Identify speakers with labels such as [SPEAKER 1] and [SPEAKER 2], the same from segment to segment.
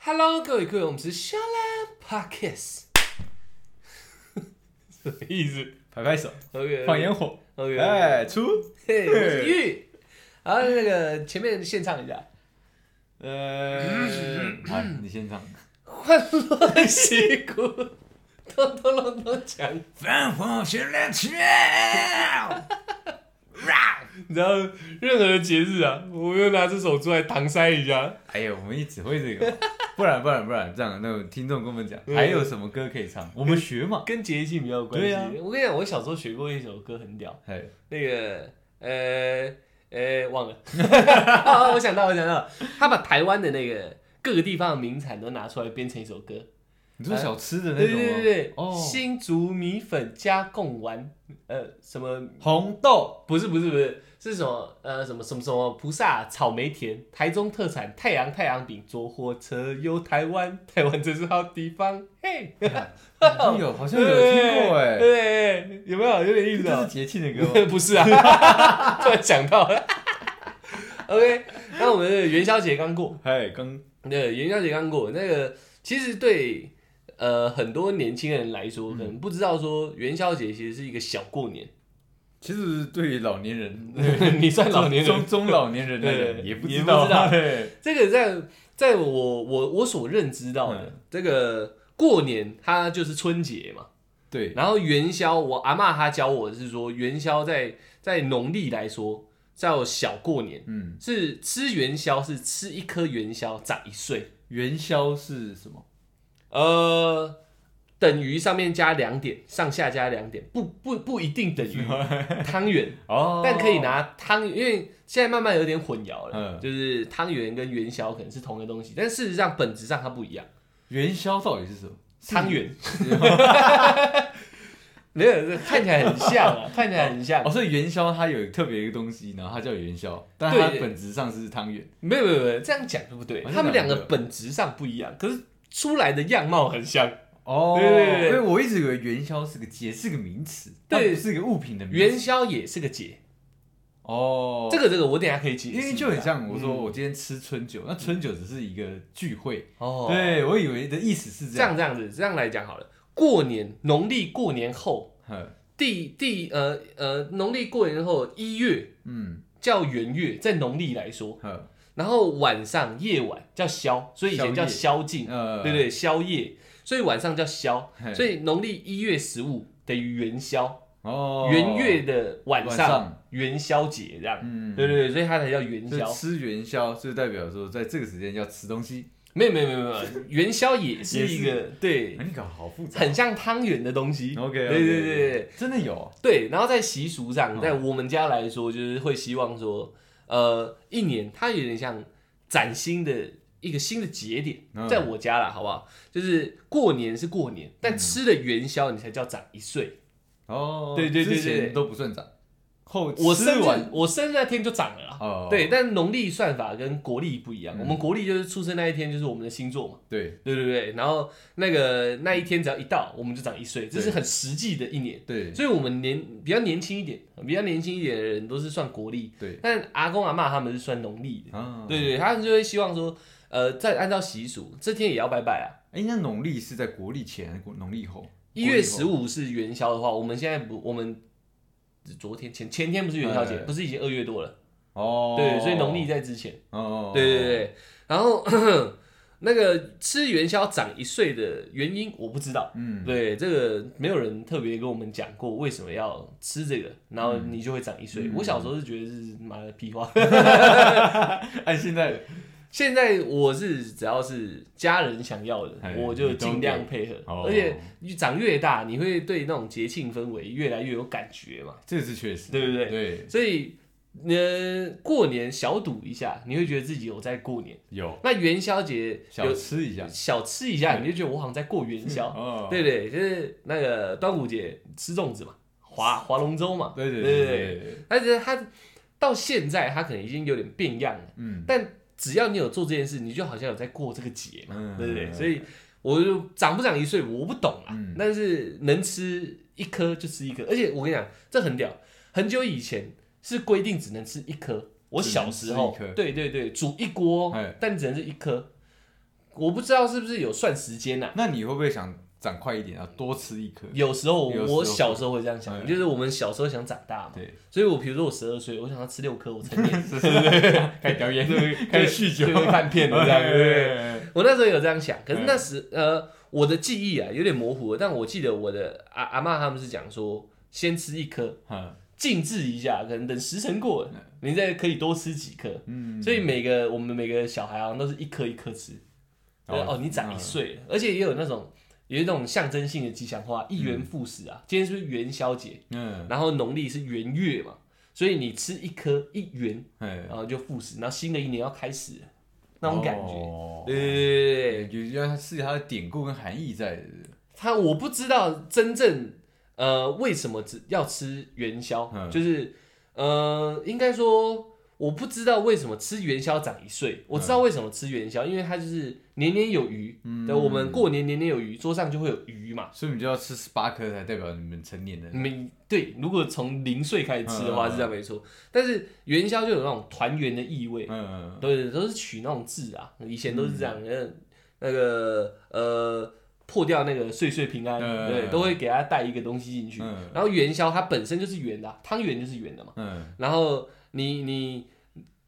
[SPEAKER 1] Hello，各位各位，我们是 s h a l a Podcast，什么意思
[SPEAKER 2] 拍拍手，
[SPEAKER 1] ？OK，
[SPEAKER 2] 放烟火，
[SPEAKER 1] ，OK，
[SPEAKER 2] 哎，出，
[SPEAKER 1] 嘿，我是玉。然后那个前面现唱一下，嗯
[SPEAKER 2] 呃，好，你先唱。
[SPEAKER 1] 欢乐溪谷，咚咚隆咚锵。
[SPEAKER 2] 繁华绚烂起， 哎
[SPEAKER 1] 你知道任何节日啊，我又拿这首出来搪塞一下。
[SPEAKER 2] 哎呦，我们一直会这个，不然不然不然，这样，那听众跟我
[SPEAKER 1] 嗯
[SPEAKER 2] 们讲，还有什么歌可以唱？我们学嘛。
[SPEAKER 1] 跟节气没有关系。
[SPEAKER 2] 对啊
[SPEAKER 1] 我跟你讲，我小时候学过一首歌，很屌。
[SPEAKER 2] 哎，
[SPEAKER 1] 那个呃呃，忘 了。 哦，我想到，我想到了，他把台湾的那个各个地方的名产都拿出来编成一首歌。
[SPEAKER 2] 你说小吃的那
[SPEAKER 1] 对
[SPEAKER 2] 种
[SPEAKER 1] 对对
[SPEAKER 2] 吗？
[SPEAKER 1] 对，
[SPEAKER 2] 哦
[SPEAKER 1] 新竹米粉加贡丸，呃，什么？
[SPEAKER 2] 红豆，
[SPEAKER 1] 不是不是不是，是什么？呃，什么什么什么菩萨草莓甜，台中特产太阳太阳饼，坐火车游台湾， 台湾真是好地方，嘿。
[SPEAKER 2] 好像有，好像有听过 哎。
[SPEAKER 1] 对对，对有没有有点意思
[SPEAKER 2] 这是
[SPEAKER 1] 啊？
[SPEAKER 2] 节庆的歌吗？
[SPEAKER 1] 不是啊，突然想到了。OK，那我们的元宵节刚过，
[SPEAKER 2] 哎，刚
[SPEAKER 1] 对，元宵节刚过，那个其实对呃很多年轻人来说，可能不知道说元宵节其实是一个小过年，
[SPEAKER 2] 其实对于老年人，
[SPEAKER 1] 你算 老年人
[SPEAKER 2] 中。中老年人来
[SPEAKER 1] 对
[SPEAKER 2] 讲也不
[SPEAKER 1] 也
[SPEAKER 2] 知
[SPEAKER 1] 不
[SPEAKER 2] 道
[SPEAKER 1] 知道，
[SPEAKER 2] 对
[SPEAKER 1] 这个在在我我我所认知到的、
[SPEAKER 2] 嗯
[SPEAKER 1] 这个过年，它就是春节嘛。
[SPEAKER 2] 对，
[SPEAKER 1] 然后元宵，我阿嬷她教我的是说，元宵在在农历来说叫小过年，
[SPEAKER 2] 嗯，
[SPEAKER 1] 是吃元宵是吃一颗元宵长一岁，
[SPEAKER 2] 元宵是什么？
[SPEAKER 1] 呃，等于上面加两点，上下加两点，不不不一定 等于汤圆，
[SPEAKER 2] 哦，
[SPEAKER 1] 但可以拿汤，因为现在慢慢有点混淆了，
[SPEAKER 2] 嗯
[SPEAKER 1] 就是汤圆跟元宵可能是同一个东西，但事实上本质上它不一样，
[SPEAKER 2] 元宵到底是什么？
[SPEAKER 1] 汤 圆。没有，这看起来很像 啊，看起来很像
[SPEAKER 2] 哦，。所以元宵它有特别一个东西，然后它叫元宵，但它
[SPEAKER 1] 对
[SPEAKER 2] 本质上是汤圆。
[SPEAKER 1] 没有没有没有，这样讲对不对？
[SPEAKER 2] 好像
[SPEAKER 1] 他们两
[SPEAKER 2] 讲
[SPEAKER 1] 个
[SPEAKER 2] 得
[SPEAKER 1] 本质上不一样，可是出来的样貌很像。
[SPEAKER 2] 哦
[SPEAKER 1] 对对对
[SPEAKER 2] 因为我一直以为元宵是个节，是个名词，它
[SPEAKER 1] 对
[SPEAKER 2] 不是一个物品的名
[SPEAKER 1] 元
[SPEAKER 2] 词。
[SPEAKER 1] 宵也是个节，
[SPEAKER 2] 哦，
[SPEAKER 1] 这个这个我等一下可以解释
[SPEAKER 2] 因
[SPEAKER 1] 一下。
[SPEAKER 2] 为就很像我说
[SPEAKER 1] 嗯
[SPEAKER 2] 我今天吃春酒，那春酒只是一个聚会，
[SPEAKER 1] 哦，
[SPEAKER 2] 对我以为的意思是
[SPEAKER 1] 这
[SPEAKER 2] 这样。
[SPEAKER 1] 样这样子这样来讲好了。过年农历过年后，
[SPEAKER 2] 哼
[SPEAKER 1] 第第呃呃农历过年后一月
[SPEAKER 2] 嗯，
[SPEAKER 1] 叫元月，在农历来说，
[SPEAKER 2] 呵，
[SPEAKER 1] 然后晚上夜晚叫宵，所以以前叫宵禁，
[SPEAKER 2] 呃，
[SPEAKER 1] 对对宵夜，所以晚上叫宵，
[SPEAKER 2] 对
[SPEAKER 1] 所以农历一月十五等于元宵。
[SPEAKER 2] 哦，
[SPEAKER 1] 元月，的晚
[SPEAKER 2] 晚
[SPEAKER 1] 上
[SPEAKER 2] 上
[SPEAKER 1] 元宵节这样，
[SPEAKER 2] 嗯
[SPEAKER 1] 对对对，所以它才叫元
[SPEAKER 2] 所以
[SPEAKER 1] 宵。
[SPEAKER 2] 吃元宵就代表说在这个时间要吃东西。
[SPEAKER 1] 没有没有没有没有，元宵也是
[SPEAKER 2] 也
[SPEAKER 1] 一个对
[SPEAKER 2] 哎，，你搞得好复杂。
[SPEAKER 1] 很像汤圆的东西。
[SPEAKER 2] OK，
[SPEAKER 1] 对对对对，
[SPEAKER 2] 真的有
[SPEAKER 1] 对。然后在习俗上，
[SPEAKER 2] 嗯
[SPEAKER 1] 在我们家来说，就是会希望说，呃，一年它有点像崭新的一个新的节点，
[SPEAKER 2] 嗯
[SPEAKER 1] 在我家啦，好不好？就是过年是过年，
[SPEAKER 2] 嗯
[SPEAKER 1] 但吃了元宵你才叫长一岁。
[SPEAKER 2] 哦，
[SPEAKER 1] 对对对对
[SPEAKER 2] 之前都不算涨，后
[SPEAKER 1] 我生
[SPEAKER 2] 吃
[SPEAKER 1] 日
[SPEAKER 2] 完
[SPEAKER 1] 我生日那天就长了啦。
[SPEAKER 2] 哦，
[SPEAKER 1] 对，但农历算法跟国历不一样。
[SPEAKER 2] 嗯
[SPEAKER 1] 我们国历就是出生那一天就是我们的星座嘛，
[SPEAKER 2] 对
[SPEAKER 1] 对对对。然后那个那一天只要一到，我们就长一岁，这是很实际的一年。
[SPEAKER 2] 对
[SPEAKER 1] 所以我们年比较年轻一点，比较年轻一点的人都是算国历，
[SPEAKER 2] 对
[SPEAKER 1] 但阿公阿嬷他们是算农历的。
[SPEAKER 2] 啊，
[SPEAKER 1] 对对，他们就会希望说，呃，再按照习俗，这天也要拜拜啊。
[SPEAKER 2] 哎，那农历是在国历前还是国农历后？
[SPEAKER 1] 一月十五是元宵的话，我们现在不，我们昨天前前天不是元宵节，
[SPEAKER 2] 哎
[SPEAKER 1] 不是已经二月多了？
[SPEAKER 2] 哦，
[SPEAKER 1] 对，所以农历在之前。
[SPEAKER 2] 哦，
[SPEAKER 1] 对对对，然后 那个吃元宵长一岁的原因我不知道，
[SPEAKER 2] 嗯，
[SPEAKER 1] 对这个没有人特别跟我们讲过为什么要吃这个，然后你就会长一岁。
[SPEAKER 2] 嗯
[SPEAKER 1] 我小时候是觉得是妈的屁话，
[SPEAKER 2] 哎，现在
[SPEAKER 1] 现在我是只要是家人想要的，
[SPEAKER 2] 哎
[SPEAKER 1] 我就
[SPEAKER 2] 你都
[SPEAKER 1] 尽量配合，
[SPEAKER 2] 哦
[SPEAKER 1] 而且你长越大，你会对那种节庆氛围越来越有感觉嘛，
[SPEAKER 2] 这个是确实，
[SPEAKER 1] 对不对？
[SPEAKER 2] 对，
[SPEAKER 1] 所以。呃，过年小赌一下，你会觉得自己有在过年。
[SPEAKER 2] 有
[SPEAKER 1] 那元宵节有
[SPEAKER 2] 小吃一下，
[SPEAKER 1] 小吃一下，你就觉得我好像在过元宵。
[SPEAKER 2] 哦，
[SPEAKER 1] 对对，就是那个端午节吃粽子嘛，划划龙舟嘛。
[SPEAKER 2] 对对
[SPEAKER 1] 对
[SPEAKER 2] 对
[SPEAKER 1] 对
[SPEAKER 2] 对对，
[SPEAKER 1] 但是它到现在，它可能已经有点变样了。
[SPEAKER 2] 嗯
[SPEAKER 1] 但只要你有做这件事，你就好像有在过这个节嘛，
[SPEAKER 2] 嗯，
[SPEAKER 1] 对不对？所以我就长不长一岁我不懂啊，
[SPEAKER 2] 嗯
[SPEAKER 1] 但是能吃一颗就吃一颗，而且我跟你讲，这很屌。很久以前是规定只能吃一颗，我小时候
[SPEAKER 2] 只能吃一颗
[SPEAKER 1] 对对对，煮一锅
[SPEAKER 2] 哎，
[SPEAKER 1] 但只能是一颗。我不知道是不是有算时间啊呐、
[SPEAKER 2] 那你会不会想长快一点啊？多吃一颗？
[SPEAKER 1] 有时候
[SPEAKER 2] 有时候
[SPEAKER 1] 我小时候会这样想，
[SPEAKER 2] 嗯
[SPEAKER 1] 就是我们小时候想长大嘛，
[SPEAKER 2] 对，
[SPEAKER 1] 所以我比如说我十二岁，我想要吃六颗，我才念
[SPEAKER 2] 是是是，开始表演， 开始酗酒
[SPEAKER 1] 就，会看片了这 样，对不对？
[SPEAKER 2] 对？
[SPEAKER 1] 我那时候有这样想，可是那时、呃，我的记忆啊有点模糊了，但我记得我的阿阿嬷他们是讲说，先吃一颗，
[SPEAKER 2] 嗯
[SPEAKER 1] 静置一下，可能等时辰过了，你再可以多吃几颗。
[SPEAKER 2] 嗯，
[SPEAKER 1] 所以每个我们每个小孩好像都是一颗一颗吃，对哦，你长一岁
[SPEAKER 2] 嗯
[SPEAKER 1] 了，而且也有那种有一种象征性的吉祥话，一元复始啊，今天是不是元宵节？
[SPEAKER 2] 嗯，
[SPEAKER 1] 然后农历是元月嘛，所以你吃一颗一元，
[SPEAKER 2] 哎，
[SPEAKER 1] 然后就复始，然后新的一年要开始了，那种感觉。
[SPEAKER 2] 哦
[SPEAKER 1] 对对对对对，
[SPEAKER 2] 对，有要是有它的典故跟含义在的。
[SPEAKER 1] 他我不知道真正呃为什么只要吃元宵，
[SPEAKER 2] 嗯
[SPEAKER 1] 就是呃应该说我不知道为什么吃元宵长一岁，我
[SPEAKER 2] 嗯
[SPEAKER 1] 知道为什么吃元宵，因为它就是年年有余。对，我们过年年年有余，桌上就会有鱼嘛。
[SPEAKER 2] 所以你就要吃十八颗才代表你们成年人。
[SPEAKER 1] 你对，如果从零岁开始吃的话
[SPEAKER 2] 嗯嗯嗯
[SPEAKER 1] 是这样没错，但是元宵就有那种团圆的意味，
[SPEAKER 2] 嗯，
[SPEAKER 1] 对对，都是取那种字啊，以前都是这样，呃那个呃破掉那个岁岁平安，
[SPEAKER 2] 嗯
[SPEAKER 1] 对，都会给他带一个东西进去。
[SPEAKER 2] 嗯
[SPEAKER 1] 然后元宵它本身就是圆的啊、汤圆就是圆的嘛。
[SPEAKER 2] 嗯
[SPEAKER 1] 然后你你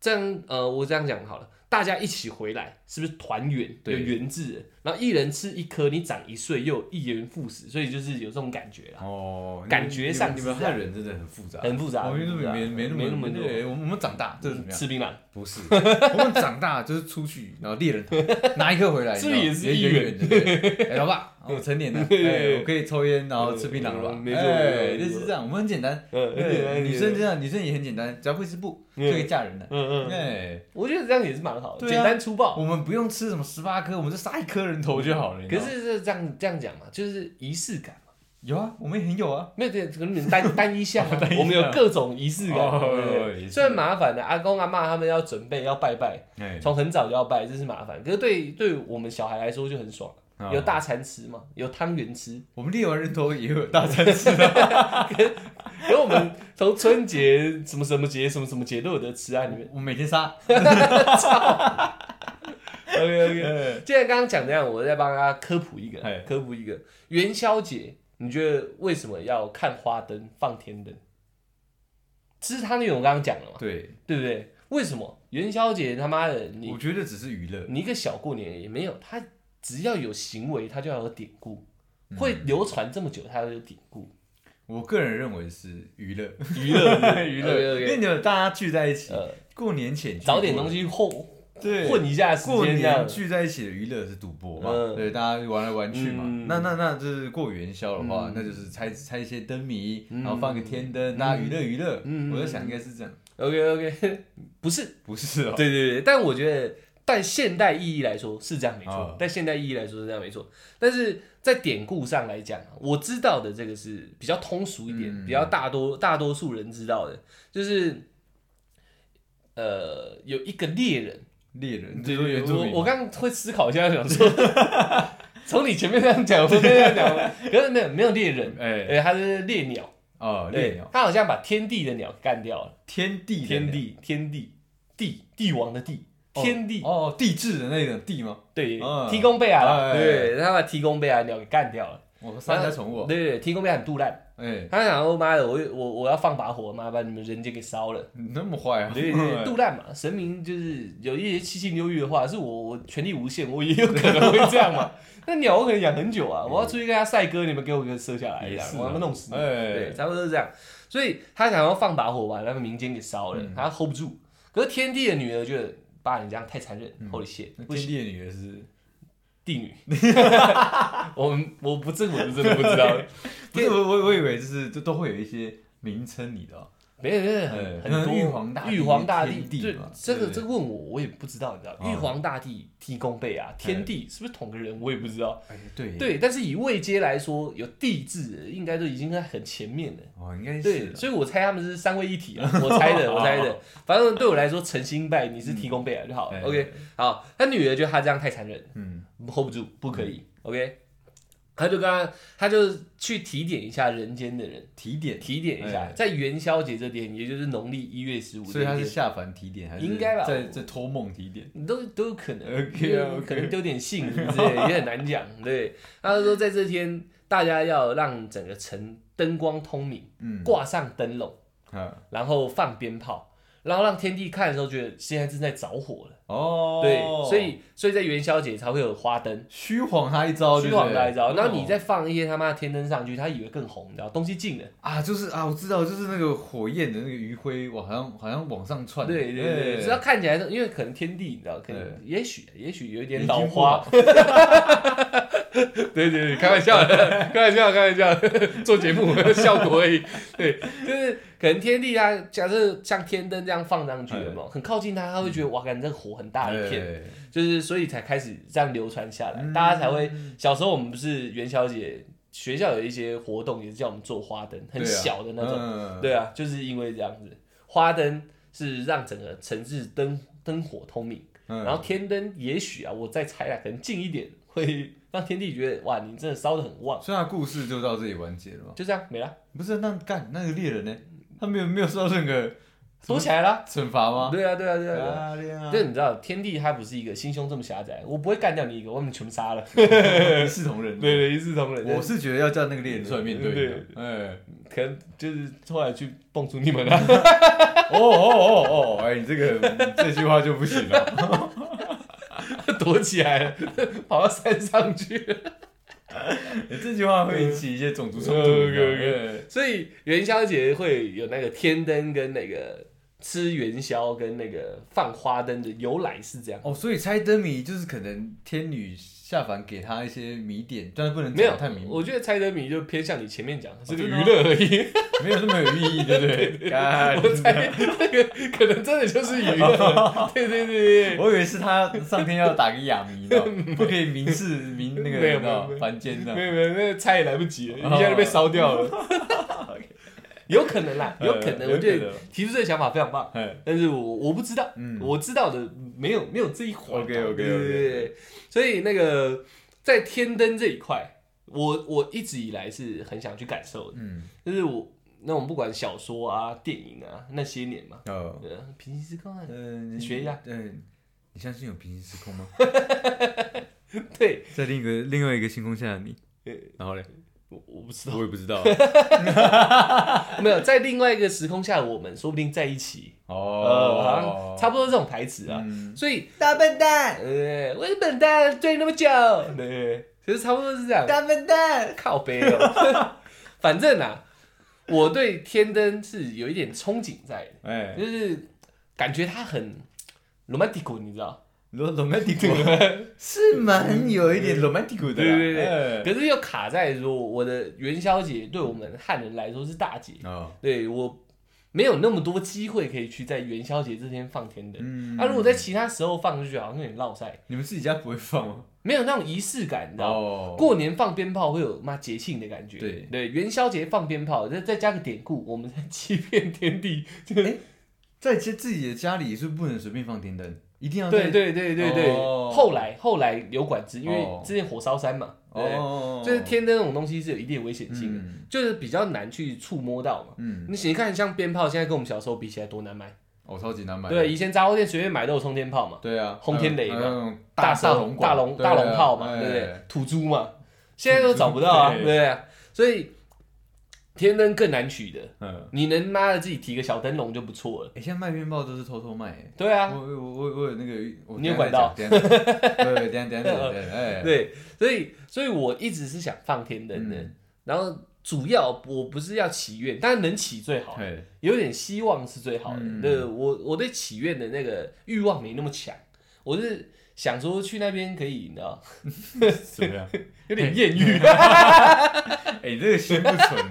[SPEAKER 1] 这样呃，我这样讲好了，大家一起回来是不是团圆？有
[SPEAKER 2] 对
[SPEAKER 1] 圆字的，然后一人吃一颗，你长一岁又有一元复始，所以就是有这种感觉啦，
[SPEAKER 2] 哦，你
[SPEAKER 1] 感觉上
[SPEAKER 2] 你
[SPEAKER 1] 是
[SPEAKER 2] 们
[SPEAKER 1] 这样
[SPEAKER 2] 汉人真的很复杂，
[SPEAKER 1] 很复杂，
[SPEAKER 2] 我们
[SPEAKER 1] 很复杂
[SPEAKER 2] 没没
[SPEAKER 1] 没
[SPEAKER 2] 那
[SPEAKER 1] 那
[SPEAKER 2] 么
[SPEAKER 1] 么多。
[SPEAKER 2] 对，我们我们长大这是怎么样？
[SPEAKER 1] 吃槟榔，
[SPEAKER 2] 不是， 我们长大就是出去，然后猎 人头拿一颗回来，
[SPEAKER 1] 这也是
[SPEAKER 2] 一
[SPEAKER 1] 一
[SPEAKER 2] 元的。对哎，老爸， 我成年了，哎，我可以抽烟，然后吃槟榔了吧？
[SPEAKER 1] 嗯没错
[SPEAKER 2] 哎
[SPEAKER 1] 没错
[SPEAKER 2] 就是这样，我们很 简单。
[SPEAKER 1] 嗯，很简
[SPEAKER 2] 哎
[SPEAKER 1] 单
[SPEAKER 2] 女生这样，女生也很简单，只要会织布就可以嫁人了。
[SPEAKER 1] 嗯嗯，
[SPEAKER 2] 哎，
[SPEAKER 1] 我觉得这样也是蛮好的，
[SPEAKER 2] 对啊
[SPEAKER 1] 简单粗暴。
[SPEAKER 2] 我们不用吃什么十八颗，我们就杀一颗人头就好了。你知
[SPEAKER 1] 可
[SPEAKER 2] 道吗
[SPEAKER 1] 是是这样这样讲嘛，就是仪式感嘛，
[SPEAKER 2] 有啊，我们也很有啊。
[SPEAKER 1] 没有这可能你们 单单一项啊，
[SPEAKER 2] 哦单一项
[SPEAKER 1] 我们有各种仪式感，
[SPEAKER 2] 哦
[SPEAKER 1] 对不
[SPEAKER 2] 哦也
[SPEAKER 1] 对
[SPEAKER 2] 是
[SPEAKER 1] 虽然麻烦的，阿公阿妈他们要准备要拜拜，
[SPEAKER 2] 哎，
[SPEAKER 1] 从很早就要拜，这是麻烦。可是对对我们小孩来说就很爽，
[SPEAKER 2] 啊
[SPEAKER 1] 有大餐吃嘛，有汤圆吃。
[SPEAKER 2] 我们猎完人头也有大餐吃，啊
[SPEAKER 1] 哎因为我们从春节什么什么节什么什么节都有得吃啊，你们。
[SPEAKER 2] 我们每天杀。
[SPEAKER 1] OK OK。
[SPEAKER 2] 哎
[SPEAKER 1] 既然刚刚讲这样，我再帮大家科普一个
[SPEAKER 2] 哎，
[SPEAKER 1] 科普一个元宵节，你觉得为什么要看花灯放天灯？其实他那种我刚刚讲了嘛，
[SPEAKER 2] 对，
[SPEAKER 1] 对不对？为什么元宵节他妈的你
[SPEAKER 2] 我觉得只是娱乐。
[SPEAKER 1] 你一个小过年也没有，他只要有行为，他就要有典故，
[SPEAKER 2] 嗯
[SPEAKER 1] 会流传这么久，他要有典故。
[SPEAKER 2] 我个人认为是 娱乐，
[SPEAKER 1] 娱 乐
[SPEAKER 2] 娱乐，因为
[SPEAKER 1] OK，OK
[SPEAKER 2] 你有大家聚在一起，
[SPEAKER 1] 呃，
[SPEAKER 2] 过年前聚
[SPEAKER 1] 找点
[SPEAKER 2] 过
[SPEAKER 1] 东西混
[SPEAKER 2] 对
[SPEAKER 1] 混一下时
[SPEAKER 2] 过
[SPEAKER 1] 间这样
[SPEAKER 2] 年。聚在一起的娱乐是赌博嘛，
[SPEAKER 1] 嗯
[SPEAKER 2] 对，大家玩来玩去嘛
[SPEAKER 1] 嗯。
[SPEAKER 2] 那那那就是过元宵的话
[SPEAKER 1] 嗯，
[SPEAKER 2] 那就是拆拆一些灯谜，
[SPEAKER 1] 嗯
[SPEAKER 2] 然后放个天灯，大家娱乐娱乐。
[SPEAKER 1] 嗯
[SPEAKER 2] 我在想应该是这样，
[SPEAKER 1] OK OK，不 是
[SPEAKER 2] 不是哦？
[SPEAKER 1] 对对对，但我觉得在现代意义来说是这样没错
[SPEAKER 2] 啊，
[SPEAKER 1] 在现代意义来说是这样没错，但是在典故上来讲啊，我知道的这个是比较通俗一点，
[SPEAKER 2] 嗯
[SPEAKER 1] 比较大多大多数人知道的，就是呃有一个猎人，
[SPEAKER 2] 猎人，
[SPEAKER 1] 对
[SPEAKER 2] 这是
[SPEAKER 1] 对
[SPEAKER 2] 原
[SPEAKER 1] 对，
[SPEAKER 2] 住民
[SPEAKER 1] 我我
[SPEAKER 2] 嘛。
[SPEAKER 1] 刚刚会思考一下，想说 从你前面这样讲，我这样讲，可是没有没有猎人，
[SPEAKER 2] 哎
[SPEAKER 1] 哎，他是猎鸟，
[SPEAKER 2] 哦，猎
[SPEAKER 1] 对
[SPEAKER 2] 鸟，，
[SPEAKER 1] 他好像把天地的鸟干掉了，
[SPEAKER 2] 天地的
[SPEAKER 1] 天
[SPEAKER 2] 鸟
[SPEAKER 1] 地天地帝帝王的帝。
[SPEAKER 2] 哦
[SPEAKER 1] 天地
[SPEAKER 2] 哦，地质的那种地吗？
[SPEAKER 1] 对
[SPEAKER 2] 嗯，
[SPEAKER 1] 提供贝尔啦，
[SPEAKER 2] 哎
[SPEAKER 1] 啊对，他把提供贝尔啊鸟给干掉了。
[SPEAKER 2] 我三家宠物哦，
[SPEAKER 1] 对对，对提供贝尔很肚烂，
[SPEAKER 2] 哎，
[SPEAKER 1] 他想说妈的，我我我要放把火，妈把你们人间给烧 了。
[SPEAKER 2] 你那么坏啊？
[SPEAKER 1] 对对对，肚烂嘛，神明就是有一些七情六欲的话，是我我权力无限，我也有可能会这样 嘛。那鸟我可能养很久啊，我要出去跟他赛鸽，你们给我一个射下来，
[SPEAKER 2] 嗯也
[SPEAKER 1] 这样
[SPEAKER 2] 是啊
[SPEAKER 1] 我他妈弄死你。对，
[SPEAKER 2] 哎，
[SPEAKER 1] 差不多是这样。所以他想要放把火把那个民间给烧
[SPEAKER 2] 嗯
[SPEAKER 1] 了，他 hold 不住。可是天帝的女儿觉得，爸你这样太残忍，Holy shit，
[SPEAKER 2] 嗯那
[SPEAKER 1] 不行
[SPEAKER 2] 天。地的女儿是
[SPEAKER 1] 帝 女，我们我不这我是真的不知道，
[SPEAKER 2] 不是我我我以为就是就都会有一些名称你的哦，
[SPEAKER 1] 没有没有
[SPEAKER 2] 嗯
[SPEAKER 1] 很
[SPEAKER 2] 那
[SPEAKER 1] 很多
[SPEAKER 2] 玉皇大帝
[SPEAKER 1] 玉皇大帝
[SPEAKER 2] 天帝
[SPEAKER 1] 对
[SPEAKER 2] 嘛
[SPEAKER 1] 这
[SPEAKER 2] 对
[SPEAKER 1] 个
[SPEAKER 2] 不对
[SPEAKER 1] 这个问我我也不知道，你知道
[SPEAKER 2] 哦
[SPEAKER 1] 玉皇大帝提供贝啊，天帝是不是同个人我也不知道，
[SPEAKER 2] 哎对耶，
[SPEAKER 1] 对，但是以位阶来说，有帝制应该都已经在很前面了。
[SPEAKER 2] 哦应该是
[SPEAKER 1] 对，
[SPEAKER 2] 啦
[SPEAKER 1] 所以我猜他们是三位一体 啊，我猜的，我猜的。反正对我来说，诚心拜你是提供贝啊就好了。
[SPEAKER 2] 嗯
[SPEAKER 1] OK，好，他女儿觉得他这样太残忍了
[SPEAKER 2] 嗯
[SPEAKER 1] ，hold 不住，不可以。OK，他就跟他他就去提点一下人间的人，
[SPEAKER 2] 提点，
[SPEAKER 1] 提点一下
[SPEAKER 2] 哎，
[SPEAKER 1] 在元宵节这天，也就是农历一月十五
[SPEAKER 2] 所
[SPEAKER 1] 这
[SPEAKER 2] 以他是
[SPEAKER 1] 天，
[SPEAKER 2] 下凡提点还是
[SPEAKER 1] 应该吧
[SPEAKER 2] 在
[SPEAKER 1] 我
[SPEAKER 2] 在托梦提点？
[SPEAKER 1] 你都都有可能
[SPEAKER 2] OK，OK
[SPEAKER 1] 可能丢点性名之 类的也很难讲。对，他就说在这天，大家要让整个城灯光通明，
[SPEAKER 2] 嗯，
[SPEAKER 1] 挂上灯笼，
[SPEAKER 2] 啊
[SPEAKER 1] 然后放鞭炮，然后让天地看的时候觉得现在正在着火了。
[SPEAKER 2] 哦，
[SPEAKER 1] 对，所以所以在元宵节才会有花灯。
[SPEAKER 2] 虚晃他一招，
[SPEAKER 1] 虚
[SPEAKER 2] 哦对不对
[SPEAKER 1] 晃大一招，然后你
[SPEAKER 2] 哦
[SPEAKER 1] 再放一些他妈的天灯上去，他以为更红，你知道东西进了，
[SPEAKER 2] 啊，就是啊，我知道，就是那个火焰的那个余晖，我好像好像往上窜，
[SPEAKER 1] 对对
[SPEAKER 2] 哎
[SPEAKER 1] 对，只要看起来是，因为可能天地，你知道，可能
[SPEAKER 2] 对
[SPEAKER 1] 也许也许有一点
[SPEAKER 2] 你
[SPEAKER 1] 老
[SPEAKER 2] 听过
[SPEAKER 1] 花， 对对对，开玩笑 的，开玩笑，开玩笑， 做节目效果而已。对，就是可能天地它假设像天灯这样放上去，有没有很靠近它，他会觉得哇，感觉这个火很大一片，
[SPEAKER 2] 嗯哎
[SPEAKER 1] 就是所以才开始这样流传下来，
[SPEAKER 2] 嗯
[SPEAKER 1] 大家才会。小时候我们不是元宵节，学校有一些活动也是叫我们做花灯，很
[SPEAKER 2] 对啊
[SPEAKER 1] 小的那种。
[SPEAKER 2] 嗯
[SPEAKER 1] 对啊，就是因为这样子，花灯是让整个城市灯灯火通明，
[SPEAKER 2] 嗯
[SPEAKER 1] 然后天灯也许啊，我再猜啊，可能近一点会让天地觉得哇，你真的烧的很旺，
[SPEAKER 2] 所以他故事就到这里完结了嘛？
[SPEAKER 1] 就这样没了，
[SPEAKER 2] 不是，那干那个猎人呢？他没有没有受到任何
[SPEAKER 1] 躲起来啦。
[SPEAKER 2] 惩罚吗？
[SPEAKER 1] 对啊，对啊，对啊。对啊
[SPEAKER 2] 啊恋啊
[SPEAKER 1] 就你知道，天地他不是一个心胸这么狭窄，我不会干掉你一个，我把你全部 杀了。
[SPEAKER 2] 一视同仁。
[SPEAKER 1] 对对，一视同仁。
[SPEAKER 2] 啊我是觉得要叫那个猎人出来面对的。哎，
[SPEAKER 1] 可能就是后来去蹦出你们啊了。
[SPEAKER 2] 哦哦哦哦，哎，你这个 你这句话就不行了。
[SPEAKER 1] 躲起来了， 跑到山上去了。
[SPEAKER 2] 你这句话会引起一些种族冲突。
[SPEAKER 1] OK，OK 所以元宵节会有那个天灯跟那个吃元宵跟那个放花灯的由来是这样
[SPEAKER 2] 哎。哦，所以猜灯谜就是可能天女下凡给他一些谜点，但是不能
[SPEAKER 1] 没有
[SPEAKER 2] 讲太明，
[SPEAKER 1] 我觉得猜灯谜就偏向你前面讲的是个
[SPEAKER 2] 真
[SPEAKER 1] 娱
[SPEAKER 2] 的吗
[SPEAKER 1] 乐而已。
[SPEAKER 2] 没有那么有意义，对不 对？干
[SPEAKER 1] 我猜那个可能真的就是娱 乐。对对对对，
[SPEAKER 2] 我以为是他上天要打个哑谜呢，不可以明示明那个
[SPEAKER 1] 没有
[SPEAKER 2] 人
[SPEAKER 1] 没有没
[SPEAKER 2] 哦
[SPEAKER 1] 有
[SPEAKER 2] 凡间的
[SPEAKER 1] 没。有没有，那个菜也来不及了，一下就被烧掉了。哦 有可能啦，有可能。
[SPEAKER 2] 呃
[SPEAKER 1] 我觉
[SPEAKER 2] 有可
[SPEAKER 1] 得
[SPEAKER 2] 能
[SPEAKER 1] 提出这个想法非常棒，
[SPEAKER 2] 哎
[SPEAKER 1] 但是我我不知道。
[SPEAKER 2] 嗯，
[SPEAKER 1] 我知道的没有没有这一环啊。
[SPEAKER 2] OK，OK，OK
[SPEAKER 1] 对对对对所以那个在天灯这一块，我我一直以来是很想去感受的，
[SPEAKER 2] 嗯
[SPEAKER 1] 就是我那我们不管小说啊、电影啊那些年嘛，
[SPEAKER 2] 哦，
[SPEAKER 1] 对啊，平行时空啊，
[SPEAKER 2] 嗯，
[SPEAKER 1] 你学一下。
[SPEAKER 2] 嗯，你相信有平行时空吗？
[SPEAKER 1] 对，
[SPEAKER 2] 在另一个另外一个星空下的你
[SPEAKER 1] 呃，
[SPEAKER 2] 然后嘞，
[SPEAKER 1] 我我不知道，
[SPEAKER 2] 我也不知道。
[SPEAKER 1] 没有在另外一个时空下，我们说不定在一起，呃，好像
[SPEAKER 2] 哦，
[SPEAKER 1] 差不多这种台词啊，
[SPEAKER 2] 嗯，
[SPEAKER 1] 所以
[SPEAKER 2] 大笨蛋，
[SPEAKER 1] 呃，我是笨蛋追那么久，对，其实差不多是这样。
[SPEAKER 2] 大笨蛋，
[SPEAKER 1] 靠背哦。 反正啊，我对天灯是有一点憧憬在的，
[SPEAKER 2] 哎，
[SPEAKER 1] 就是感觉它很 romantic，你知道？
[SPEAKER 2] 罗 romantic 是蛮有一点 romantic 的啦，
[SPEAKER 1] 对对对
[SPEAKER 2] 哎
[SPEAKER 1] 可是又卡在说我的元宵节对我们汉人来说是大节，
[SPEAKER 2] 哦，
[SPEAKER 1] 对我没有那么多机会可以去在元宵节这天放天灯。
[SPEAKER 2] 嗯
[SPEAKER 1] 啊，如果在其他时候放，就觉得好像有点落塞，
[SPEAKER 2] 你们自己家不会放吗？
[SPEAKER 1] 没有那种仪式感，你知道？
[SPEAKER 2] 哦，
[SPEAKER 1] 过年放鞭炮会有妈节庆的感觉，
[SPEAKER 2] 对
[SPEAKER 1] 元宵节放鞭炮，再再加个典故，我们在欺骗天地，就是
[SPEAKER 2] 在自自己的家里是不能随便放天灯，一定要在
[SPEAKER 1] 对对对对对，
[SPEAKER 2] 啊哦
[SPEAKER 1] 后来后来有管制，因为
[SPEAKER 2] 哦
[SPEAKER 1] 之前火烧山嘛，对，
[SPEAKER 2] 哦，
[SPEAKER 1] 就是天灯这种东西是有一定的危险性的，
[SPEAKER 2] 嗯
[SPEAKER 1] 就是比较难去触摸到嘛。
[SPEAKER 2] 嗯，
[SPEAKER 1] 你你看，像鞭炮现在跟我们小时候比起来多难买，
[SPEAKER 2] 我超级难买的，
[SPEAKER 1] 对，以前杂货店随便买都有冲天炮嘛，
[SPEAKER 2] 对啊，
[SPEAKER 1] 轰天雷嘛
[SPEAKER 2] 还有那种
[SPEAKER 1] 大
[SPEAKER 2] 大龙啊
[SPEAKER 1] 大龙大龙炮嘛，对不对？？土猪嘛，现在都找不到啊，对
[SPEAKER 2] 哎对
[SPEAKER 1] 不对？所以天灯更难取的，
[SPEAKER 2] 嗯，
[SPEAKER 1] 你能妈的自己提个小灯笼就不错了，
[SPEAKER 2] 哎，现在卖鞭炮都是偷偷卖，哎
[SPEAKER 1] 对啊，
[SPEAKER 2] 我我我我有那个，我
[SPEAKER 1] 你有管道
[SPEAKER 2] 等一下再讲？ 等一下对，等一下等一下等一下等一下，哎，
[SPEAKER 1] 对，所以所以我一直是想放天灯的，
[SPEAKER 2] 嗯
[SPEAKER 1] 然后主要我不是要祈愿，当然能祈最好，
[SPEAKER 2] 对，
[SPEAKER 1] 有点希望是最好的。
[SPEAKER 2] 嗯
[SPEAKER 1] 对我我对祈愿的那个欲望没那么强，我是想说去那边可以，你知道，
[SPEAKER 2] 怎么样？
[SPEAKER 1] 有点艳遇，
[SPEAKER 2] 哎，你这个心不纯，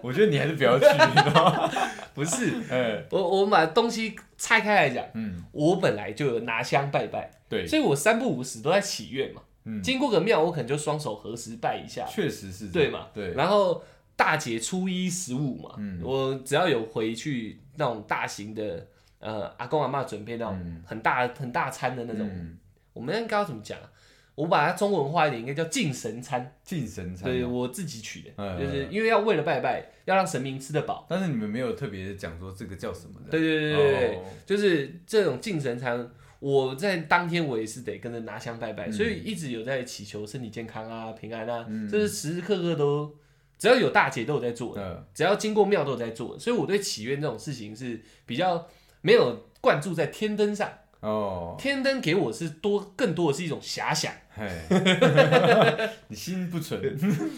[SPEAKER 2] 我觉得你还是不要去，你知道吗？
[SPEAKER 1] 不是？
[SPEAKER 2] 哎，
[SPEAKER 1] 我我们把东西拆开来讲，
[SPEAKER 2] 嗯，
[SPEAKER 1] 我本来就有拿香拜拜，
[SPEAKER 2] 对，
[SPEAKER 1] 所以我三不五时都在祈愿嘛。
[SPEAKER 2] 嗯
[SPEAKER 1] 经过个庙，我可能就双手合十拜一下，
[SPEAKER 2] 确实是这
[SPEAKER 1] 对
[SPEAKER 2] 样
[SPEAKER 1] 嘛？
[SPEAKER 2] 对，
[SPEAKER 1] 然后大节初一十五嘛，
[SPEAKER 2] 嗯
[SPEAKER 1] 我只要有回去那种大型的，呃，阿公阿妈准备那种
[SPEAKER 2] 嗯
[SPEAKER 1] 很大、很大餐的那种，
[SPEAKER 2] 嗯
[SPEAKER 1] 我们刚刚怎么讲啊？我把它中文化一点，应该叫敬神餐。
[SPEAKER 2] 敬神餐
[SPEAKER 1] 对
[SPEAKER 2] 哦。
[SPEAKER 1] 我自己取的，
[SPEAKER 2] 嗯
[SPEAKER 1] 就是因为要为了拜拜，要让神明吃得饱。
[SPEAKER 2] 但是你们没有特别讲说这个叫什么的。
[SPEAKER 1] 对对对对对，
[SPEAKER 2] 哦
[SPEAKER 1] 就是这种敬神餐，我在当天我也是得跟着拿香拜拜，
[SPEAKER 2] 嗯
[SPEAKER 1] 所以一直有在祈求身体健康啊、平安啊，这是时时刻刻都，只要有大节都有在做的，
[SPEAKER 2] 嗯
[SPEAKER 1] 只要经过庙都有在做的，所以我对祈愿这种事情是比较没有灌注在天灯上，
[SPEAKER 2] 哦，
[SPEAKER 1] 天灯给我是多更多的是一种遐想，
[SPEAKER 2] 嘿， 你心不纯，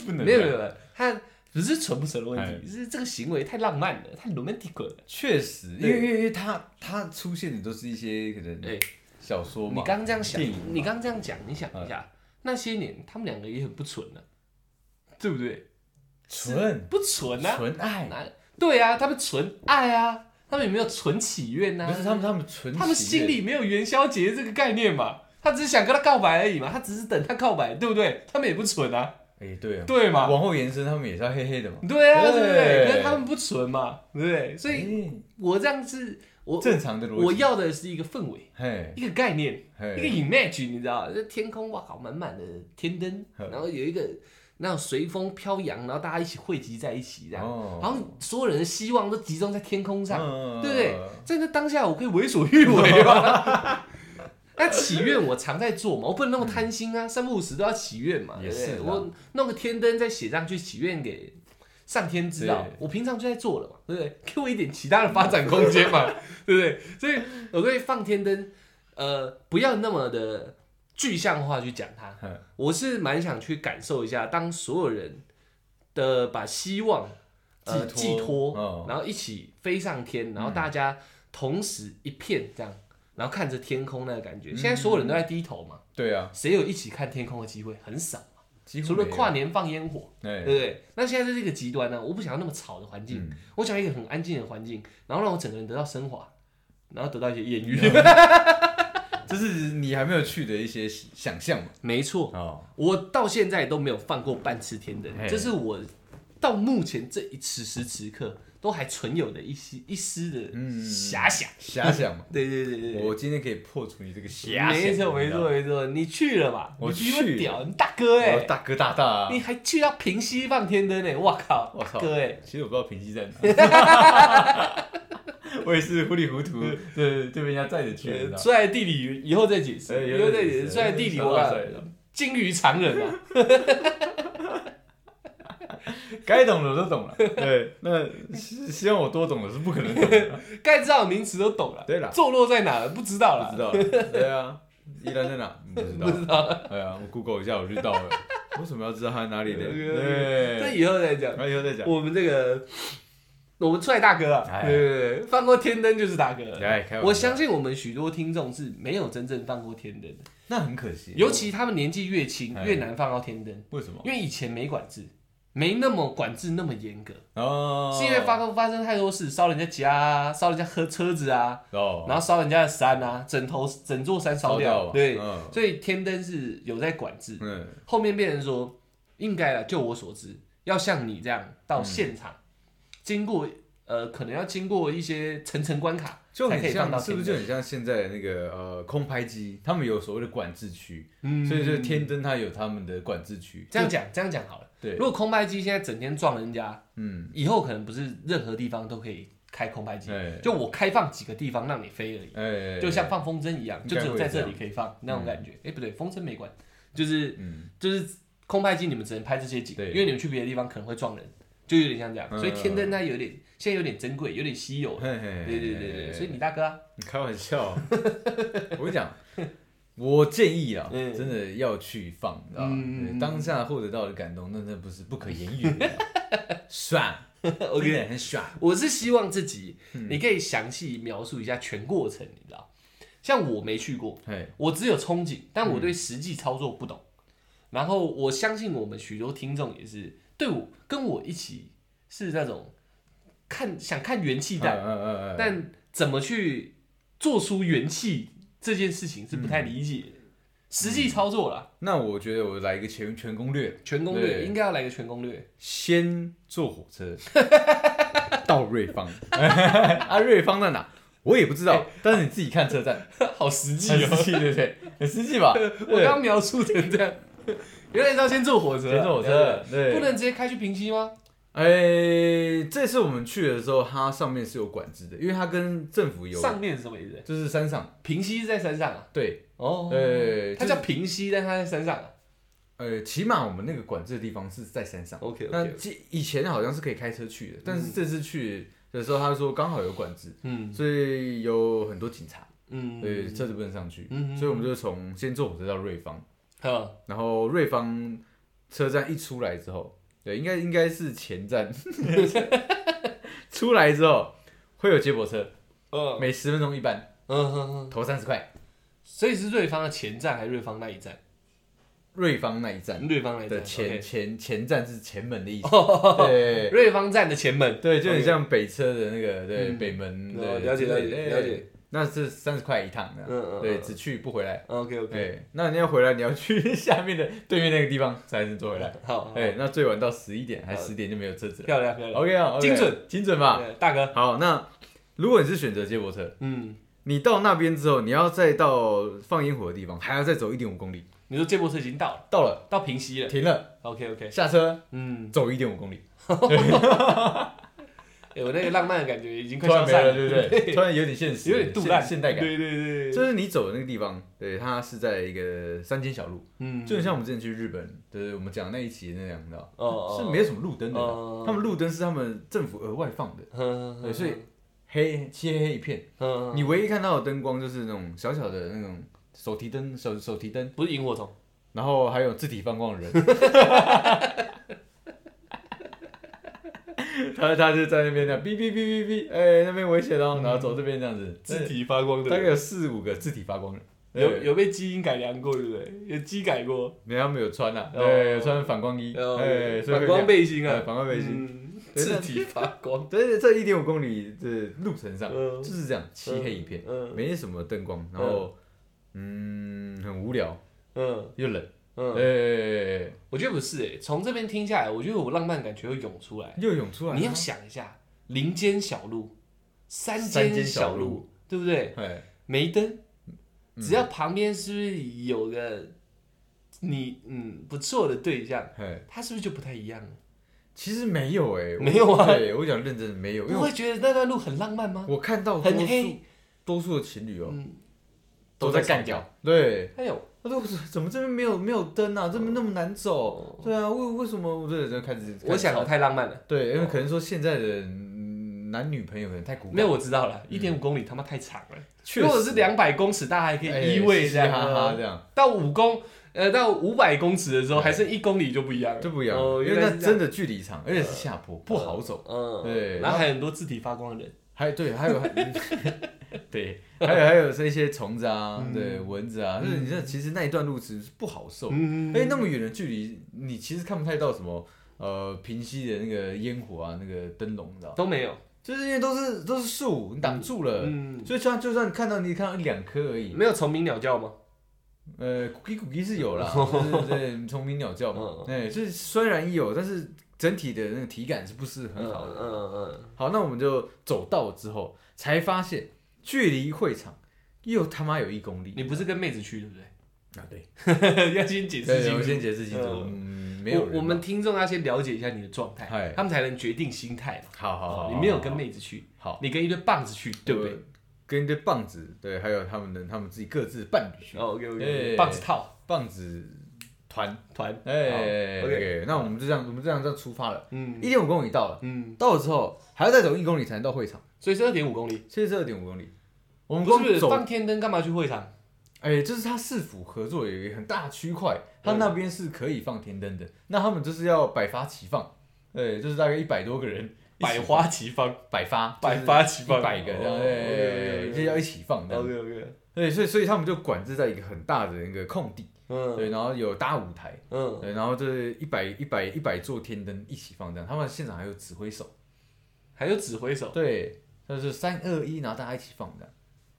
[SPEAKER 2] 不能
[SPEAKER 1] 没有没
[SPEAKER 2] 讲
[SPEAKER 1] 有，没有它不是纯不纯的问
[SPEAKER 2] 哎
[SPEAKER 1] 题，是这个行为太浪漫了，太 romantic 了，
[SPEAKER 2] 确实，因
[SPEAKER 1] 对
[SPEAKER 2] 为因为因为他他出现的都是一些可能
[SPEAKER 1] 哎。
[SPEAKER 2] 小说
[SPEAKER 1] 你
[SPEAKER 2] 嘛，
[SPEAKER 1] 刚这样想
[SPEAKER 2] 电影嘛，
[SPEAKER 1] 你刚这样讲，你想一下，那些年他们两个也很不纯呢、对不对？
[SPEAKER 2] 纯
[SPEAKER 1] 不纯啊，
[SPEAKER 2] 纯爱，
[SPEAKER 1] 哪对啊，他们纯爱啊，他们也没有纯祈愿啊呐、
[SPEAKER 2] 不是他们他们纯，
[SPEAKER 1] 他们心里没有元宵节这个概念嘛，他只是想跟他告白而已嘛，他只是等他告白，对不对？他们也不纯啊，
[SPEAKER 2] 哎对啊，
[SPEAKER 1] 对嘛？
[SPEAKER 2] 往后延伸他们也是要黑黑的嘛，
[SPEAKER 1] 对啊，对不对？
[SPEAKER 2] 对
[SPEAKER 1] 可是他们不纯嘛，对不对？所以
[SPEAKER 2] 哎
[SPEAKER 1] 我这样是，我
[SPEAKER 2] 正常的逻辑，哎
[SPEAKER 1] 我要的是一个氛围，
[SPEAKER 2] 嘿
[SPEAKER 1] 一个概念。一个
[SPEAKER 2] 嘿
[SPEAKER 1] image，你知道，这天空哇靠，满满的天灯，
[SPEAKER 2] 呵
[SPEAKER 1] 然后有一个那种随风飘扬，然后大家一起汇集在一起，这样，
[SPEAKER 2] 哦
[SPEAKER 1] 然后所有人的希望都集中在天空上，
[SPEAKER 2] 嗯
[SPEAKER 1] 对不对？在那当下，我可以为所欲为嘛。 那祈愿我常在做嘛，我不能那么贪心啊，三不五时都要祈愿嘛，
[SPEAKER 2] 嗯也
[SPEAKER 1] 对不对
[SPEAKER 2] 是啊啦
[SPEAKER 1] 我弄个天灯再写上去祈愿给上天知道
[SPEAKER 2] 对，
[SPEAKER 1] 我平常就在做了嘛，对不对？给我一点其他的发展空间嘛，对不对？所以我会放天灯，呃，不要那么的具象化去讲它。
[SPEAKER 2] 嗯
[SPEAKER 1] 我是蛮想去感受一下，当所有人的把希望呃
[SPEAKER 2] 寄
[SPEAKER 1] 寄
[SPEAKER 2] 托
[SPEAKER 1] 托，
[SPEAKER 2] 嗯
[SPEAKER 1] 然后一起飞上天，然后大家同时一片这样，然后看着天空那个感
[SPEAKER 2] 嗯
[SPEAKER 1] 觉。现在所有人都在低头嘛，
[SPEAKER 2] 对啊，
[SPEAKER 1] 谁有一起看天空的机会？很少嘛，
[SPEAKER 2] 几乎
[SPEAKER 1] 除了
[SPEAKER 2] 没有
[SPEAKER 1] 跨年放烟火，
[SPEAKER 2] 哎
[SPEAKER 1] 对不对？那现在这是一个极端呢、我不想要那么吵的环境，
[SPEAKER 2] 嗯
[SPEAKER 1] 我想要一个很安静的环境，然后让我整个人得到升华，然后得到一些艳遇。呃
[SPEAKER 2] 这是你还没有去的一些想象嘛，
[SPEAKER 1] 没错，
[SPEAKER 2] 哦，
[SPEAKER 1] 我到现在都没有放过半次天灯
[SPEAKER 2] 嘿，
[SPEAKER 1] 这是我到目前这一此时此刻都还存有的一丝一丝的
[SPEAKER 2] 嗯
[SPEAKER 1] 遐想。
[SPEAKER 2] 遐想嘛，
[SPEAKER 1] 对对对对对，
[SPEAKER 2] 我今天可以破除你这个遐想，
[SPEAKER 1] 没错没
[SPEAKER 2] 你知道
[SPEAKER 1] 错，没错，你去了嘛？
[SPEAKER 2] 我
[SPEAKER 1] 你比我
[SPEAKER 2] 去了
[SPEAKER 1] 屌，你大哥哎
[SPEAKER 2] 我，大哥大大啊，
[SPEAKER 1] 你还去到平西放天灯呢，我靠，
[SPEAKER 2] 我
[SPEAKER 1] 大
[SPEAKER 2] 操！
[SPEAKER 1] 哥哎，
[SPEAKER 2] 其实我不知道平西 在哪，我也是糊里糊涂，对，就被人家载着去了，你知道吗呃
[SPEAKER 1] 摔在地里以后再解
[SPEAKER 2] 哎
[SPEAKER 1] 释，以后再解释，摔在地里我靠，惊于常人啊。
[SPEAKER 2] 该懂的我都懂了。 对，那希希望我多懂的是不可能懂的，
[SPEAKER 1] 该知道的名词都懂了，
[SPEAKER 2] 对啦
[SPEAKER 1] 坐落在哪 了不知道了，
[SPEAKER 2] 不知道了。对啊，依然在哪？不知
[SPEAKER 1] 不知
[SPEAKER 2] 道。
[SPEAKER 1] 道了，
[SPEAKER 2] 对啊，我 Google 一下我就到了。 为什么要知道它哪 里的？
[SPEAKER 1] 这
[SPEAKER 2] 对，
[SPEAKER 1] 以后再讲。
[SPEAKER 2] 那以后再讲。
[SPEAKER 1] 我们这个，我们帅大哥啊，
[SPEAKER 2] 哎
[SPEAKER 1] 对对对，放过天灯就是大哥。
[SPEAKER 2] 哎，开玩笑
[SPEAKER 1] 我相信我们许多听众是没有真正放过天灯的，
[SPEAKER 2] 那很可惜，
[SPEAKER 1] 尤其他们年纪越轻
[SPEAKER 2] 嗯哎哦
[SPEAKER 1] 越难放到天灯，
[SPEAKER 2] 为什么？
[SPEAKER 1] 因为以前没管制，没那么管制那么严格，
[SPEAKER 2] 哦，
[SPEAKER 1] 是因为发生发生太多事，烧人家家啊，烧人家车车子啊，
[SPEAKER 2] 哦
[SPEAKER 1] 然后烧人家的山啊，整头整座山烧掉，
[SPEAKER 2] 了，
[SPEAKER 1] 对，
[SPEAKER 2] 嗯
[SPEAKER 1] 所以天灯是有在管制。
[SPEAKER 2] 嗯，
[SPEAKER 1] 后面变成说，应该了，就我所知，要像你这样到现场，经过呃，可能要经过一些层层关卡，
[SPEAKER 2] 就
[SPEAKER 1] 才可
[SPEAKER 2] 很
[SPEAKER 1] 以放到
[SPEAKER 2] 像，是
[SPEAKER 1] 天灯
[SPEAKER 2] 不是就很像现在那个呃空拍机，他们有所谓的管制区，
[SPEAKER 1] 嗯
[SPEAKER 2] 所以就是天灯它有他们的管制区。
[SPEAKER 1] 这样讲，这样讲好了。
[SPEAKER 2] 对
[SPEAKER 1] 如，果空拍机现在整天撞人家，
[SPEAKER 2] 嗯，
[SPEAKER 1] 以后可能不是任何地方都可以开空拍机，
[SPEAKER 2] 哎
[SPEAKER 1] 就我开放几个地方让你飞而已，
[SPEAKER 2] 哎，
[SPEAKER 1] 就像放风筝一样，
[SPEAKER 2] 应
[SPEAKER 1] 就
[SPEAKER 2] 该
[SPEAKER 1] 只有
[SPEAKER 2] 会
[SPEAKER 1] 在
[SPEAKER 2] 这
[SPEAKER 1] 这
[SPEAKER 2] 样
[SPEAKER 1] 里可以放那种感觉。哎、不对，风筝没关，就是
[SPEAKER 2] 嗯，
[SPEAKER 1] 就是空拍机，你们只能拍这些景，
[SPEAKER 2] 对
[SPEAKER 1] 因为你们去别的地方可能会撞人，就有点像这样。
[SPEAKER 2] 嗯
[SPEAKER 1] 所以天灯它有点现在有点珍贵，有点稀有。
[SPEAKER 2] 嘿嘿，
[SPEAKER 1] 对对对对，所以你大哥、啊，
[SPEAKER 2] 你开玩 笑，我跟你讲，我建议啊，
[SPEAKER 1] 嗯
[SPEAKER 2] 真的要去放，你知道吗
[SPEAKER 1] 嗯嗯
[SPEAKER 2] 对
[SPEAKER 1] 嗯
[SPEAKER 2] 当下获得到的感动，那真的不是不可言喻的， 爽，真
[SPEAKER 1] OK
[SPEAKER 2] 的很爽，
[SPEAKER 1] 我是希望自己
[SPEAKER 2] 嗯
[SPEAKER 1] 你可以详细描述一下全过程，你知道？像我没去过，
[SPEAKER 2] 嘿，
[SPEAKER 1] 我只有憧憬，但我
[SPEAKER 2] 嗯
[SPEAKER 1] 对实际操作不懂。然后我相信我们许多听众也是对我跟我一起是那种看想看元气
[SPEAKER 2] 嗯
[SPEAKER 1] 弹，
[SPEAKER 2] 嗯嗯嗯，
[SPEAKER 1] 但怎么去做出元气这件事情是不太理解
[SPEAKER 2] 嗯
[SPEAKER 1] 的。实际操作啦，
[SPEAKER 2] 那我觉得我来一个全全攻略，
[SPEAKER 1] 全攻略
[SPEAKER 2] 对
[SPEAKER 1] 应该要来个全攻 略。
[SPEAKER 2] 先坐火车到瑞芳，啊，瑞芳在哪？我也不知道，但是你自己看车站，
[SPEAKER 1] 好实际
[SPEAKER 2] 很
[SPEAKER 1] 哎哦、
[SPEAKER 2] 实际，对不对？很实际吧？
[SPEAKER 1] 我刚描述成这样，原来是要先坐火车啊，
[SPEAKER 2] 先坐火车，对，
[SPEAKER 1] 不能直接开去平溪吗？
[SPEAKER 2] 哎、这次我们去的时候，它上面是有管制的，因为它跟政府有，
[SPEAKER 1] 上面是什么意思？
[SPEAKER 2] 就是山上，
[SPEAKER 1] 平溪是在山上啊。
[SPEAKER 2] 对，
[SPEAKER 1] 哦，
[SPEAKER 2] 对
[SPEAKER 1] 它
[SPEAKER 2] 就是
[SPEAKER 1] 叫平溪，但它在山上啊。
[SPEAKER 2] 呃，起码我们那个管制的地方是在山上。
[SPEAKER 1] OK
[SPEAKER 2] 那以以前好像是可以开车去的，但是这次去的时候，他说刚好有管制，
[SPEAKER 1] 嗯
[SPEAKER 2] 所以有很多警察，
[SPEAKER 1] 嗯，
[SPEAKER 2] 对，车子不能上去，
[SPEAKER 1] 嗯
[SPEAKER 2] 所以我们就从先坐火车到瑞芳，
[SPEAKER 1] 呵，
[SPEAKER 2] 然后瑞芳车站一出来之后，对，应该应该是前站， 出来之后会有接驳车，
[SPEAKER 1] 嗯
[SPEAKER 2] 每十分钟一班，
[SPEAKER 1] 嗯哼哼，
[SPEAKER 2] 投三十块，
[SPEAKER 1] 所以是瑞芳的前站还是瑞芳那一站？
[SPEAKER 2] 瑞芳那一站
[SPEAKER 1] 瑞芳那一
[SPEAKER 2] 的
[SPEAKER 1] 站
[SPEAKER 2] 前
[SPEAKER 1] OK
[SPEAKER 2] 前前站是前门的意思，对。
[SPEAKER 1] 瑞芳站的前门。
[SPEAKER 2] 对，就很
[SPEAKER 1] OK
[SPEAKER 2] 像北车的那个对、
[SPEAKER 1] 嗯
[SPEAKER 2] 北门，
[SPEAKER 1] 哦
[SPEAKER 2] 对，
[SPEAKER 1] 了解
[SPEAKER 2] 之类
[SPEAKER 1] 了解
[SPEAKER 2] 的
[SPEAKER 1] 了。
[SPEAKER 2] 哎
[SPEAKER 1] 解
[SPEAKER 2] 那是三十块一趟的，
[SPEAKER 1] 嗯嗯
[SPEAKER 2] 对，
[SPEAKER 1] 嗯
[SPEAKER 2] 只去不回来。
[SPEAKER 1] OK OK，
[SPEAKER 2] 对，那你要回来，你要去下面的对面那个地方才能坐回来。
[SPEAKER 1] 好，好
[SPEAKER 2] 对，那最晚到十一点还十点就没有车子了。
[SPEAKER 1] 漂亮漂亮。
[SPEAKER 2] OK 啊，OK
[SPEAKER 1] 精准
[SPEAKER 2] 精准吧。
[SPEAKER 1] 对大哥，
[SPEAKER 2] 好，那如果你是选择接驳车，
[SPEAKER 1] 嗯，
[SPEAKER 2] 你到那边之后，你要再到放烟火的地方，还要再走一点五公里，
[SPEAKER 1] 你说接驳车已经到了，
[SPEAKER 2] 到了
[SPEAKER 1] 到平溪了。
[SPEAKER 2] 停了
[SPEAKER 1] OK OK，
[SPEAKER 2] 下车，
[SPEAKER 1] 嗯，
[SPEAKER 2] 走一点五公里，
[SPEAKER 1] 哎，我那个浪漫的感觉已经快
[SPEAKER 2] 突然
[SPEAKER 1] 消
[SPEAKER 2] 没
[SPEAKER 1] 散
[SPEAKER 2] 了，对 不对？突然有点现实，
[SPEAKER 1] 有点杜烂
[SPEAKER 2] 现现代感。
[SPEAKER 1] 对对对，对
[SPEAKER 2] 就是你走的那个地方，对，它是在一个山间小路，
[SPEAKER 1] 嗯
[SPEAKER 2] 就很像我们之前去日本，就是我们讲那一集那两道，
[SPEAKER 1] 哦
[SPEAKER 2] 是没有什么路灯的啦，
[SPEAKER 1] 哦
[SPEAKER 2] 他们路灯是他们政府呃额外放的，
[SPEAKER 1] 嗯，
[SPEAKER 2] 对，所以黑漆黑黑一片，
[SPEAKER 1] 嗯，
[SPEAKER 2] 你唯一看到的灯光就是那种小小的那种手提灯，手手提灯，
[SPEAKER 1] 不是萤火虫，
[SPEAKER 2] 然后还有字体放光的 人。他他就在那边这样哔哔哔哔哔，哎、那边危险哦，然后走这边这样子，哎
[SPEAKER 1] 字体发光
[SPEAKER 2] 大
[SPEAKER 1] 的
[SPEAKER 2] 概
[SPEAKER 1] 人，
[SPEAKER 2] 有四五个字体发光的人，对
[SPEAKER 1] 有有被基因改良过，对不对？有基改过，
[SPEAKER 2] 没有他们有穿啊，
[SPEAKER 1] 哦
[SPEAKER 2] 对，有穿反光衣，哎，所以
[SPEAKER 1] 反光背心
[SPEAKER 2] 对
[SPEAKER 1] 啊，
[SPEAKER 2] 反光背心。
[SPEAKER 1] 嗯，
[SPEAKER 2] 对
[SPEAKER 1] 字
[SPEAKER 2] 那
[SPEAKER 1] 体发光，
[SPEAKER 2] 对，这一点五公里的路程上
[SPEAKER 1] 嗯
[SPEAKER 2] 就是这样，漆黑一片，
[SPEAKER 1] 嗯
[SPEAKER 2] 没什么灯光，然后嗯，很无聊
[SPEAKER 1] 嗯
[SPEAKER 2] 又冷，
[SPEAKER 1] 嗯，
[SPEAKER 2] 哎，
[SPEAKER 1] 我觉得不是诶，从这边听下来，我觉得我浪漫感觉会涌出来。
[SPEAKER 2] 又涌出来了。
[SPEAKER 1] 你要想一下，林间小路，山
[SPEAKER 2] 山间小
[SPEAKER 1] 小
[SPEAKER 2] 路，嗯
[SPEAKER 1] 对不对？
[SPEAKER 2] 哎，
[SPEAKER 1] 没灯，只要旁边是不是有个你嗯不错的对象，
[SPEAKER 2] 哎，
[SPEAKER 1] 他是不是就不太一样了？
[SPEAKER 2] 其实没有哎，我
[SPEAKER 1] 没有啊
[SPEAKER 2] 对我讲认真的没有，因
[SPEAKER 1] 不
[SPEAKER 2] 为
[SPEAKER 1] 会觉得那段路很浪漫吗？
[SPEAKER 2] 我看到
[SPEAKER 1] 很
[SPEAKER 2] 多数
[SPEAKER 1] 黑，
[SPEAKER 2] 多数的情侣哦
[SPEAKER 1] 嗯，
[SPEAKER 2] 都在干掉，对，
[SPEAKER 1] 哎呦，
[SPEAKER 2] 他说怎么这边没有没有灯啊，这边那么难走，对啊，为为什么对，就开始
[SPEAKER 1] 哦我想的太浪漫了。
[SPEAKER 2] 对，因为可能说现在的嗯男女朋友可能太古板，
[SPEAKER 1] 没有，我知道了，一点五公里他妈太长了。
[SPEAKER 2] 嗯确实
[SPEAKER 1] 如果是两百公尺，大家还可
[SPEAKER 2] 哎
[SPEAKER 1] 以依偎
[SPEAKER 2] 嘻
[SPEAKER 1] 这
[SPEAKER 2] 嘻
[SPEAKER 1] 样
[SPEAKER 2] 哈哈
[SPEAKER 1] 啊
[SPEAKER 2] 这。样
[SPEAKER 1] 到五公，呃，到五百公尺的时候，还剩一公里就不一样了，
[SPEAKER 2] 就不一样，
[SPEAKER 1] 哦，
[SPEAKER 2] 因
[SPEAKER 1] 原
[SPEAKER 2] 为
[SPEAKER 1] 来
[SPEAKER 2] 那
[SPEAKER 1] 是这样哦
[SPEAKER 2] 真的距离长，而且是下坡，不好走。
[SPEAKER 1] 嗯，
[SPEAKER 2] 对
[SPEAKER 1] 然后还有很多字体发光的人，
[SPEAKER 2] 还对，还有还 对，还有还有这些虫子啊，
[SPEAKER 1] 嗯
[SPEAKER 2] 对蚊子啊，就是你这其实那一段路其实是不好受，
[SPEAKER 1] 嗯，
[SPEAKER 2] 哎，那么远的距离，你其实看不太到什么呃平息的那个烟火啊，那个灯笼，你知道吗，
[SPEAKER 1] 都没有，
[SPEAKER 2] 就是因为都是都是树，你挡住了，
[SPEAKER 1] 嗯，
[SPEAKER 2] 所以就算就算看到你看到一两颗而已，
[SPEAKER 1] 没有虫鸣鸟叫吗？
[SPEAKER 2] 呃，古鸡古鸡是有啦，
[SPEAKER 1] 哦
[SPEAKER 2] 对对对，虫鸣鸟叫
[SPEAKER 1] 嗯
[SPEAKER 2] 嘛，哎、就是虽然有，但是整体的那个体感是不是很好的？
[SPEAKER 1] 嗯嗯
[SPEAKER 2] 好，那我们就走到之后才发现，距离会场又他妈有一公
[SPEAKER 1] 嗯，
[SPEAKER 2] 里
[SPEAKER 1] 你不是跟妹子去对不对？
[SPEAKER 2] 啊！对，
[SPEAKER 1] 要先解释
[SPEAKER 2] 对，我
[SPEAKER 1] 清
[SPEAKER 2] 们
[SPEAKER 1] 楚。
[SPEAKER 2] 先解释清楚，嗯，没有人
[SPEAKER 1] 我，我们听众要先了解一下你的状
[SPEAKER 2] 嗨哦
[SPEAKER 1] 态，他们才能决定心态嘛。
[SPEAKER 2] 好好好，
[SPEAKER 1] 你没有跟妹子去，
[SPEAKER 2] 好，
[SPEAKER 1] 你跟一堆棒子去，对不对？？
[SPEAKER 2] 跟一堆棒子，对，还有他们的他们自己各自伴侣去，
[SPEAKER 1] 哦，OK
[SPEAKER 2] 哎
[SPEAKER 1] OK，棒子套
[SPEAKER 2] 棒子团，
[SPEAKER 1] 团，
[SPEAKER 2] 哎、
[SPEAKER 1] 好
[SPEAKER 2] OK，那我们就这样，我们这样这样出发了，
[SPEAKER 1] 嗯
[SPEAKER 2] 一点五公里到了，
[SPEAKER 1] 嗯，
[SPEAKER 2] 到了之后还要再走一公里才能到会场。
[SPEAKER 1] 所以是二点五公里。
[SPEAKER 2] 七十二点五公里。我们
[SPEAKER 1] 不
[SPEAKER 2] 光
[SPEAKER 1] 是
[SPEAKER 2] 走，
[SPEAKER 1] 放天灯干嘛去会场？
[SPEAKER 2] 哎、就是它市府合作有一个很大的区块，它那边是可以放天灯的。那他们就是要百发齐放，对，就是大概一百多个人，
[SPEAKER 1] 百花齐放
[SPEAKER 2] 百发，
[SPEAKER 1] 百发齐放
[SPEAKER 2] 一百个这样，
[SPEAKER 1] 哦
[SPEAKER 2] 对，
[SPEAKER 1] OK，OK，OK
[SPEAKER 2] 就要一起放这样。
[SPEAKER 1] ，OK OK，
[SPEAKER 2] 对，所以所以他们就管制在一个很大的那个空地，
[SPEAKER 1] 嗯
[SPEAKER 2] 对，然后有搭舞台，
[SPEAKER 1] 嗯，
[SPEAKER 2] 对，然后就是一百一百一百座天灯一起放这样。他们现场还有指挥手，
[SPEAKER 1] 还有指挥手，
[SPEAKER 2] 对，就是三二一，然后大家一起放这样。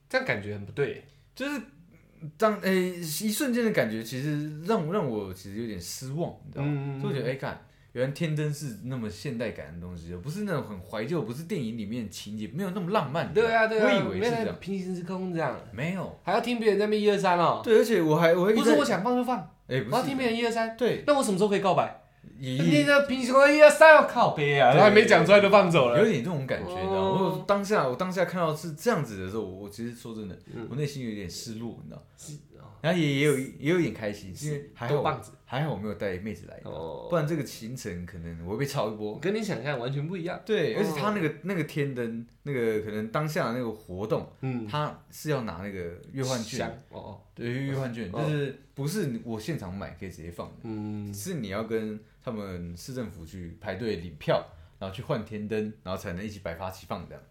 [SPEAKER 1] 这样感觉很不对。
[SPEAKER 2] 就是当诶、一瞬间的感觉，其实让让我其实有点失望，你知道吗？
[SPEAKER 1] 嗯
[SPEAKER 2] 就觉得哎，看、原来天灯是那么现代感的东西，不是那种很怀旧，不是电影里面情节，没有那么浪漫。
[SPEAKER 1] 对啊，对啊，
[SPEAKER 2] 嗯我以为是这
[SPEAKER 1] 没有
[SPEAKER 2] 样，
[SPEAKER 1] 平行时空这样，
[SPEAKER 2] 没有。
[SPEAKER 1] 还要听别人在那边一二三哦。
[SPEAKER 2] 对，而且我还我还
[SPEAKER 1] 不是我想放就放，
[SPEAKER 2] 哎，不
[SPEAKER 1] 我要听别
[SPEAKER 2] 是，
[SPEAKER 1] 人一二三。
[SPEAKER 2] 对，
[SPEAKER 1] 那我什么时候可以告白？你
[SPEAKER 2] 也
[SPEAKER 1] 的平行时空一二三，我靠别啊，
[SPEAKER 2] 对
[SPEAKER 1] 然后还没讲出来就放走
[SPEAKER 2] 有
[SPEAKER 1] 了。
[SPEAKER 2] 点这种感觉，你知道
[SPEAKER 1] 哦
[SPEAKER 2] 吗？我当下我当下看到是这样子的时候，我我其实说真的
[SPEAKER 1] 嗯，
[SPEAKER 2] 我内心有点失落，你知道吗
[SPEAKER 1] 是哦
[SPEAKER 2] 然后也也有也有一点开心，是因为还好
[SPEAKER 1] 多棒
[SPEAKER 2] 我
[SPEAKER 1] 子
[SPEAKER 2] 还好我没有带妹子来，
[SPEAKER 1] 哦
[SPEAKER 2] 不，然这个行程可能我会被超一波
[SPEAKER 1] 我。跟你想象完全不一样。
[SPEAKER 2] 对，
[SPEAKER 1] 哦
[SPEAKER 2] 而且他那个那个天灯，那个可能当下的那个活动，
[SPEAKER 1] 嗯，
[SPEAKER 2] 他是要拿那个兑换券
[SPEAKER 1] 香，哦哦，
[SPEAKER 2] 对，兑换券
[SPEAKER 1] 哦
[SPEAKER 2] 就是不是我现场买可以直接放的，
[SPEAKER 1] 嗯，
[SPEAKER 2] 是你要跟他们市政府去排队领票，然后去换天灯，然后才能一起百发齐放这样，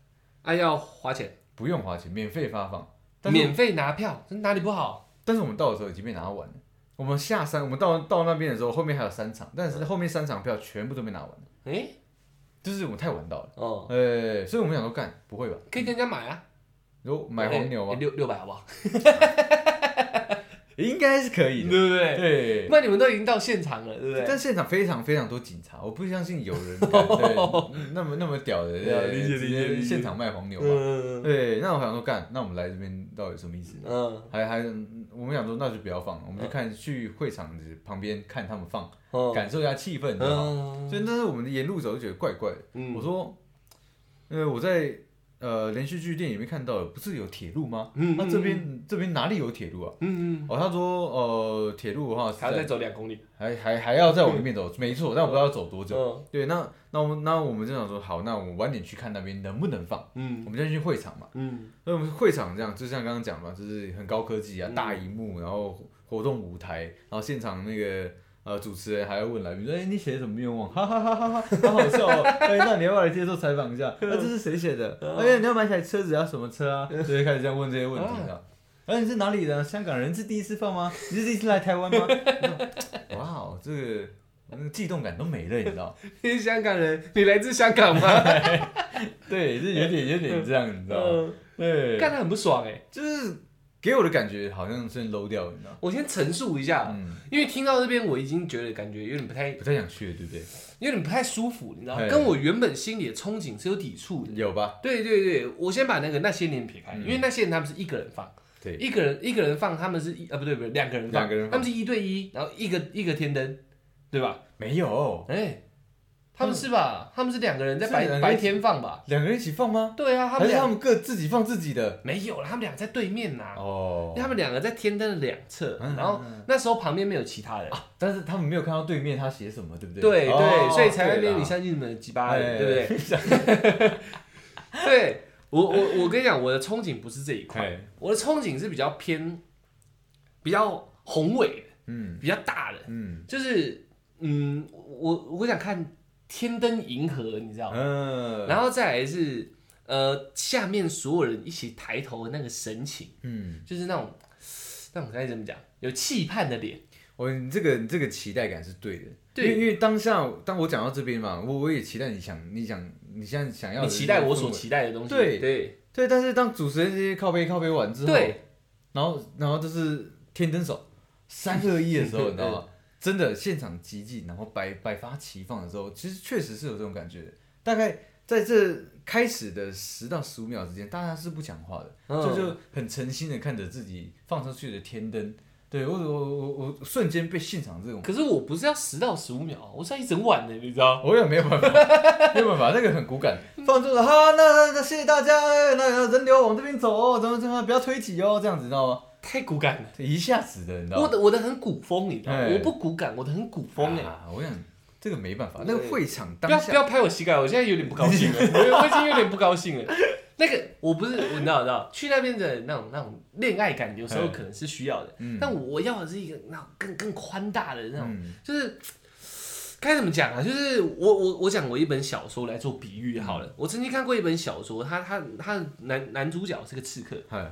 [SPEAKER 1] 啊要花钱，
[SPEAKER 2] 不用花钱，免费发放。但是
[SPEAKER 1] 免费拿票，这哪里不好？
[SPEAKER 2] 但是我们到的时候已经被拿完了，我们下山，我们到到那边的时候，后面还有三场，但是后面三场票全部都被拿完了，
[SPEAKER 1] 哎，
[SPEAKER 2] 就是我们太晚到了。
[SPEAKER 1] 哦，
[SPEAKER 2] 呃，所以我们想说干不会吧？
[SPEAKER 1] 可以跟人家买啊，
[SPEAKER 2] 如果买黄牛
[SPEAKER 1] 哎
[SPEAKER 2] 吗？
[SPEAKER 1] 六六百好不好？
[SPEAKER 2] 应该是可以
[SPEAKER 1] 对
[SPEAKER 2] 的。
[SPEAKER 1] 不对？
[SPEAKER 2] 对，
[SPEAKER 1] 那你们都已经到现场了，对不对？
[SPEAKER 2] 但现场非常非常多警察，我不相信有 人敢对嗯那么那么屌的，呃
[SPEAKER 1] 对啊理解
[SPEAKER 2] 直
[SPEAKER 1] 理解
[SPEAKER 2] 接
[SPEAKER 1] 理解
[SPEAKER 2] 现场卖黄牛嘛。
[SPEAKER 1] 嗯
[SPEAKER 2] 对，那我想说干，那我们来这边到底什么意思？
[SPEAKER 1] 嗯
[SPEAKER 2] 还还，嗯我们想说那就不要放，我们就看去会场旁边看他们放，
[SPEAKER 1] 哦
[SPEAKER 2] 感受一下气氛就好。
[SPEAKER 1] 嗯
[SPEAKER 2] 所以但是我们沿路走就觉得怪怪的。
[SPEAKER 1] 嗯
[SPEAKER 2] 我说，呃，我在呃连续剧电影里面看到的，不是有铁路吗？
[SPEAKER 1] 嗯
[SPEAKER 2] 那、
[SPEAKER 1] 嗯
[SPEAKER 2] 这边这边哪里有铁路啊？
[SPEAKER 1] 嗯嗯，
[SPEAKER 2] 哦，他说呃，铁路的话是
[SPEAKER 1] 还要再
[SPEAKER 2] 在
[SPEAKER 1] 走两公里，
[SPEAKER 2] 还还还要再往里 面走，没错，但我不知道要走多久。
[SPEAKER 1] 嗯
[SPEAKER 2] 对，那那我们那我们就想说，好，那我们晚点去看那边能不能放，我
[SPEAKER 1] 嗯
[SPEAKER 2] 们就去会场嘛。
[SPEAKER 1] 嗯
[SPEAKER 2] 那我们会场这样，就像刚刚讲嘛，就是很高科技啊，
[SPEAKER 1] 嗯
[SPEAKER 2] 大荧幕，然后活动舞台，然后现场那个呃主持人还要问来宾说，哎、你写的什么愿望？哈哈哈哈哈，好好笑哦！哎、那你要不要来接受采访一下？那、这是谁写的？哎、你要买台车子要什么车啊？对，开始这样问这些问题啊。哎、你是哪里人？香港人是第一次放吗？你是第一次来台湾吗？哇哦，这个那个悸动感都没了，你知道？
[SPEAKER 1] 你是香港人，你来自香港 吗？
[SPEAKER 2] 对，这有点有点这样，你知道吗？
[SPEAKER 1] 嗯，
[SPEAKER 2] 对，
[SPEAKER 1] 干他很不爽哎。
[SPEAKER 2] 就是给我的感觉好像是 low 掉，你知道吗？
[SPEAKER 1] 我先陈述一下，
[SPEAKER 2] 嗯，
[SPEAKER 1] 因为听到这边我已经觉得感觉有点不太，
[SPEAKER 2] 不太想去了，对不对？
[SPEAKER 1] 有点不太舒服，你知道吗，
[SPEAKER 2] 嘿
[SPEAKER 1] 跟我原本心里的憧憬是有抵触的。
[SPEAKER 2] 有吧？
[SPEAKER 1] 对对对，我先把那个那些年撇
[SPEAKER 2] 嗯
[SPEAKER 1] 开，因为那些年他们是一个人放，
[SPEAKER 2] 对
[SPEAKER 1] 一个人一个人放，他们是一啊不对不对，两个人放，
[SPEAKER 2] 两个人放
[SPEAKER 1] 他们是一对一，然后一个一个天灯，对吧？
[SPEAKER 2] 没有，
[SPEAKER 1] 哎、他们是吧？他们是两个人在
[SPEAKER 2] 嗯是两
[SPEAKER 1] 白
[SPEAKER 2] 个人
[SPEAKER 1] 白天放吧？
[SPEAKER 2] 两个人一起放吗？
[SPEAKER 1] 对啊，他
[SPEAKER 2] 还
[SPEAKER 1] 们
[SPEAKER 2] 是他
[SPEAKER 1] 俩
[SPEAKER 2] 们各自己放自己的？
[SPEAKER 1] 没有了，他们俩在对面呐、
[SPEAKER 2] 哦
[SPEAKER 1] 因为，他们两个在天灯的两侧，
[SPEAKER 2] 嗯
[SPEAKER 1] 然后那时候旁边没有其他人，
[SPEAKER 2] 但是他们没有看到对面他写什么，对不对？
[SPEAKER 1] 对
[SPEAKER 2] 哦
[SPEAKER 1] 对，所以才会
[SPEAKER 2] 对啦
[SPEAKER 1] 被你相信你们的鸡巴人，
[SPEAKER 2] 哎
[SPEAKER 1] 对不对？对我我我跟你讲，我的憧憬不是这一块，
[SPEAKER 2] 哎
[SPEAKER 1] 我的憧憬是比较偏比较宏伟的，
[SPEAKER 2] 嗯
[SPEAKER 1] 比较大的，
[SPEAKER 2] 嗯
[SPEAKER 1] 就是嗯，我我想看天灯银河，你知道吗？
[SPEAKER 2] 嗯，
[SPEAKER 1] 然
[SPEAKER 2] 后
[SPEAKER 1] 后再来是呃，下面所有人一起抬头的那个神情，
[SPEAKER 2] 嗯，
[SPEAKER 1] 就是那种那种该怎么讲，有气盼的脸，
[SPEAKER 2] 我你这个你这个期待感是对的，
[SPEAKER 1] 对
[SPEAKER 2] 因为因为当下当我讲到这边嘛，我我也期待你想你想你现在想要的
[SPEAKER 1] 你期待我所
[SPEAKER 2] 氛围
[SPEAKER 1] 期待的东西，
[SPEAKER 2] 对
[SPEAKER 1] 对
[SPEAKER 2] 对，但是当主持人这些靠背靠背完之后，
[SPEAKER 1] 对，
[SPEAKER 2] 然后然后就是天灯手三二一的时候，你知道吗？真的现场极尽，然后百百发齐放的时候，其实确实是有这种感觉的。大概在这开始的十到十五秒之间，大家是不讲话的，
[SPEAKER 1] 嗯
[SPEAKER 2] 这就很诚心的看着自己放上去的天灯。对我我我我瞬间被现场这种，
[SPEAKER 1] 可是我不是要十到十五秒，啊我是要一整晚的，你知道？
[SPEAKER 2] 我也没有办法，没有办法，那个很骨感。 放出了哈，那那那谢谢大家，哎那那人流往这边走哦，怎么怎么不要推挤哦，这样子你知道吗？
[SPEAKER 1] 太骨感了。
[SPEAKER 2] 一下子的，你知道吗
[SPEAKER 1] 我？的我的很古风，你知道吗？
[SPEAKER 2] 哎
[SPEAKER 1] 我不骨感，我的很古风哎、
[SPEAKER 2] 啊！我想这个没办法，
[SPEAKER 1] 对
[SPEAKER 2] 那个会场
[SPEAKER 1] 不要
[SPEAKER 2] 当
[SPEAKER 1] 不
[SPEAKER 2] 下
[SPEAKER 1] 要拍我膝盖，我现在有点不高 兴了，我我已经有点不高兴了。那个我不是，我知道知道，去那边的那种那种恋爱感，有时候
[SPEAKER 2] 嗯
[SPEAKER 1] 可能是需要的，
[SPEAKER 2] 嗯
[SPEAKER 1] 但我要的是一个那种更更宽大的那种，
[SPEAKER 2] 嗯
[SPEAKER 1] 就是该怎么讲啊？就是我我我讲我一本小说来做比喻好了，我曾经看过一本小说，他他他的男男主角是个刺客，
[SPEAKER 2] 嗨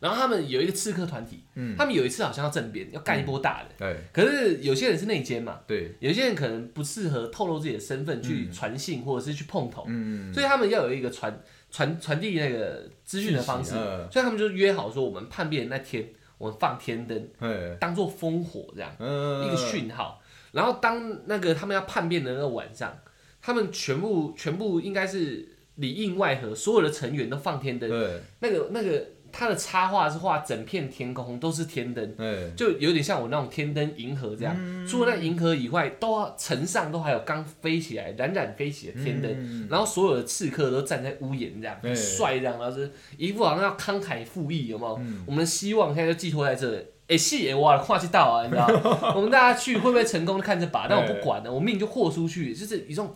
[SPEAKER 1] 然后他们有一个刺客团体，
[SPEAKER 2] 嗯
[SPEAKER 1] 他们有一次好像要政变，要干一波大的，
[SPEAKER 2] 对
[SPEAKER 1] 可是有些人是内奸嘛，
[SPEAKER 2] 对
[SPEAKER 1] 有些人可能不适合透露自己的身份去传信或者是去碰头，
[SPEAKER 2] 嗯
[SPEAKER 1] 所以他们要有一个传传传递那个资讯的方式，
[SPEAKER 2] 讯息嗯
[SPEAKER 1] 所以他们就约好说，我们叛变那天，我们放天灯
[SPEAKER 2] 对
[SPEAKER 1] 当做烽火这样、
[SPEAKER 2] 嗯
[SPEAKER 1] 一个讯号。然后当那个他们要叛变的那个晚上，他们全部全部应该是里应外合，所有的成员都放天灯。
[SPEAKER 2] 对，
[SPEAKER 1] 那个那个他的插画是画整片天空都是天灯，
[SPEAKER 2] 对，嗯
[SPEAKER 1] 就有点像我那种天灯银河这样。除了那银河以外，都要城上都还有刚飞起来、冉冉飞起的天灯，然后所有的刺客都站在屋檐这样，
[SPEAKER 2] 嗯对
[SPEAKER 1] 很帅这样，然后是一副好像要慷慨赴义，有没有？
[SPEAKER 2] 嗯
[SPEAKER 1] 我们的希望现在就寄托在这里。哎，戏也哇，跨去到啊，你知道 吗？我们大家去会不会成功看着把，但我不管了，我命就豁出去，就是一种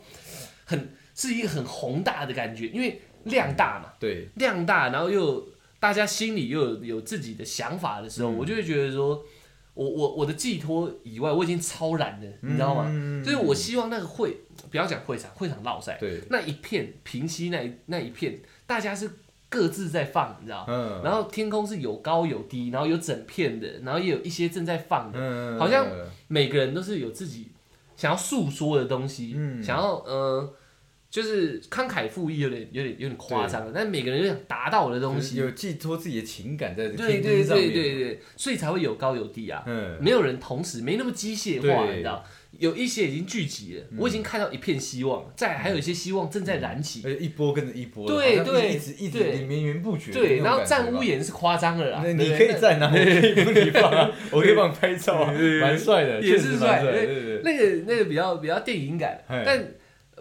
[SPEAKER 1] 很是一个很宏大的感觉，因为量大嘛，
[SPEAKER 2] 对，
[SPEAKER 1] 量大，然后又有大家心里又有有自己的想法的时
[SPEAKER 2] 嗯
[SPEAKER 1] 候，我就会觉得说，我我我的寄托以外，我已经超然了，你知道吗？
[SPEAKER 2] 嗯
[SPEAKER 1] 所以我希望那个会，不要讲会场，会场落赛
[SPEAKER 2] 对，
[SPEAKER 1] 那一片平息那一那一片，大家是各自在放，你知道吗？
[SPEAKER 2] 嗯，
[SPEAKER 1] 然后天空是有高有低，然后有整片的，然后也有一些正在放的，
[SPEAKER 2] 嗯，
[SPEAKER 1] 好像每个人都是有自己想要诉说的东西，
[SPEAKER 2] 嗯
[SPEAKER 1] 想要呃，就是慷慨赴义有点有点有点夸张了，但每个人都想达到的东西，
[SPEAKER 2] 有寄托自己的情感在这
[SPEAKER 1] 对
[SPEAKER 2] 天
[SPEAKER 1] 对
[SPEAKER 2] 灯上面，
[SPEAKER 1] 对对对，所以才会有高有低啊，
[SPEAKER 2] 嗯，
[SPEAKER 1] 没有人同时没那么机械化，
[SPEAKER 2] 对嗯
[SPEAKER 1] 你知道。有一些已经聚集了，我已经看到一片希望，再来还有一些希望正在燃起。
[SPEAKER 2] 而且一波跟着一波的，
[SPEAKER 1] 对
[SPEAKER 2] 好像
[SPEAKER 1] 对
[SPEAKER 2] 一直一直
[SPEAKER 1] 对
[SPEAKER 2] 连绵源不绝的那
[SPEAKER 1] 对，
[SPEAKER 2] 种
[SPEAKER 1] 然后
[SPEAKER 2] 感觉吧，
[SPEAKER 1] 站屋檐是夸张了啦，对
[SPEAKER 2] 那你
[SPEAKER 1] 不
[SPEAKER 2] 可
[SPEAKER 1] 对
[SPEAKER 2] 以站啊，我可以不你放啊，我可以帮你拍照啊，
[SPEAKER 1] 对
[SPEAKER 2] 蛮帅的，
[SPEAKER 1] 也
[SPEAKER 2] 确
[SPEAKER 1] 是
[SPEAKER 2] 实蛮
[SPEAKER 1] 帅
[SPEAKER 2] 帅的，
[SPEAKER 1] 对
[SPEAKER 2] 对对对，
[SPEAKER 1] 那个那个比较比较电影感，
[SPEAKER 2] 嘿
[SPEAKER 1] 但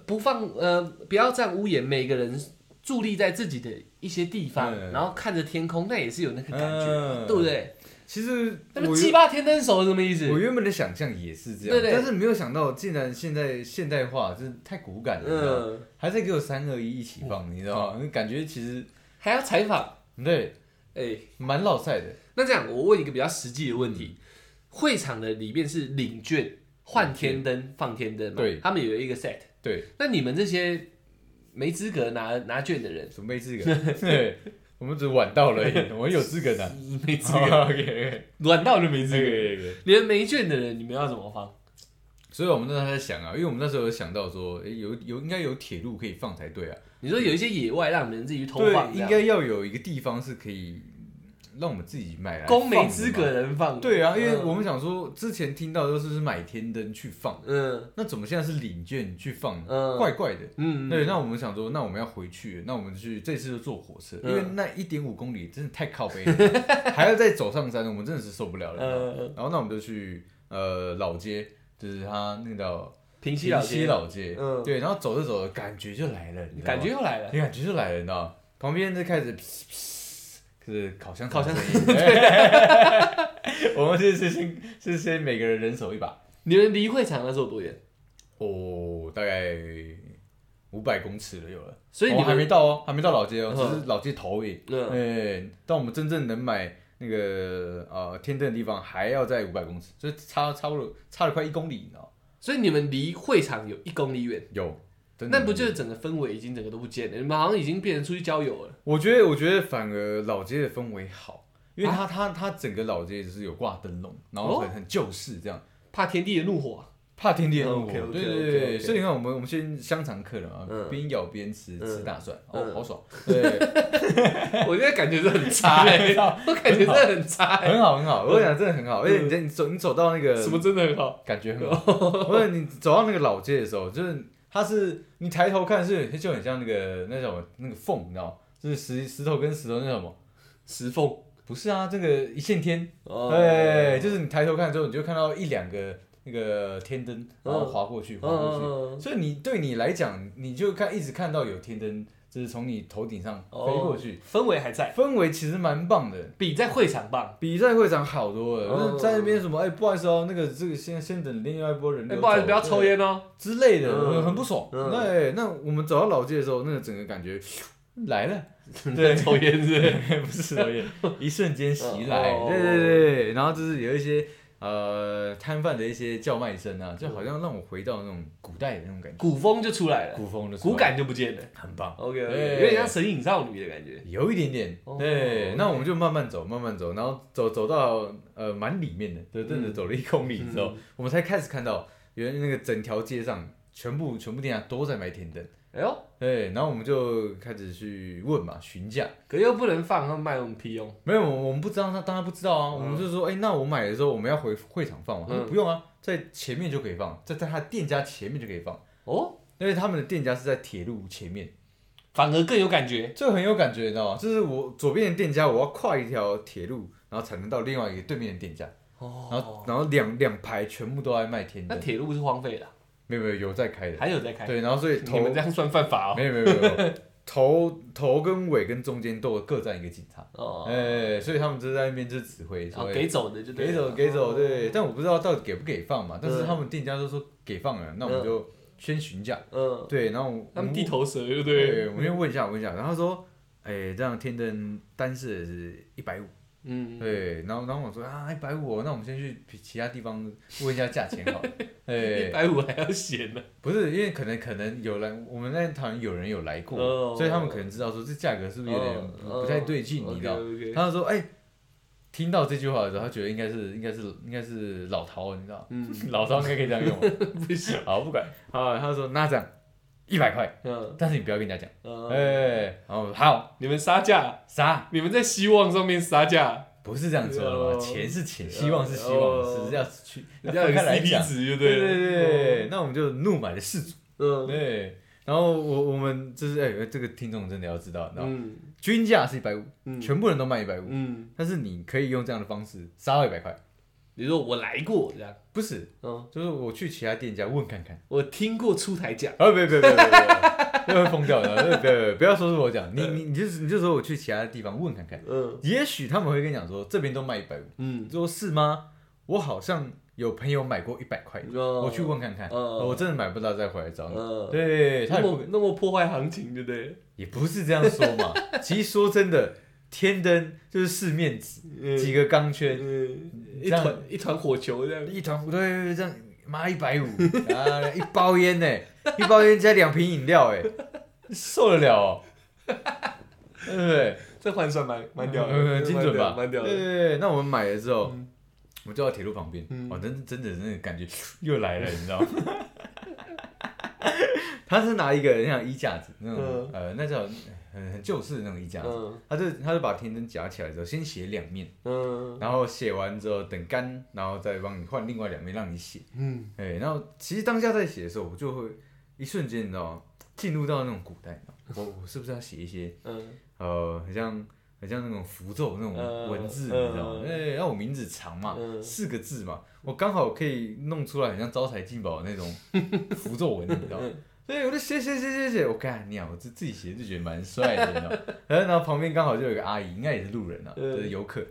[SPEAKER 1] 不放呃不要站屋檐，每个人伫立在自己的一些地方，
[SPEAKER 2] 嗯
[SPEAKER 1] 然后看着天空，那也是有那个感觉，
[SPEAKER 2] 嗯
[SPEAKER 1] 对不？对？
[SPEAKER 2] 其实
[SPEAKER 1] 那么
[SPEAKER 2] 我
[SPEAKER 1] 鸡
[SPEAKER 2] 原
[SPEAKER 1] 巴天灯手是什么意思？
[SPEAKER 2] 我原本的想象也是这样，
[SPEAKER 1] 对对
[SPEAKER 2] 但是没有想到竟然现在现代化，真的太骨感了，你知道吗
[SPEAKER 1] 嗯，
[SPEAKER 2] 还在给我三二一一起放，你知道吗？那感觉其实
[SPEAKER 1] 还要采访，
[SPEAKER 2] 对
[SPEAKER 1] 哎、
[SPEAKER 2] 蛮老赛的，
[SPEAKER 1] 那这样我问一个比较实际的问
[SPEAKER 2] 嗯
[SPEAKER 1] 题：会场的里面是领券换天灯放天灯嘛？
[SPEAKER 2] 对
[SPEAKER 1] 他们有一个 set，
[SPEAKER 2] 对，
[SPEAKER 1] 那你们这些没资格拿拿券的 人，
[SPEAKER 2] 准备资格，对，我们只晚到了而已，我们有资格的。
[SPEAKER 1] 没资格，
[SPEAKER 2] OK，
[SPEAKER 1] 软到就没资格，
[SPEAKER 2] OK，
[SPEAKER 1] 连没券的人你们要怎么放？
[SPEAKER 2] 所以我们那时候在想啊，因为我们那时候有想到说，诶有有应该有铁路可以放才对啊，
[SPEAKER 1] 你说有一些野外让人自己去偷
[SPEAKER 2] 对，
[SPEAKER 1] 放这
[SPEAKER 2] 应
[SPEAKER 1] 样，
[SPEAKER 2] 该要有一个地方是可以让我们自己买来
[SPEAKER 1] 供没
[SPEAKER 2] 放的
[SPEAKER 1] 资
[SPEAKER 2] 嘛
[SPEAKER 1] 格嗯的人放。
[SPEAKER 2] 对啊，因为我们想说，之前听到都是买天灯去放，
[SPEAKER 1] 嗯
[SPEAKER 2] 那怎么现在是领券去放？
[SPEAKER 1] 嗯
[SPEAKER 2] 怪怪的。
[SPEAKER 1] 嗯，
[SPEAKER 2] 对，那我们想说，那我们要回去，那我们去这次就坐火车，
[SPEAKER 1] 嗯
[SPEAKER 2] 因为那一点五公里真的太靠北了， 还要再走上山，我们真的是受不了了。
[SPEAKER 1] 呃，
[SPEAKER 2] 然后那我们就去呃老街，就是他那个叫
[SPEAKER 1] 平西
[SPEAKER 2] 西
[SPEAKER 1] 老
[SPEAKER 2] 西
[SPEAKER 1] 街，
[SPEAKER 2] 老街，
[SPEAKER 1] 嗯
[SPEAKER 2] 对，然后走着走着感觉就来了，你知道吗
[SPEAKER 1] 感觉又来了。
[SPEAKER 2] 你感觉就来了，你知道吗？旁边就开始，就是烤箱
[SPEAKER 1] 烤箱
[SPEAKER 2] 的声音。 我们是是先是先每个人人手一把，
[SPEAKER 1] 你们离会场那时候多远？
[SPEAKER 2] 哦，大概五百公尺了有了。
[SPEAKER 1] 所以你
[SPEAKER 2] 哦、还
[SPEAKER 1] 们
[SPEAKER 2] 没到哦，还没到老街哦，
[SPEAKER 1] 嗯
[SPEAKER 2] 只是老街头而已。
[SPEAKER 1] 嗯
[SPEAKER 2] 哎，到我们真正能买那个呃天灯的地方，还要在五百公尺，所以差差不多差了快一公里，你知道吗？
[SPEAKER 1] 所以你们离会场有一公里远，
[SPEAKER 2] 有，真的
[SPEAKER 1] 那不就是整个氛围已经整个都不见了？你们好像已经变成出去郊游了。
[SPEAKER 2] 我觉得，我觉得反而老街的氛围好，因为它、它它整个老街就是有挂灯笼，然后很、很旧式这样，
[SPEAKER 1] 怕天地的怒火，
[SPEAKER 2] 怕天地
[SPEAKER 1] 嗯
[SPEAKER 2] 很火。
[SPEAKER 1] OK，OK，OK，OK
[SPEAKER 2] 对对对对所以你看我们我们先香肠客了嘛
[SPEAKER 1] 嗯，
[SPEAKER 2] 边、咬边吃
[SPEAKER 1] 嗯
[SPEAKER 2] 吃大蒜，
[SPEAKER 1] 嗯
[SPEAKER 2] 哦， 好爽，对，
[SPEAKER 1] 我现在感觉是很差欸我感觉这很差欸，
[SPEAKER 2] 啊很好很好，我嗯讲真的很好，而且你在你走你走到那个哦
[SPEAKER 1] 什么真的很好。
[SPEAKER 2] 感觉很好，不是你走到那个老街的时候，就是它是你抬头看是就很像那个那叫什么那个缝，你知道吗？就是石石头跟石头那叫什么？
[SPEAKER 1] 石缝，
[SPEAKER 2] 不是啊，这个一线天。
[SPEAKER 1] 哦
[SPEAKER 2] 对，哎就是你抬头看之后，你就看到一两个那个天灯，然后划过去，
[SPEAKER 1] 嗯
[SPEAKER 2] 划过
[SPEAKER 1] 嗯
[SPEAKER 2] 去。
[SPEAKER 1] 嗯
[SPEAKER 2] 所以你对你来讲，你就看一直看到有天灯，就是从你头顶上飞过去，
[SPEAKER 1] 氛围还在，
[SPEAKER 2] 氛围其实蛮棒的，
[SPEAKER 1] 比在会场棒。
[SPEAKER 2] 比在会场好多了。
[SPEAKER 1] 嗯
[SPEAKER 2] 那在那边什么，哎，不好意思哦，那个这个先先等另外一波人
[SPEAKER 1] 哎，
[SPEAKER 2] 流走，
[SPEAKER 1] 不好意思，不要抽烟哦。
[SPEAKER 2] 之类的，
[SPEAKER 1] 嗯
[SPEAKER 2] 很不爽。
[SPEAKER 1] 嗯
[SPEAKER 2] 对，那我们走到老街的时候，那个整个感觉 咻来了。
[SPEAKER 1] 对，抽烟是不是。
[SPEAKER 2] 不是导演，一瞬间袭来，
[SPEAKER 1] 哦
[SPEAKER 2] 对对对，然后就是有一些呃摊贩的一些叫卖声啊，就好像让我回到那种古代的那种感觉，
[SPEAKER 1] 古风就出来了，
[SPEAKER 2] 古风的时候
[SPEAKER 1] 骨感就不见了。
[SPEAKER 2] 很棒，
[SPEAKER 1] OK，
[SPEAKER 2] 对
[SPEAKER 1] 有点像神隐少女的感觉。
[SPEAKER 2] 有一点点
[SPEAKER 1] 哦，
[SPEAKER 2] 对，
[SPEAKER 1] OK
[SPEAKER 2] 那我们就慢慢走，慢慢走，然后走走到呃蛮里面的，就真的走了一公里之
[SPEAKER 1] 嗯
[SPEAKER 2] 后，我们才开始看到原来那个整条街上全部全部店家都在卖天灯，
[SPEAKER 1] 哎呦，
[SPEAKER 2] 对，然后我们就开始去问嘛，询价。
[SPEAKER 1] 可又不能放，他们卖我们屁用。
[SPEAKER 2] 没有，我们不知道，他当然不知道啊。我们就说，哎、那我买的时候我们要回会场放吗？他说
[SPEAKER 1] 嗯
[SPEAKER 2] 不用啊，在前面就可以放，在在他的店家前面就可以放，
[SPEAKER 1] 哦，
[SPEAKER 2] 因为他们的店家是在铁路前面。
[SPEAKER 1] 反而更有感觉。
[SPEAKER 2] 这个很有感觉，你知道吗？就是我左边的店家，我要跨一条铁路，然后才能到另外一个对面的店家，然后
[SPEAKER 1] 哦，
[SPEAKER 2] 然后两两排全部都在卖天
[SPEAKER 1] 那
[SPEAKER 2] 灯，
[SPEAKER 1] 铁路是荒废的啊，
[SPEAKER 2] 没有没有有在开的，
[SPEAKER 1] 还有在开。
[SPEAKER 2] 对，然后所以头
[SPEAKER 1] 你们这样算犯法哦。
[SPEAKER 2] 没有没有没有没有头头跟尾跟中间都有各站一个警察，
[SPEAKER 1] 哦，
[SPEAKER 2] 哎，所以他们就在那边就指挥，
[SPEAKER 1] 然后
[SPEAKER 2] 说
[SPEAKER 1] 给走的就对
[SPEAKER 2] 给
[SPEAKER 1] 了
[SPEAKER 2] 走给走，。对，
[SPEAKER 1] 哦
[SPEAKER 2] 但我不知道到底给不给放嘛，但是
[SPEAKER 1] 嗯
[SPEAKER 2] 他们店家都说给放了，那我们就先询价，
[SPEAKER 1] 嗯，
[SPEAKER 2] 对，然后我
[SPEAKER 1] 他们地头蛇对不对？
[SPEAKER 2] 对，我先问一下，我问一下，然后他说，哎，这样天灯单式是一百五。
[SPEAKER 1] 嗯，
[SPEAKER 2] 对，然后然后我说啊，一百五，那我们先去其其他地方问一下价钱好 了。
[SPEAKER 1] 一
[SPEAKER 2] 哎，
[SPEAKER 1] 百五还要嫌呢。
[SPEAKER 2] 不是，因为可能可能有人，我们那团有人有来过，
[SPEAKER 1] 哦
[SPEAKER 2] 所以他们可能知道说这价格是不是有点不,、
[SPEAKER 1] 哦
[SPEAKER 2] 不太对劲，你知道？
[SPEAKER 1] OK，OK
[SPEAKER 2] 他就说，哎，听到这句话的时候，他觉得应该是应该是应该是老陶，你知道？
[SPEAKER 1] 嗯，
[SPEAKER 2] 老陶应该可以这样用。
[SPEAKER 1] 不行。
[SPEAKER 2] 好，不管，好，他说那这样一百块，
[SPEAKER 1] 嗯
[SPEAKER 2] 但是你不要跟人家讲。
[SPEAKER 1] 嗯，
[SPEAKER 2] 哎，然后我说好，
[SPEAKER 1] 你们杀价，
[SPEAKER 2] 啥？
[SPEAKER 1] 你们在希望上面杀价，
[SPEAKER 2] 不是这样说的
[SPEAKER 1] 哦
[SPEAKER 2] 嘛，钱是钱，希望是希望，
[SPEAKER 1] 哦
[SPEAKER 2] 只是要去
[SPEAKER 1] 人家有
[SPEAKER 2] 分开来讲
[SPEAKER 1] CP 值就
[SPEAKER 2] 对
[SPEAKER 1] 了。
[SPEAKER 2] 对对，
[SPEAKER 1] 对，哦
[SPEAKER 2] 那我们就怒买了事主。
[SPEAKER 1] 嗯
[SPEAKER 2] 对，然后我我们就是哎、这个听众真的要知道，然后
[SPEAKER 1] 嗯
[SPEAKER 2] 均价是一百五，
[SPEAKER 1] 嗯
[SPEAKER 2] 全部人都卖一百五，
[SPEAKER 1] 嗯，
[SPEAKER 2] 但是你可以用这样的方式杀到一百块，
[SPEAKER 1] 你说我来过这样，
[SPEAKER 2] 不是，
[SPEAKER 1] 嗯，
[SPEAKER 2] 就是我去其他店家问看看。
[SPEAKER 1] 我听过出台价，
[SPEAKER 2] 啊，别别别别别，又会疯掉的，不要不要说是我讲，你你你就是你就说我去其他地方问看看，
[SPEAKER 1] 嗯
[SPEAKER 2] 也许他们会跟你讲说这边都卖一百五，
[SPEAKER 1] 嗯
[SPEAKER 2] 你，说是吗？我好像有朋友买过一百块的，
[SPEAKER 1] 哦
[SPEAKER 2] 我去问看看，
[SPEAKER 1] 哦
[SPEAKER 2] 我真的买不到再回来找你。
[SPEAKER 1] 嗯，
[SPEAKER 2] 对，他
[SPEAKER 1] 那
[SPEAKER 2] 也不
[SPEAKER 1] 么那么破坏行情，对不对？
[SPEAKER 2] 也不是这样说嘛。 其实说真的，天灯就是四面纸，
[SPEAKER 1] 嗯
[SPEAKER 2] 几个钢圈，
[SPEAKER 1] 嗯，一
[SPEAKER 2] 这样
[SPEAKER 1] 团一团火球这样，
[SPEAKER 2] 一团对对对这样，妈一百五啊，一包烟呢，一包烟加两瓶饮料，哎，受得了哦，对不对？
[SPEAKER 1] 这换算蛮蛮屌的，
[SPEAKER 2] 嗯精准吧？
[SPEAKER 1] 蛮
[SPEAKER 2] 对
[SPEAKER 1] 屌
[SPEAKER 2] 对
[SPEAKER 1] 的。
[SPEAKER 2] 对，那我们买了之后
[SPEAKER 1] 嗯，
[SPEAKER 2] 我们就到铁路旁边
[SPEAKER 1] 嗯，
[SPEAKER 2] 哦，真真的那个感觉又来了，你知道吗？他是拿一个很像衣架子那种
[SPEAKER 1] 嗯，
[SPEAKER 2] 呃，那叫很很旧式的那种衣架子，
[SPEAKER 1] 嗯
[SPEAKER 2] 他就他就把天灯夹起来之后，先写两面，
[SPEAKER 1] 嗯
[SPEAKER 2] 然后写完之后等干，然后再帮你换另外两面让你写。
[SPEAKER 1] 嗯，
[SPEAKER 2] 哎，然后其实当下在写的时候，我就会一瞬间，你知道吗？进入到那种古代，你知道吗我我是不是要写一些
[SPEAKER 1] 嗯
[SPEAKER 2] 呃，很像很像那种符咒那种
[SPEAKER 1] 嗯
[SPEAKER 2] 文字，
[SPEAKER 1] 嗯
[SPEAKER 2] 你知道吗？哎，然后我名字长嘛，
[SPEAKER 1] 嗯
[SPEAKER 2] 四个字嘛，我刚好可以弄出来很像招财进宝的那种符咒文，你知道 吗？所以我就写写写写写，我干你啊！我自自己写就觉得蛮帅的，你知道吗？ 然后然后旁边刚好就有个阿姨，应该也是路人啊，
[SPEAKER 1] 嗯
[SPEAKER 2] 就是游客。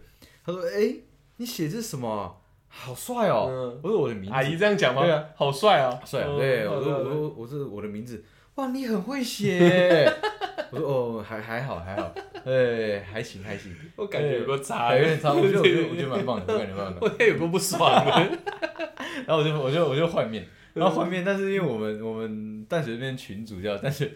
[SPEAKER 2] 她说：“哎、你写这是什么啊？好帅哦！”
[SPEAKER 1] 嗯
[SPEAKER 2] 我说：“我的名字。”
[SPEAKER 1] 阿姨这样讲吗？
[SPEAKER 2] 对啊，
[SPEAKER 1] 好帅啊，
[SPEAKER 2] 帅、啊，
[SPEAKER 1] 嗯
[SPEAKER 2] 对，我说我说我是我的名字，哇，你很会写 耶，我说哦，还还好还好，哎，还行还行，
[SPEAKER 1] 我感觉有个差
[SPEAKER 2] 哎有，点差，我觉得我觉 得
[SPEAKER 1] 啊
[SPEAKER 2] 我觉
[SPEAKER 1] 对
[SPEAKER 2] 得蛮棒的，我感觉蛮 棒的，
[SPEAKER 1] 我也有个不爽 的，
[SPEAKER 2] 然后我就我就我就换面，
[SPEAKER 1] 嗯
[SPEAKER 2] 然后换面，但是因为我们我们淡水那边群主叫淡水。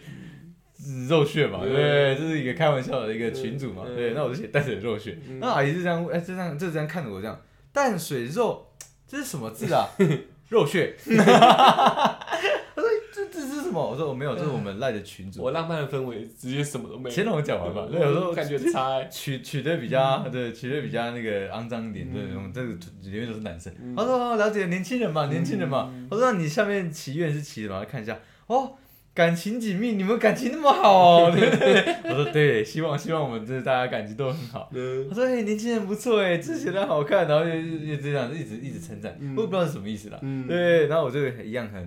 [SPEAKER 2] 肉血嘛，
[SPEAKER 1] 嗯
[SPEAKER 2] 对，这是一个开玩笑的一个群主嘛，
[SPEAKER 1] 嗯
[SPEAKER 2] 对，那我就写淡水肉血
[SPEAKER 1] 嗯，
[SPEAKER 2] 那阿姨是这样，哎，就这样就这样看着我这样，淡水肉，这是什么字啊？ 肉血，他说这这是什么？我说我没有，这是我们赖的群主
[SPEAKER 1] 我，浪漫的氛围直接什么都没有。
[SPEAKER 2] 先让我讲完吧。对，我说
[SPEAKER 1] 感觉嗯差欸，
[SPEAKER 2] 取取的比较，对，取的比较那个肮脏一点，对，
[SPEAKER 1] 嗯
[SPEAKER 2] 我们这个里面都是男生。他说哦了解，年轻人嘛，年轻人嘛。我说那你下面祈愿是祈什么？看一下哦。感情紧密，你们感情那么好、 哦，对不对？我说对，希望希望我们这大家感情都很好。
[SPEAKER 1] 嗯
[SPEAKER 2] 我说哎、年轻人不错哎，字写的好看，然后就就就这样一直一直称赞，
[SPEAKER 1] 嗯
[SPEAKER 2] 我也不知道是什么意思啦。
[SPEAKER 1] 嗯
[SPEAKER 2] 对，然后我就一样很，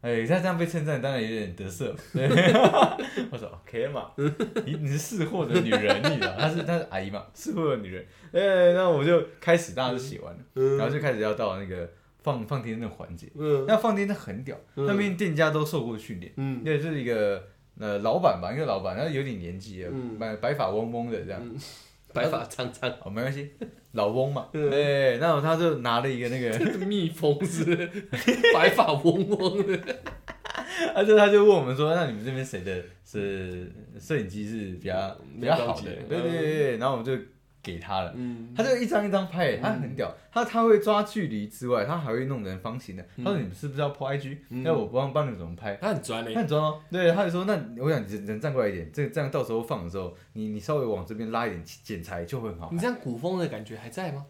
[SPEAKER 2] 哎，他这样被称赞，当然有点得瑟。 对，我说 OK 嘛，你你是识货的女人，你知道，她是她是阿姨嘛，识货的女人。哎，那我就开始，大家都写完了，
[SPEAKER 1] 嗯
[SPEAKER 2] 然后就开始要到那个放放天灯的环节。
[SPEAKER 1] 嗯
[SPEAKER 2] 那放天灯很屌，
[SPEAKER 1] 嗯
[SPEAKER 2] 那边店家都受过训练，
[SPEAKER 1] 嗯
[SPEAKER 2] 对，就是一个呃老板吧，一个老板，他有点年纪了，
[SPEAKER 1] 嗯
[SPEAKER 2] 白白发翁翁的这样。
[SPEAKER 1] 嗯，白发苍苍，
[SPEAKER 2] 哦，没关系， 老翁嘛，
[SPEAKER 1] 嗯
[SPEAKER 2] 对，然后他就拿了一个那 个，
[SPEAKER 1] 蜜蜂是 不是白发嗡嗡的，
[SPEAKER 2] 他就他就问我们说，那你们这边谁的是摄影机是比较比较好
[SPEAKER 1] 嗯比较高级
[SPEAKER 2] 的
[SPEAKER 1] 的？
[SPEAKER 2] 对对对对，然后我们就给他了。
[SPEAKER 1] 嗯
[SPEAKER 2] 他就一张一张拍，他很屌，他他会抓距离之外，他还会弄成方形的。他说你们是不是要 po IG？
[SPEAKER 1] 嗯
[SPEAKER 2] 那我帮帮你们怎么拍？
[SPEAKER 1] 他很专
[SPEAKER 2] 那
[SPEAKER 1] 欸，
[SPEAKER 2] 你装哦，对，他就说，那我想你人站过来一点，这这样到时候放的时候，你你稍微往这边拉一点剪裁就会很好
[SPEAKER 1] 你。这样古风的感觉还在吗？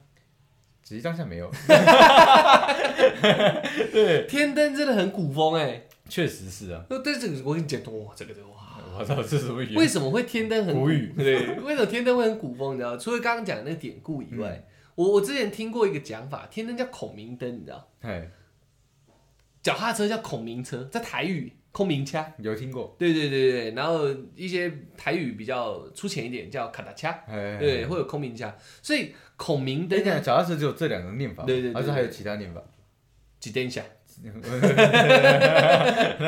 [SPEAKER 2] 其实当下没 有，
[SPEAKER 1] 天灯真的很古风哎、
[SPEAKER 2] 确实是啊，
[SPEAKER 1] 那但是这个我跟你讲，哇，这个这个哇，
[SPEAKER 2] 我操，这是什么语
[SPEAKER 1] 为
[SPEAKER 2] 言？
[SPEAKER 1] 什么会天灯很
[SPEAKER 2] 古语
[SPEAKER 1] 对， 为什么天灯会很古风？你知道吗，除了刚刚讲的那个典故以
[SPEAKER 2] 嗯
[SPEAKER 1] 外，我我之前听过一个讲法，天灯叫孔明灯，你知道，
[SPEAKER 2] 哎，
[SPEAKER 1] 脚踏车叫孔明车，在台语孔明车。
[SPEAKER 2] 有听过？
[SPEAKER 1] 对对对对，然后一些台语比较粗浅一点叫卡达恰，
[SPEAKER 2] 哎，
[SPEAKER 1] 对，或者孔明恰，所以孔明
[SPEAKER 2] 等
[SPEAKER 1] 灯
[SPEAKER 2] 一下，脚踏车只有这两个念法吗，
[SPEAKER 1] 对对对
[SPEAKER 2] 还是还有其他 念法？
[SPEAKER 1] 几灯下，
[SPEAKER 2] 那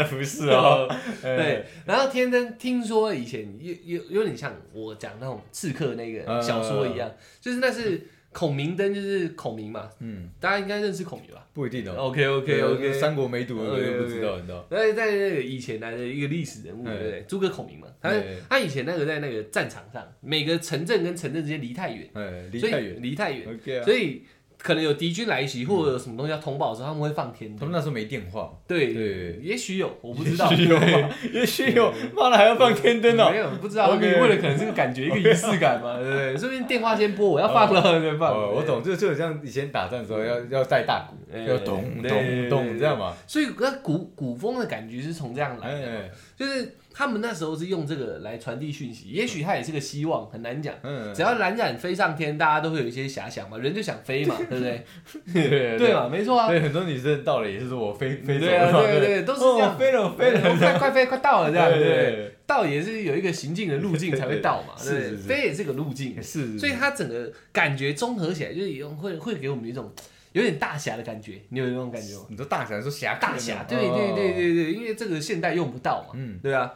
[SPEAKER 2] 不是
[SPEAKER 1] 哦，
[SPEAKER 2] 哎，
[SPEAKER 1] 对，然后天灯听说以前有有有点像我讲那种刺客那
[SPEAKER 2] 嗯
[SPEAKER 1] 个小说一样，就是那是孔明灯，就是孔明嘛，
[SPEAKER 2] 嗯，
[SPEAKER 1] 大家应该认识孔明吧
[SPEAKER 2] 不一定哦。
[SPEAKER 1] ？OK OK
[SPEAKER 2] 对
[SPEAKER 1] OK，
[SPEAKER 2] 三国没读的我就
[SPEAKER 1] OK，OK
[SPEAKER 2] 不知道，你知道？
[SPEAKER 1] 那在那个以前来的一个历史人物，
[SPEAKER 2] 哎
[SPEAKER 1] 对不对？诸葛孔明嘛，他
[SPEAKER 2] 哎
[SPEAKER 1] 他以前那个在那个战场上，每个城镇跟城镇之间离太远，
[SPEAKER 2] 哎，离
[SPEAKER 1] 所以
[SPEAKER 2] 太远。
[SPEAKER 1] 离太远，
[SPEAKER 2] OK 啊，
[SPEAKER 1] 所以可能有敌军来袭或者有什么东西要通报的时候，他们会放天
[SPEAKER 2] 他
[SPEAKER 1] 灯。
[SPEAKER 2] 们那时候没电话，
[SPEAKER 1] 对
[SPEAKER 2] 对，
[SPEAKER 1] 也许有，我不知道，
[SPEAKER 2] 也许 有吧，也许有，妈的还要放天灯哦
[SPEAKER 1] 没。有，不知道，
[SPEAKER 2] OK
[SPEAKER 1] 你为了可能是个感觉一个仪式感嘛，对不对？说不定电话先拨，我要放了，对放。
[SPEAKER 2] 哦，我。懂，就就很像以前打仗的时候要要带大鼓，
[SPEAKER 1] 哎
[SPEAKER 2] 要咚
[SPEAKER 1] 对
[SPEAKER 2] 咚咚这 样嘛。
[SPEAKER 1] 所以那古古风的感觉是从这样来的，
[SPEAKER 2] 哎，
[SPEAKER 1] 就是他们那时候是用这个来传递讯息，也许它也是个希望，很难讲。
[SPEAKER 2] 嗯，
[SPEAKER 1] 只要冉冉飞上天，大家都会有一些遐想嘛，人就想飞 嘛，对不对？
[SPEAKER 2] 对
[SPEAKER 1] 对？嘛，没错啊。
[SPEAKER 2] 对，很多女生到了也是说我飞飞走
[SPEAKER 1] 对啊，
[SPEAKER 2] 了嘛，
[SPEAKER 1] 对
[SPEAKER 2] 不
[SPEAKER 1] 对，都是这
[SPEAKER 2] 哦
[SPEAKER 1] 样。
[SPEAKER 2] 飞了我飞了，
[SPEAKER 1] 快快飞，快到了这样，
[SPEAKER 2] 对
[SPEAKER 1] 对
[SPEAKER 2] 对
[SPEAKER 1] 不
[SPEAKER 2] 对
[SPEAKER 1] 对？到也是有一个行进的路径才会到嘛，
[SPEAKER 2] 是
[SPEAKER 1] 对不对
[SPEAKER 2] 是是
[SPEAKER 1] 飞也是个路径，
[SPEAKER 2] 是，
[SPEAKER 1] 所以它整个感觉综合起来，就是有会会给我们一种有点大侠的感觉，你有那种感觉吗？
[SPEAKER 2] 你说大侠说侠客
[SPEAKER 1] 大
[SPEAKER 2] 那种
[SPEAKER 1] 侠，对对对，对
[SPEAKER 2] 哦
[SPEAKER 1] 对，因为这个现代用不到嘛，
[SPEAKER 2] 嗯，
[SPEAKER 1] 对啊，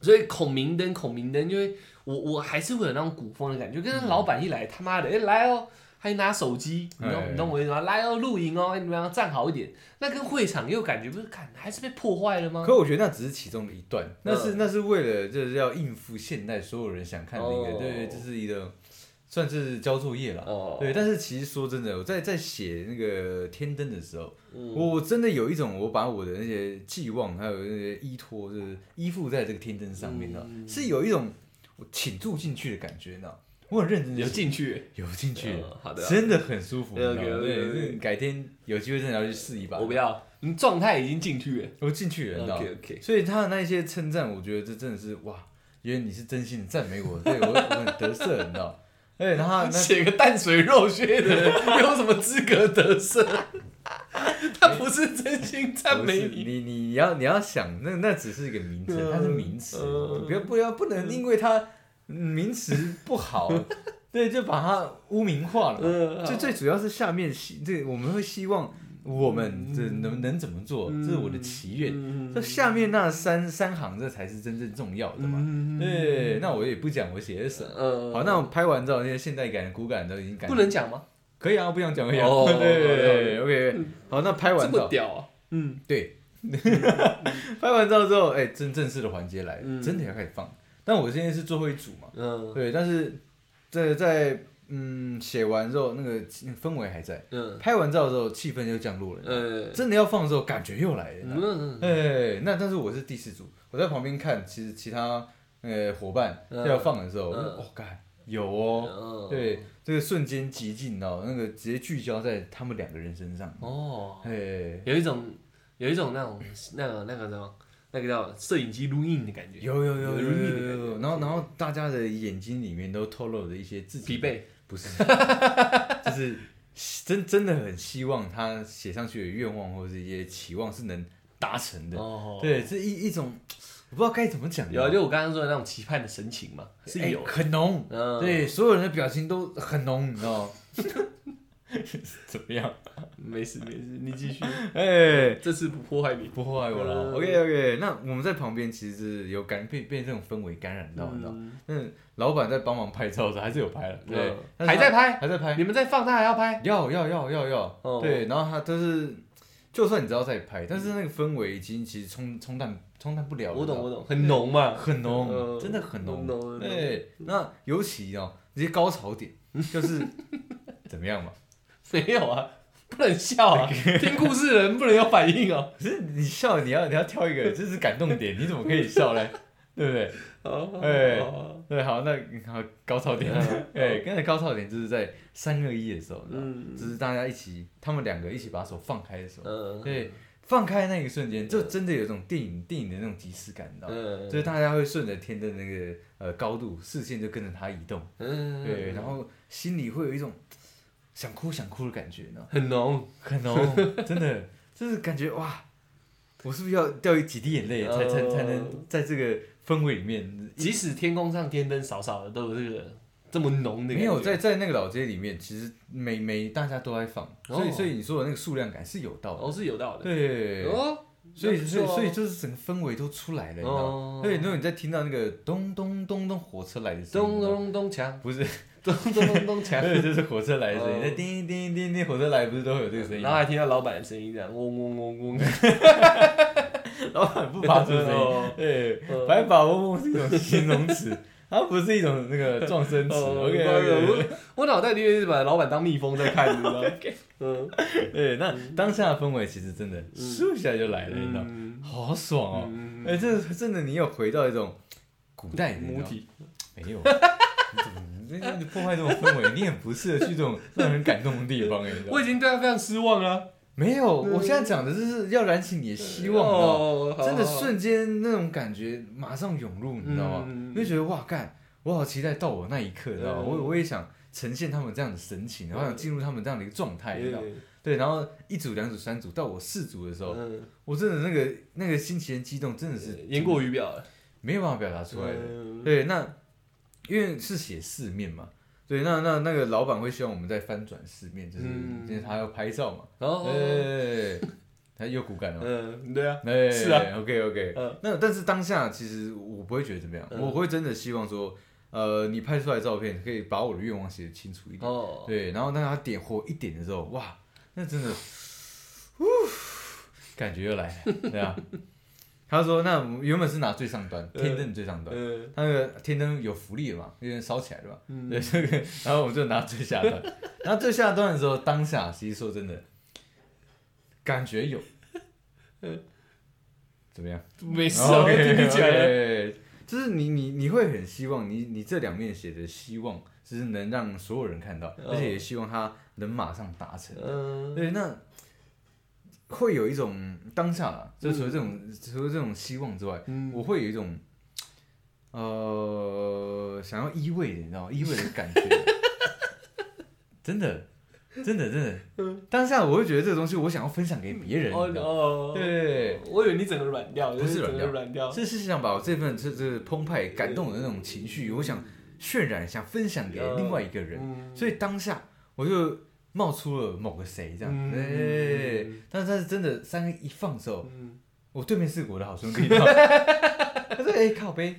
[SPEAKER 1] 所以孔明灯，孔明灯，就会我我还是会有那种古风的感觉，跟
[SPEAKER 2] 嗯
[SPEAKER 1] 那老板一来，他妈的，哎、来哦。还拿手机，你
[SPEAKER 2] 哎
[SPEAKER 1] 懂你懂我意思吗？来哦，露营哦，哎你们要站好一点。那跟会场又感觉不是，看还是被破坏了吗？
[SPEAKER 2] 可我觉得那只是其中的一段，
[SPEAKER 1] 嗯
[SPEAKER 2] 那是那是为了就是要应付现代所有人想看的一
[SPEAKER 1] 哦
[SPEAKER 2] 个，对，这是一个算是交作业了。
[SPEAKER 1] 哦，
[SPEAKER 2] 对，但是其实说真的，我在在写那个天灯的时候，
[SPEAKER 1] 嗯
[SPEAKER 2] 我我真的有一种我把我的那些寄望还有那些依托，就是依附在这个天灯上面的，
[SPEAKER 1] 嗯
[SPEAKER 2] 是有一种我倾注进去的感觉，你知道吗？我很认真地
[SPEAKER 1] 有进去，
[SPEAKER 2] 有进去
[SPEAKER 1] 嗯，好的啊
[SPEAKER 2] 真的很舒服。你知道吗
[SPEAKER 1] OK，OK，OK
[SPEAKER 2] 对，这个改天有机会真的要去试一把。
[SPEAKER 1] 我不要，你状态已经进去了。
[SPEAKER 2] 我进去了，你知道吗
[SPEAKER 1] OK OK，
[SPEAKER 2] 所以他的那一些称赞，我觉得这真的是哇，原来你是真心地赞美我，对 我我很得瑟，你知道吗？而且他那
[SPEAKER 1] 写个淡水肉靴的人 有什么资格得瑟？ 他不是真心赞
[SPEAKER 2] 不
[SPEAKER 1] 美
[SPEAKER 2] 是
[SPEAKER 1] 你，
[SPEAKER 2] 你你要你要想，那那只是一个名词，
[SPEAKER 1] 嗯
[SPEAKER 2] 它是名词，
[SPEAKER 1] 嗯
[SPEAKER 2] 你不要不要不能因为它名词 不好，对，就把它污名化了
[SPEAKER 1] 嗯，
[SPEAKER 2] 嘛。
[SPEAKER 1] 就
[SPEAKER 2] 最啊最主要是下面希这我们会希望我们这能能怎么做，这是我的祈愿。
[SPEAKER 1] 嗯
[SPEAKER 2] 这下面那三三行，这才是真正重要的嘛。
[SPEAKER 1] 嗯，
[SPEAKER 2] 对，那我也不讲我写的什么。
[SPEAKER 1] 呃，
[SPEAKER 2] 好，那我拍完照，那些现代感、骨感都已经感
[SPEAKER 1] 不能讲吗？
[SPEAKER 2] 可以啊，不想讲可以啊。
[SPEAKER 1] 哦
[SPEAKER 2] 对对对
[SPEAKER 1] 了
[SPEAKER 2] ，OK。好，那拍
[SPEAKER 1] 这
[SPEAKER 2] 完
[SPEAKER 1] 么
[SPEAKER 2] 照，
[SPEAKER 1] 屌啊！嗯，
[SPEAKER 2] 对，拍完照之后，哎，真正式的环节来
[SPEAKER 1] 嗯
[SPEAKER 2] 了，真的要开始放。但我现在是最后一组嘛，
[SPEAKER 1] 嗯
[SPEAKER 2] 对，但是在在嗯写完之后，那个气氛围还在，
[SPEAKER 1] 嗯
[SPEAKER 2] 拍完照之后气氛又降落了，
[SPEAKER 1] 呃
[SPEAKER 2] 真的要放的时候感觉又来了。
[SPEAKER 1] 嗯
[SPEAKER 2] 哎，那但是我是第四组，我在旁边看，其实其他呃伙伴
[SPEAKER 1] 嗯
[SPEAKER 2] 要放的时候，我就
[SPEAKER 1] 嗯
[SPEAKER 2] 哦，干有哦，
[SPEAKER 1] 嗯，
[SPEAKER 2] 对，这个瞬间极尽到那个直接聚焦在他们两个人身上。
[SPEAKER 1] 哦，
[SPEAKER 2] 哎，
[SPEAKER 1] 有一种有一种那种那个那个什么那个叫摄影机录音的感觉，
[SPEAKER 2] 有有有
[SPEAKER 1] 有
[SPEAKER 2] 有有
[SPEAKER 1] 有
[SPEAKER 2] 有
[SPEAKER 1] 有
[SPEAKER 2] 有，然后然后大家的眼睛里面都透露着一些自己
[SPEAKER 1] 疲，惫，
[SPEAKER 2] 不是，就是真真的很希望他写上去的愿望或者是一些期望是能达成的。
[SPEAKER 1] 哦，
[SPEAKER 2] 对，是一一种我不知道该怎么讲，
[SPEAKER 1] 有啊，就我刚刚说的那种期盼的神情嘛，是
[SPEAKER 2] 哎
[SPEAKER 1] 有的，
[SPEAKER 2] 很浓，
[SPEAKER 1] 嗯，
[SPEAKER 2] 对，所有人的表情都很浓，你知 道吗？怎么样？
[SPEAKER 1] 没事没事，你继续，
[SPEAKER 2] 哎。
[SPEAKER 1] 这次不破坏你。
[SPEAKER 2] 不破坏我了。
[SPEAKER 1] 嗯
[SPEAKER 2] OK OK，那我们在旁边其实是有感被被这种氛围感染到，你知道？
[SPEAKER 1] 嗯
[SPEAKER 2] 那老板在帮忙拍照的时候还是有拍了，对
[SPEAKER 1] 嗯，
[SPEAKER 2] 但
[SPEAKER 1] 还
[SPEAKER 2] 是他
[SPEAKER 1] 在拍，
[SPEAKER 2] 还在拍，
[SPEAKER 1] 你们在放，他还要拍。
[SPEAKER 2] 要要要要要，
[SPEAKER 1] 哦
[SPEAKER 2] 对，然后他就是，就算你知道在拍，但是那个氛围已经其实冲冲淡冲淡不了了，
[SPEAKER 1] 我懂，
[SPEAKER 2] 你
[SPEAKER 1] 我
[SPEAKER 2] 知道，
[SPEAKER 1] 懂，很浓嘛。
[SPEAKER 2] 很浓，
[SPEAKER 1] 嗯
[SPEAKER 2] 真的很浓
[SPEAKER 1] 很浓很浓，
[SPEAKER 2] 对，那尤其哦，这些高潮点就是怎么样嘛？
[SPEAKER 1] 没有啊，不能笑啊，听故事的人不能有反应哦。
[SPEAKER 2] 可是你笑，你要你要挑一个，这是感动点，你怎么可以笑嘞？ 对不对？
[SPEAKER 1] 好好
[SPEAKER 2] 哎
[SPEAKER 1] 好好
[SPEAKER 2] 对，好，那好高潮点，哎，刚才高潮点就是在三二一的时候，
[SPEAKER 1] 嗯
[SPEAKER 2] 就是大家一起，他们两个一起把手放开的时候，
[SPEAKER 1] 嗯
[SPEAKER 2] 对，放开那一瞬间，就真的有一种电影电影的那种即视感，你知道吗？
[SPEAKER 1] 嗯
[SPEAKER 2] 就是大家会顺着天的那个呃高度，视线就跟着它移动，
[SPEAKER 1] 嗯
[SPEAKER 2] 对，然后心里会有一种想哭想哭的感觉，你知道吗？
[SPEAKER 1] 很浓，
[SPEAKER 2] 很浓， 真的，就是感觉哇，我是不是要掉几滴眼泪才才才能在这个氛围里面
[SPEAKER 1] 即使天空上天灯少少的，都有这个这么浓的感觉。
[SPEAKER 2] 没有在在那个老街里面，其实每每大家都在放，所以
[SPEAKER 1] 哦
[SPEAKER 2] 所以你说的那个数量感是有道
[SPEAKER 1] 哦，
[SPEAKER 2] 的，
[SPEAKER 1] 是有道理。
[SPEAKER 2] 对，
[SPEAKER 1] 哦，
[SPEAKER 2] 所以所以所以
[SPEAKER 1] 就
[SPEAKER 2] 就是整个氛围都出来了，你知道吗
[SPEAKER 1] 哦？
[SPEAKER 2] 所以如果你在听到那个咚咚咚咚火车来的声音，
[SPEAKER 1] 咚咚咚锵，
[SPEAKER 2] 不是，
[SPEAKER 1] 咚咚咚咚锵，
[SPEAKER 2] 对，就是火车来的声音，
[SPEAKER 1] 哦
[SPEAKER 2] 那叮叮叮叮，火车来不是都会有这个声音
[SPEAKER 1] 然后
[SPEAKER 2] 吗？
[SPEAKER 1] 还听到老板的声音这样嗡嗡嗡嗡，
[SPEAKER 2] 老板不发出声音，
[SPEAKER 1] 音。
[SPEAKER 2] 对，
[SPEAKER 1] 嗯
[SPEAKER 2] 白发嗡嗡是一种形容词，它不是一种那个撞声 词。
[SPEAKER 1] 哦
[SPEAKER 2] OK，,
[SPEAKER 1] 我我脑袋里面是把老板当蜜蜂在看，你知道吗？嗯
[SPEAKER 2] 对，那当下的氛围其实真的咻一下就来了，你知道吗，
[SPEAKER 1] 嗯
[SPEAKER 2] 好爽哦！
[SPEAKER 1] 嗯，
[SPEAKER 2] 哎、这真的，你有回到一种古代的你知
[SPEAKER 1] 母
[SPEAKER 2] 道吗
[SPEAKER 1] 体，
[SPEAKER 2] 没有？你怎么你这你破坏这种氛围，你很不适合去这种让人感动的地方，哎，你知道
[SPEAKER 1] 我
[SPEAKER 2] 吗
[SPEAKER 1] 已经对他非常失望了。
[SPEAKER 2] 没有，我现在讲的就是要燃起你的希望，你知道吗
[SPEAKER 1] 嗯哦，
[SPEAKER 2] 真的
[SPEAKER 1] 好好好
[SPEAKER 2] 瞬间那种感觉马上涌入，你知道吗？
[SPEAKER 1] 嗯
[SPEAKER 2] 你就觉得哇干，我好期待到我那一刻，你知道吗？
[SPEAKER 1] 嗯
[SPEAKER 2] 我我也想呈现他们这样的神情，然后想进入他们这样的一个状态，你知道吗？对，然后一组、两组、三组，到我四组的时候，
[SPEAKER 1] 嗯，
[SPEAKER 2] 我真的那个那个心情的激动真的是
[SPEAKER 1] 言过于表了。
[SPEAKER 2] 没有办法表达出来的。
[SPEAKER 1] 嗯
[SPEAKER 2] 对，那因为是写四面嘛，对，那那那个老板会希望我们再翻转四面，就是
[SPEAKER 1] 嗯
[SPEAKER 2] 因为他要拍照嘛，
[SPEAKER 1] 然后，
[SPEAKER 2] 哎，他又骨感了。
[SPEAKER 1] 嗯，对嗯啊，
[SPEAKER 2] 哎，
[SPEAKER 1] 是啊
[SPEAKER 2] ，OK OK，
[SPEAKER 1] 嗯
[SPEAKER 2] 那但是当下其实我不会觉得怎么样，
[SPEAKER 1] 嗯
[SPEAKER 2] 我会真的希望说，呃，你拍出来的照片可以把我的愿望写得清楚一点，
[SPEAKER 1] 哦，
[SPEAKER 2] 对，然后当他点火一点的时候，哇，那真的，呼， 感觉又来了，对啊。他说，那我们原本是拿最上端，
[SPEAKER 1] 嗯
[SPEAKER 2] 天灯最上端，
[SPEAKER 1] 嗯
[SPEAKER 2] 他那个天灯有浮力了嘛，有点烧起来了嘛，
[SPEAKER 1] 嗯
[SPEAKER 2] 对这个，然后我们就拿最下 端，然后最下端的时候，当下其实说真的，感觉有，怎么样？
[SPEAKER 1] 没事
[SPEAKER 2] 哦
[SPEAKER 1] 啊，我听你讲。
[SPEAKER 2] OK，就是你你你会很希望你你这两面写的希望，就是能让所有人看到，
[SPEAKER 1] 哦
[SPEAKER 2] 而且也希望它能马上达成。
[SPEAKER 1] 嗯，
[SPEAKER 2] 对，那会有一种当下啦，就除了这种、除了这种希望之外，
[SPEAKER 1] 嗯
[SPEAKER 2] 我会有一种呃想要依偎的，你知 道吗？依偎的感觉，真的。真的，真的，当下我会觉得这个东西我想要分享给别人，
[SPEAKER 1] 哦
[SPEAKER 2] 你知道吗？
[SPEAKER 1] 哦，
[SPEAKER 2] 对，
[SPEAKER 1] 我以为你整个软掉，
[SPEAKER 2] 不是
[SPEAKER 1] 整个
[SPEAKER 2] 软
[SPEAKER 1] 软掉，
[SPEAKER 2] 这是想把我这份这这澎湃感动的那种情绪，我想渲染，想分享给另外一个人，
[SPEAKER 1] 嗯
[SPEAKER 2] 所以当下我就冒出了某个谁这样，
[SPEAKER 1] 嗯
[SPEAKER 2] 哎、但是但是真的三个一放之后，
[SPEAKER 1] 嗯
[SPEAKER 2] 我对面是我的好兄弟， 他说哎、靠背，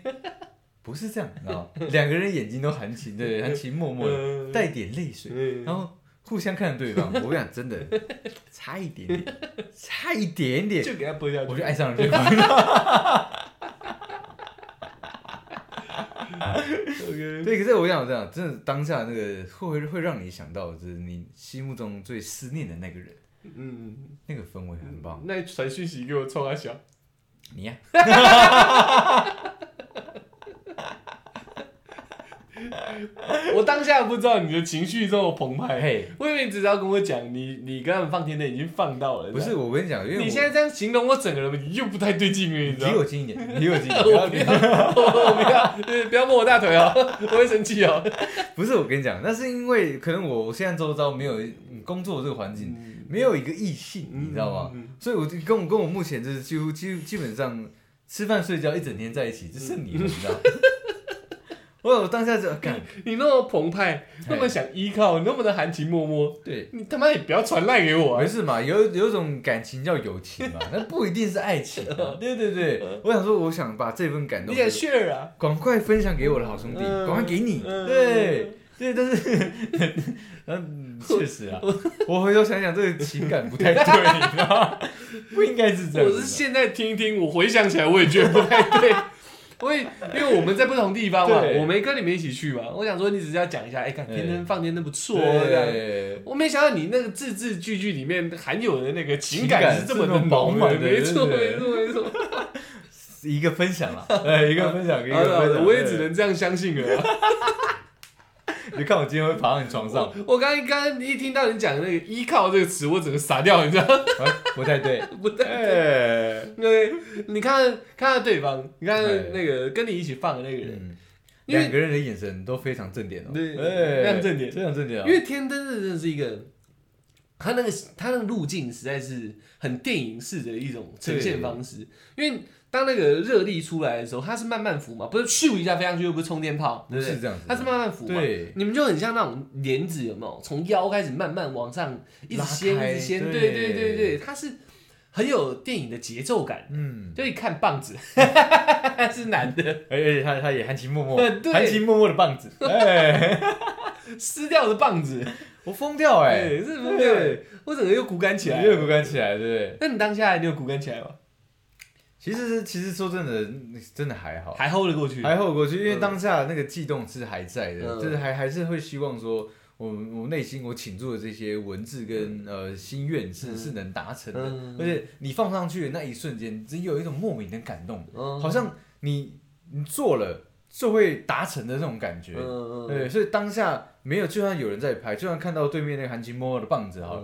[SPEAKER 2] 不是这样，你知道吗？两个人眼睛都含情，对，含情脉脉的，
[SPEAKER 1] 嗯
[SPEAKER 2] 带点泪水，
[SPEAKER 1] 嗯
[SPEAKER 2] 然后互相看着对方，我跟你讲，真的差一点点，差一点点，
[SPEAKER 1] 就给他播下去，
[SPEAKER 2] 我就爱上了对方。
[SPEAKER 1] OK，
[SPEAKER 2] 对，可是我想这样，真的当下那个会会让你想到，就是你心目中最思念的那个人，
[SPEAKER 1] 嗯，
[SPEAKER 2] 那个氛围很棒。
[SPEAKER 1] 那你传讯息给我冲他笑，
[SPEAKER 2] 你呀、
[SPEAKER 1] 我当下不知道你的情绪这么澎湃，
[SPEAKER 2] 嘿，
[SPEAKER 1] 我以为你只是要跟我讲你你刚刚放天灯已经放到了，
[SPEAKER 2] 不是
[SPEAKER 1] 这样
[SPEAKER 2] 我跟你讲，因为
[SPEAKER 1] 你
[SPEAKER 2] 我
[SPEAKER 1] 现在这样形容我整个人又 不太对劲了，你知道
[SPEAKER 2] 离
[SPEAKER 1] 吗？
[SPEAKER 2] 我近一点，离 我近一点，不
[SPEAKER 1] 我
[SPEAKER 2] 要
[SPEAKER 1] 不要，我不要，呃不要摸我大腿哦， 我会生气哦。
[SPEAKER 2] 不是我跟你讲，那是因为可能我现在周遭没有嗯工作这个环境，没有一个异性，嗯你知道吗？
[SPEAKER 1] 嗯
[SPEAKER 2] 所以我就跟我跟我目前就是几乎几乎基本上吃饭睡觉一整天在一起，就剩你了，你知道吗？我我当下就干
[SPEAKER 1] 你那么澎湃，那么想依靠，那么的含情脉脉，
[SPEAKER 2] 对。
[SPEAKER 1] 你他妈也不要传赖给我啊
[SPEAKER 2] 没！事嘛，有有一种感情叫友情嘛，那不一定是爱情、啊。对对对，我想说，我想把这份感动
[SPEAKER 1] 你也 share 啊，
[SPEAKER 2] 赶快分享给我的好兄弟，
[SPEAKER 1] 嗯
[SPEAKER 2] 赶快给你。
[SPEAKER 1] 嗯
[SPEAKER 2] 对对，但是， 嗯，确实啊，我回头想想，这个情感不太 对，你知道吗？不应该是这样
[SPEAKER 1] 我
[SPEAKER 2] 子的。
[SPEAKER 1] 是现在听一听，我回想起来我也觉得不太 对，我也因为我们在不同地方嘛，
[SPEAKER 2] 对
[SPEAKER 1] 我没跟你们一起去嘛，我想说你只是要讲一下，哎，看
[SPEAKER 2] 对
[SPEAKER 1] 天灯放天灯不错哦，这样。
[SPEAKER 2] 对，
[SPEAKER 1] 我没想到你那个字字句句里面含有的那个情
[SPEAKER 2] 情感
[SPEAKER 1] 感
[SPEAKER 2] 是
[SPEAKER 1] 是这么
[SPEAKER 2] 那
[SPEAKER 1] 的
[SPEAKER 2] 么饱
[SPEAKER 1] 浓的，啊
[SPEAKER 2] 满的
[SPEAKER 1] 没错
[SPEAKER 2] 对
[SPEAKER 1] 没
[SPEAKER 2] 不
[SPEAKER 1] 错没错。
[SPEAKER 2] 一个分享 了，对，一个分享，一
[SPEAKER 1] 好
[SPEAKER 2] 个
[SPEAKER 1] 了好
[SPEAKER 2] 分
[SPEAKER 1] 了，
[SPEAKER 2] 享。
[SPEAKER 1] 我也
[SPEAKER 2] 对
[SPEAKER 1] 只能这样相信了 啊。
[SPEAKER 2] 你看我今天会爬到你床上，
[SPEAKER 1] 我刚刚刚一听到你讲那个“依靠”这个词，我整个傻掉，你知道吗？
[SPEAKER 2] 哎不太对，
[SPEAKER 1] 不对，
[SPEAKER 2] 哎，
[SPEAKER 1] 对，你看看到对方，你看
[SPEAKER 2] 对
[SPEAKER 1] 那个跟你一起放的那个人，
[SPEAKER 2] 嗯
[SPEAKER 1] 因为
[SPEAKER 2] 两个人的眼神都非常正点哦，
[SPEAKER 1] 对
[SPEAKER 2] 哎
[SPEAKER 1] 非常正点
[SPEAKER 2] 非常正点哦
[SPEAKER 1] 因，为天灯真的是一个，他那个他那个路径实在是很电影式的一种呈现方式。因为当那个热力出来的时候，它是慢慢浮嘛，不是咻一下飞上去，又不是充电炮，对
[SPEAKER 2] 不
[SPEAKER 1] 不对
[SPEAKER 2] 是？这样子，
[SPEAKER 1] 它是慢慢浮嘛。
[SPEAKER 2] 对，
[SPEAKER 1] 你们就很像那种帘子，有没有？从腰开始慢慢往上，一直掀，
[SPEAKER 2] 拉开
[SPEAKER 1] 一直掀。
[SPEAKER 2] 对
[SPEAKER 1] 对对对对，它是很有电影的节奏感。
[SPEAKER 2] 嗯，
[SPEAKER 1] 就一看棒子， 是男的，
[SPEAKER 2] 而且哎他他也含情脉
[SPEAKER 1] 呃
[SPEAKER 2] 脉，
[SPEAKER 1] 对
[SPEAKER 2] 含情脉脉的 棒子，哎，
[SPEAKER 1] 撕掉的棒子，
[SPEAKER 2] 我疯掉哎，
[SPEAKER 1] 对，是不是？我整个又骨感起来了。
[SPEAKER 2] 又骨感起来，对不对？
[SPEAKER 1] 那你当下你有骨感起来吗？
[SPEAKER 2] 其实是其实说真的，真的还好，
[SPEAKER 1] 哦还 hold 得过 去？
[SPEAKER 2] 还好过去，因为
[SPEAKER 1] 嗯
[SPEAKER 2] 当下那个悸动是还在的，
[SPEAKER 1] 嗯
[SPEAKER 2] 就是还还是会希望说。我我内心我倾注的这些文字跟呃心愿是
[SPEAKER 1] 嗯
[SPEAKER 2] 是能达成的，
[SPEAKER 1] 嗯
[SPEAKER 2] 而且你放上去的那一瞬间，只有一种莫名的感动，
[SPEAKER 1] 嗯
[SPEAKER 2] 好像你你做了就会达成的那种感觉。
[SPEAKER 1] 嗯
[SPEAKER 2] 对，所以当下没有，就算有人在拍，就算看到对面那个含情脉脉的棒子好
[SPEAKER 1] 嗯
[SPEAKER 2] 了，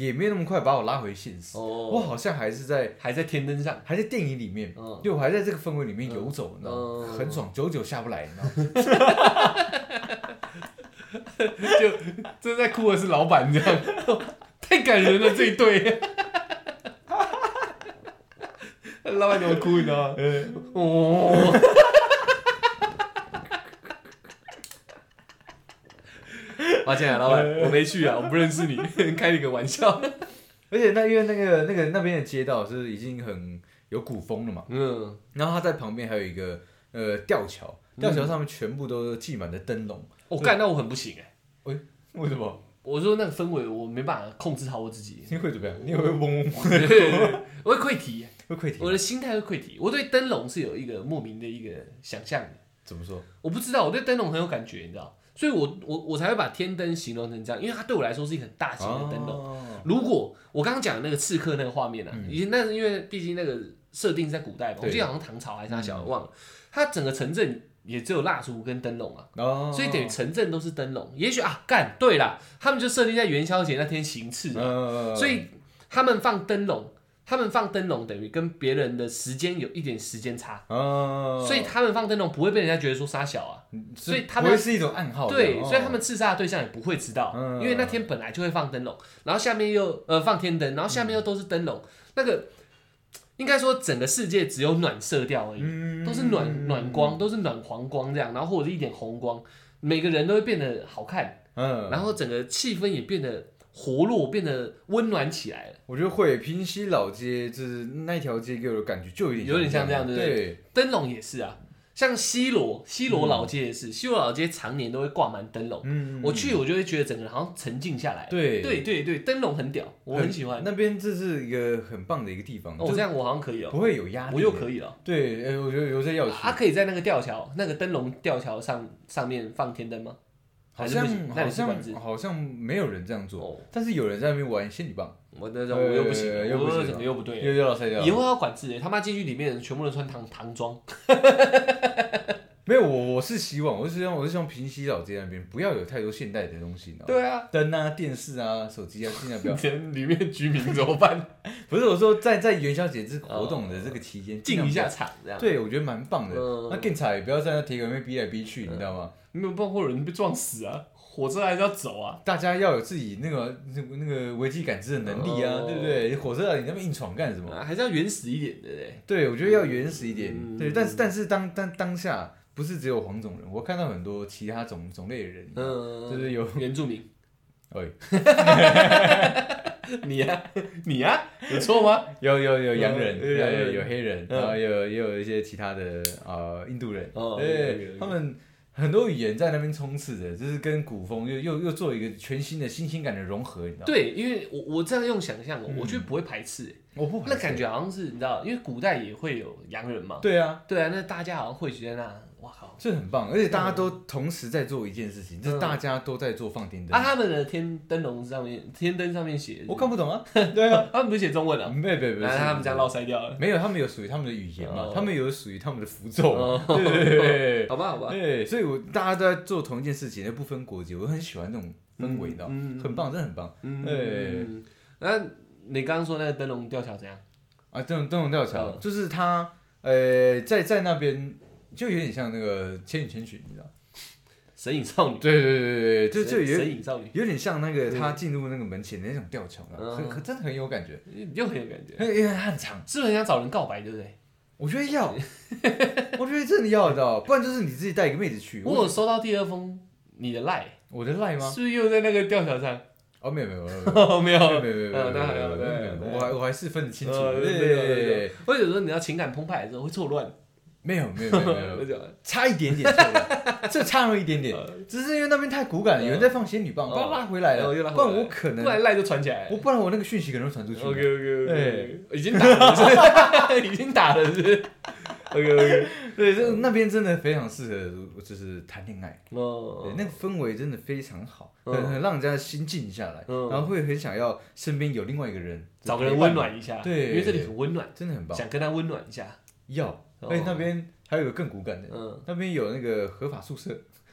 [SPEAKER 2] 也没有那么快把我拉回现实。
[SPEAKER 1] 哦，
[SPEAKER 2] 我好像还是在
[SPEAKER 1] 还在天灯上，
[SPEAKER 2] 还在电影里面，
[SPEAKER 1] 嗯
[SPEAKER 2] 对我还在这个氛围里面游走，你知道吗？
[SPEAKER 1] 嗯
[SPEAKER 2] 很爽，久久下不来，你知道吗？
[SPEAKER 1] 就正在哭的是老板这样， 太感人了这一对。 老板怎么哭你知道 吗？哦，抱歉啊，老板，我没去啊，我不认识你， 开你个玩笑。
[SPEAKER 2] 而且那因为那个那个那边的街道是已经很有古风了嘛，
[SPEAKER 1] 嗯，
[SPEAKER 2] 然后它在旁边还有一个呃吊桥，吊桥上面全部都系满了灯笼。
[SPEAKER 1] 我哦干到我很不行哎，
[SPEAKER 2] 为什么？
[SPEAKER 1] 我说那个氛围我没办法控制好我自己，
[SPEAKER 2] 你会怎么样？你会嗡嗡嗡
[SPEAKER 1] 对对对 我会溃堤。
[SPEAKER 2] 会啊溃堤
[SPEAKER 1] 我
[SPEAKER 2] 吗？
[SPEAKER 1] 的心态会溃堤。我对灯笼是有一个莫名的一个想象的，
[SPEAKER 2] 怎么说？
[SPEAKER 1] 我不知道，我对灯笼很有感觉，你知道，所以我我我才会把天灯形容成这样，因为它对我来说是一个很大型啊的灯笼。
[SPEAKER 2] 笼，
[SPEAKER 1] 如果我刚刚讲的那个刺客那个画面啊，以前那是因为毕竟那个设定是在古代嘛，我
[SPEAKER 2] 嗯对
[SPEAKER 1] 记得好像唐朝还是哪小的
[SPEAKER 2] 嗯
[SPEAKER 1] 忘了，它整个城镇也只有蜡烛跟灯笼啊。
[SPEAKER 2] 哦，
[SPEAKER 1] 所以等于城镇都是灯笼，也许啊，干对啦，他们就设定在元宵节那天行刺啊，
[SPEAKER 2] 呃，
[SPEAKER 1] 所以他们放灯笼，他们放灯笼等于跟别人的时间有一点时间差，
[SPEAKER 2] 哦，
[SPEAKER 1] 所以他们放灯笼不会被人家觉得说杀小啊。所以他们
[SPEAKER 2] 不会是一种暗号，这
[SPEAKER 1] 对，
[SPEAKER 2] 样
[SPEAKER 1] 所以他们刺杀的对象也不会知道，
[SPEAKER 2] 哦嗯
[SPEAKER 1] 因为那天本来就会放灯笼，然后下面又呃放天灯，然后下
[SPEAKER 2] 嗯
[SPEAKER 1] 面又都是灯笼，那个应该说整个世界只有暖色调而已，
[SPEAKER 2] 嗯
[SPEAKER 1] 都是暖暖光，都是暖黄光这样，然后或者一点红光，每个人都会变得好看，
[SPEAKER 2] 嗯，
[SPEAKER 1] 然后整个气氛也变得活络，变得温暖起来了。
[SPEAKER 2] 我觉得会平西老街就是那一条街给我的感觉就有点
[SPEAKER 1] 有点像这样对不对
[SPEAKER 2] 对，
[SPEAKER 1] 灯笼也是啊，像西罗西罗老街也是，西罗老街常年都会挂满灯笼。
[SPEAKER 2] 嗯，
[SPEAKER 1] 我去，我就会觉得整个人好像沉静下来。
[SPEAKER 2] 对
[SPEAKER 1] 对对对，灯笼很屌，我很喜欢。
[SPEAKER 2] 那边，这是一个很棒的一个地方，
[SPEAKER 1] 哦，
[SPEAKER 2] 就
[SPEAKER 1] 这样我好像可以哦，
[SPEAKER 2] 不会有压力，
[SPEAKER 1] 我又可以了。
[SPEAKER 2] 对，哎，我觉得我在要去，
[SPEAKER 1] 啊，可以在那个吊桥、那个灯笼吊桥上上面放天灯吗？
[SPEAKER 2] 好
[SPEAKER 1] 还是
[SPEAKER 2] 像
[SPEAKER 1] 不行那
[SPEAKER 2] 好
[SPEAKER 1] 你是管制
[SPEAKER 2] 像。好像没有人这样做
[SPEAKER 1] 哦，
[SPEAKER 2] 但是有人在那边玩仙女棒，
[SPEAKER 1] 我那种我又不行，
[SPEAKER 2] 呃又不行
[SPEAKER 1] 我整个又不对
[SPEAKER 2] 又
[SPEAKER 1] 了。
[SPEAKER 2] 又老塞掉
[SPEAKER 1] 以
[SPEAKER 2] 了。
[SPEAKER 1] 后要管制欸他妈进去里面全部都穿唐唐装。
[SPEAKER 2] 没有，我我是希望，我是希望，我是希望平西老街那边不要有太多现代的东西，你知道吗
[SPEAKER 1] 对啊，
[SPEAKER 2] 灯啊、电视啊、手机啊，尽量不要。
[SPEAKER 1] 里面居民怎么 办？
[SPEAKER 2] 不是我说在，在元宵节这个活动的这个期间，
[SPEAKER 1] 进
[SPEAKER 2] 尽量
[SPEAKER 1] 一
[SPEAKER 2] 不要
[SPEAKER 1] 下场这样。
[SPEAKER 2] 对，我觉得蛮棒的。
[SPEAKER 1] 嗯
[SPEAKER 2] 那警察也不要在那铁轨里面逼来逼去，你知道吗？
[SPEAKER 1] 没有办法，会有人被撞死啊，火车还是要走啊。
[SPEAKER 2] 大家要有自己那个那个那个危机感知的能力啊，
[SPEAKER 1] 哦
[SPEAKER 2] 对不对？火车啊，你那么硬闯干什么？
[SPEAKER 1] 啊，还是要原始一点的嘞。
[SPEAKER 2] 对，我觉得要原始一点。
[SPEAKER 1] 嗯
[SPEAKER 2] 对，但是但是当当当下不是只有黄种人，我看到很多其他种种类的人，
[SPEAKER 1] 嗯，
[SPEAKER 2] 就是有
[SPEAKER 1] 原住民。
[SPEAKER 2] 喂，
[SPEAKER 1] 你呀、你啊呀、有错吗？
[SPEAKER 2] 有有有洋人，
[SPEAKER 1] 嗯洋
[SPEAKER 2] 有
[SPEAKER 1] 人
[SPEAKER 2] 有有黑人，
[SPEAKER 1] 嗯
[SPEAKER 2] 然后也有也有一些其他的呃印度人，
[SPEAKER 1] 哦有有
[SPEAKER 2] 对
[SPEAKER 1] 有，
[SPEAKER 2] 他们很多语言在那边充斥着，就是跟古风又又又做一个全新的新鲜感的融合，你知
[SPEAKER 1] 嗯
[SPEAKER 2] 道吗？
[SPEAKER 1] 对，因为我我这样用想象、哦，我觉得不会排斥欸、
[SPEAKER 2] 我不
[SPEAKER 1] 那感觉好像是你知道，因为古代也会有洋人嘛，
[SPEAKER 2] 对啊，
[SPEAKER 1] 对啊，那大家好像汇集在那，哇靠！
[SPEAKER 2] 这很棒，而且大家都同时在做一件事情，就是大家都在做放电灯
[SPEAKER 1] 嗯啊，。他们的天灯笼上面，天灯上面写，
[SPEAKER 2] 我看不懂 啊，对啊，
[SPEAKER 1] 他们不是写中文啊，
[SPEAKER 2] 没有没有没有，
[SPEAKER 1] 那他们这样
[SPEAKER 2] 唠
[SPEAKER 1] 绕塞掉了，
[SPEAKER 2] 没有，他们有属于他们的语言嘛
[SPEAKER 1] 哦，
[SPEAKER 2] 他们有属于他们的符咒嘛，
[SPEAKER 1] 哦
[SPEAKER 2] 对对对 对
[SPEAKER 1] 好吧好
[SPEAKER 2] 对
[SPEAKER 1] 吧，
[SPEAKER 2] 对，所以我大家都在做同一件事情，又不分国籍，我很喜欢那种氛围的，
[SPEAKER 1] 嗯嗯
[SPEAKER 2] 很棒，真的很棒对
[SPEAKER 1] 嗯，那你刚刚说那个灯笼吊桥怎样？
[SPEAKER 2] 啊！这种这种吊桥
[SPEAKER 1] 嗯
[SPEAKER 2] 就是他呃，在在那边就有点像那个《千与千寻》，你知道吗？
[SPEAKER 1] 神隐少女，
[SPEAKER 2] 对对对对，对就就有
[SPEAKER 1] 神隐少女，
[SPEAKER 2] 有点像那个
[SPEAKER 1] 嗯
[SPEAKER 2] 他进入那个门前的那种吊桥，
[SPEAKER 1] 嗯
[SPEAKER 2] 很很真的很有感觉，
[SPEAKER 1] 又很有感觉，
[SPEAKER 2] 因为因为它很长，
[SPEAKER 1] 是不是很想找人告白，对不对？
[SPEAKER 2] 我觉得要， 我觉得真的要你知道，不然就是你自己带一个妹子去。
[SPEAKER 1] 我有收到第二封你的赖，
[SPEAKER 2] 我的赖吗？
[SPEAKER 1] 是不是又在那个吊桥上？
[SPEAKER 2] 哦，没有没有没 有
[SPEAKER 1] 没有，
[SPEAKER 2] 没有没有没有没有没有没有
[SPEAKER 1] 嗯那还好
[SPEAKER 2] 没有没有
[SPEAKER 1] 对
[SPEAKER 2] 我还我还是分得清楚
[SPEAKER 1] 呃
[SPEAKER 2] 的。
[SPEAKER 1] 对
[SPEAKER 2] 对
[SPEAKER 1] 对
[SPEAKER 2] 对
[SPEAKER 1] 对
[SPEAKER 2] 对
[SPEAKER 1] 对
[SPEAKER 2] 对，
[SPEAKER 1] 或者说你要情感澎湃的时候会错乱，
[SPEAKER 2] 没有没有没有没有没
[SPEAKER 1] 我
[SPEAKER 2] 有，
[SPEAKER 1] 讲
[SPEAKER 2] 差一点点错了，这差了一点点，只是因为那边太骨感了，
[SPEAKER 1] 嗯
[SPEAKER 2] 有人在放仙女棒，
[SPEAKER 1] 哦
[SPEAKER 2] 把它拉回来
[SPEAKER 1] 哦
[SPEAKER 2] 了，
[SPEAKER 1] 又拉回
[SPEAKER 2] 不
[SPEAKER 1] 来
[SPEAKER 2] 然我可
[SPEAKER 1] 不
[SPEAKER 2] 能
[SPEAKER 1] 然赖就传起来。
[SPEAKER 2] 我不然我那个讯息可能会传出
[SPEAKER 1] OK
[SPEAKER 2] 去。
[SPEAKER 1] OK OK，
[SPEAKER 2] 哎
[SPEAKER 1] 已经打了是不是，已经打了是不是？OK OK，
[SPEAKER 2] 对，这那边真的非常适合，就是谈恋爱。对
[SPEAKER 1] 哦，，
[SPEAKER 2] 那个氛围真的非常好，
[SPEAKER 1] 嗯
[SPEAKER 2] 很很让人家心静下来，
[SPEAKER 1] 嗯
[SPEAKER 2] 然后会很想要身边有另外一个人，
[SPEAKER 1] 找个人温，暖一下，
[SPEAKER 2] 对
[SPEAKER 1] 因为这里很温暖，
[SPEAKER 2] 真的很棒。
[SPEAKER 1] 想跟他温暖一下。
[SPEAKER 2] 要，
[SPEAKER 1] 哦
[SPEAKER 2] 而且那边还有个更骨感的，
[SPEAKER 1] 嗯，
[SPEAKER 2] 那边有那个合法宿舍，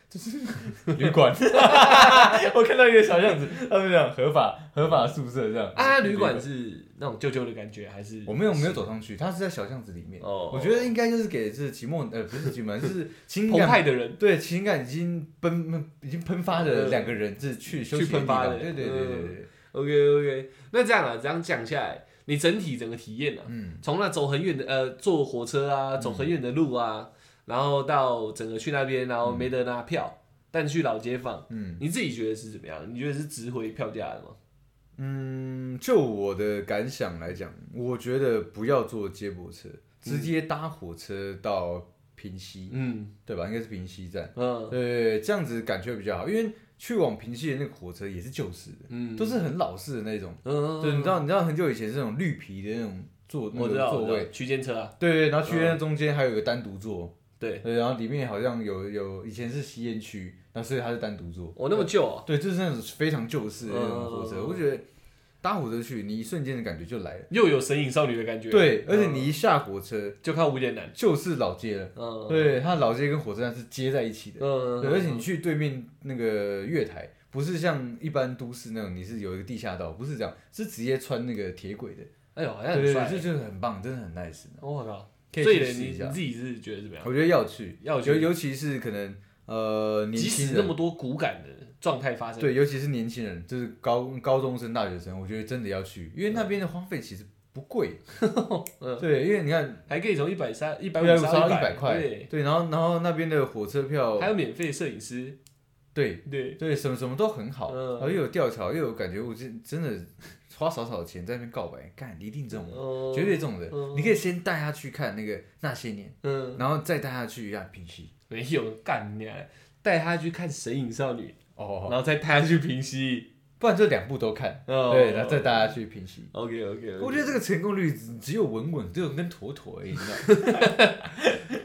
[SPEAKER 2] 就是 旅馆。 我看到一个小巷子，他们讲合法合法宿舍这样。
[SPEAKER 1] 啊，旅馆是那种旧旧的感觉还是？
[SPEAKER 2] 我没有没有走上去，它是在小巷子里面。
[SPEAKER 1] 哦
[SPEAKER 2] 我觉得应该就是给是寂寞呃不是寂寞，就是 情
[SPEAKER 1] 澎
[SPEAKER 2] 感
[SPEAKER 1] 湃的人
[SPEAKER 2] 对，情感已经奔已经喷发的两个人，是去休息
[SPEAKER 1] 嗯去喷发的嗯
[SPEAKER 2] 的地方对对对对对对，
[SPEAKER 1] ，OK OK，那这样啊，这样讲下来，你整体整个体验啊，
[SPEAKER 2] 嗯，
[SPEAKER 1] 从那走很远的呃，坐火车啊，走很远的路啊，然后到整个去那边，然后没得拿票，但去老街坊，
[SPEAKER 2] 嗯
[SPEAKER 1] 你自己觉得是怎么样？你觉得是值回票价的吗？
[SPEAKER 2] 嗯，就我的感想来讲，我觉得不要坐接驳车，直接搭火车到平溪，
[SPEAKER 1] 嗯
[SPEAKER 2] 对吧？应该是平溪站，
[SPEAKER 1] 嗯
[SPEAKER 2] 对，这样子感觉比较好，因为去往平溪的那个火车也是旧式的，
[SPEAKER 1] 嗯，
[SPEAKER 2] 都是很老式的那种。
[SPEAKER 1] 嗯，
[SPEAKER 2] 对，你知道，你知道很久以前是那种绿皮的那种座那
[SPEAKER 1] 我知
[SPEAKER 2] 个
[SPEAKER 1] 道
[SPEAKER 2] 座
[SPEAKER 1] 我知
[SPEAKER 2] 位，
[SPEAKER 1] 道区间车啊，
[SPEAKER 2] 对对，然后区间中间还有一个单独座，
[SPEAKER 1] 对
[SPEAKER 2] 对，然后里面好像有有以前是吸烟区，那所以它是单独座。
[SPEAKER 1] 我那么旧啊，
[SPEAKER 2] 对，就是那种非常旧式的那种火
[SPEAKER 1] 嗯
[SPEAKER 2] 车，我觉得搭火车去，你一瞬间的感觉就来了。
[SPEAKER 1] 又有神隐少女的感觉，
[SPEAKER 2] 对，
[SPEAKER 1] 嗯
[SPEAKER 2] 而且你一下火车
[SPEAKER 1] 就靠五点男，
[SPEAKER 2] 就是老街了，
[SPEAKER 1] 嗯
[SPEAKER 2] 对，它老街跟火车站是接在一起的，
[SPEAKER 1] 嗯，
[SPEAKER 2] 对，而且你去对面那个月台，不是像一般都市那种，你是有一个地下道，不是这样，是直接穿那个铁轨的，
[SPEAKER 1] 哎呦，好像很
[SPEAKER 2] 对对对，
[SPEAKER 1] 帅
[SPEAKER 2] 这，就是很棒，真的很 nice 呢。
[SPEAKER 1] 我靠，
[SPEAKER 2] 可以
[SPEAKER 1] 所以
[SPEAKER 2] 去
[SPEAKER 1] 呢
[SPEAKER 2] 试
[SPEAKER 1] 你
[SPEAKER 2] 一
[SPEAKER 1] 你
[SPEAKER 2] 下
[SPEAKER 1] 自，己是觉得怎么样？
[SPEAKER 2] 我觉得要去，
[SPEAKER 1] 啊 要
[SPEAKER 2] 尤
[SPEAKER 1] 去，
[SPEAKER 2] 尤其是可能呃年
[SPEAKER 1] 即使
[SPEAKER 2] 轻
[SPEAKER 1] 那么
[SPEAKER 2] 人，
[SPEAKER 1] 多骨感的状态发生，
[SPEAKER 2] 对，尤其是年轻人，就是高高中生、大学生，我觉得真的要去，因为那边的花费其实不贵，
[SPEAKER 1] 嗯，
[SPEAKER 2] 对，因为你看
[SPEAKER 1] 还可以从一百三、一百五
[SPEAKER 2] 150
[SPEAKER 1] 到
[SPEAKER 2] 一百块
[SPEAKER 1] 对，，
[SPEAKER 2] 对，然后然后那边的火车票
[SPEAKER 1] 还有免费摄影师，
[SPEAKER 2] 对
[SPEAKER 1] 对，
[SPEAKER 2] 对，什么什么都很 好，
[SPEAKER 1] 嗯
[SPEAKER 2] 然后又有吊桥，又有感觉，我真真的花少少的钱在那边告白，干一定这种，
[SPEAKER 1] 哦
[SPEAKER 2] 绝对这种的
[SPEAKER 1] 嗯。
[SPEAKER 2] 你可以先带他去看那个那些年，
[SPEAKER 1] 嗯，
[SPEAKER 2] 然后再带他去亚平西。
[SPEAKER 1] 没有干你娘，带他去看《神隐少女》，然
[SPEAKER 2] 哦，
[SPEAKER 1] 后再带他去平息，
[SPEAKER 2] 不然就两部都看，
[SPEAKER 1] 哦
[SPEAKER 2] 对，然后再带他去平西。
[SPEAKER 1] OK OK，
[SPEAKER 2] 我觉得这个成功率只只有稳稳，只有跟妥妥而已，你知道吗？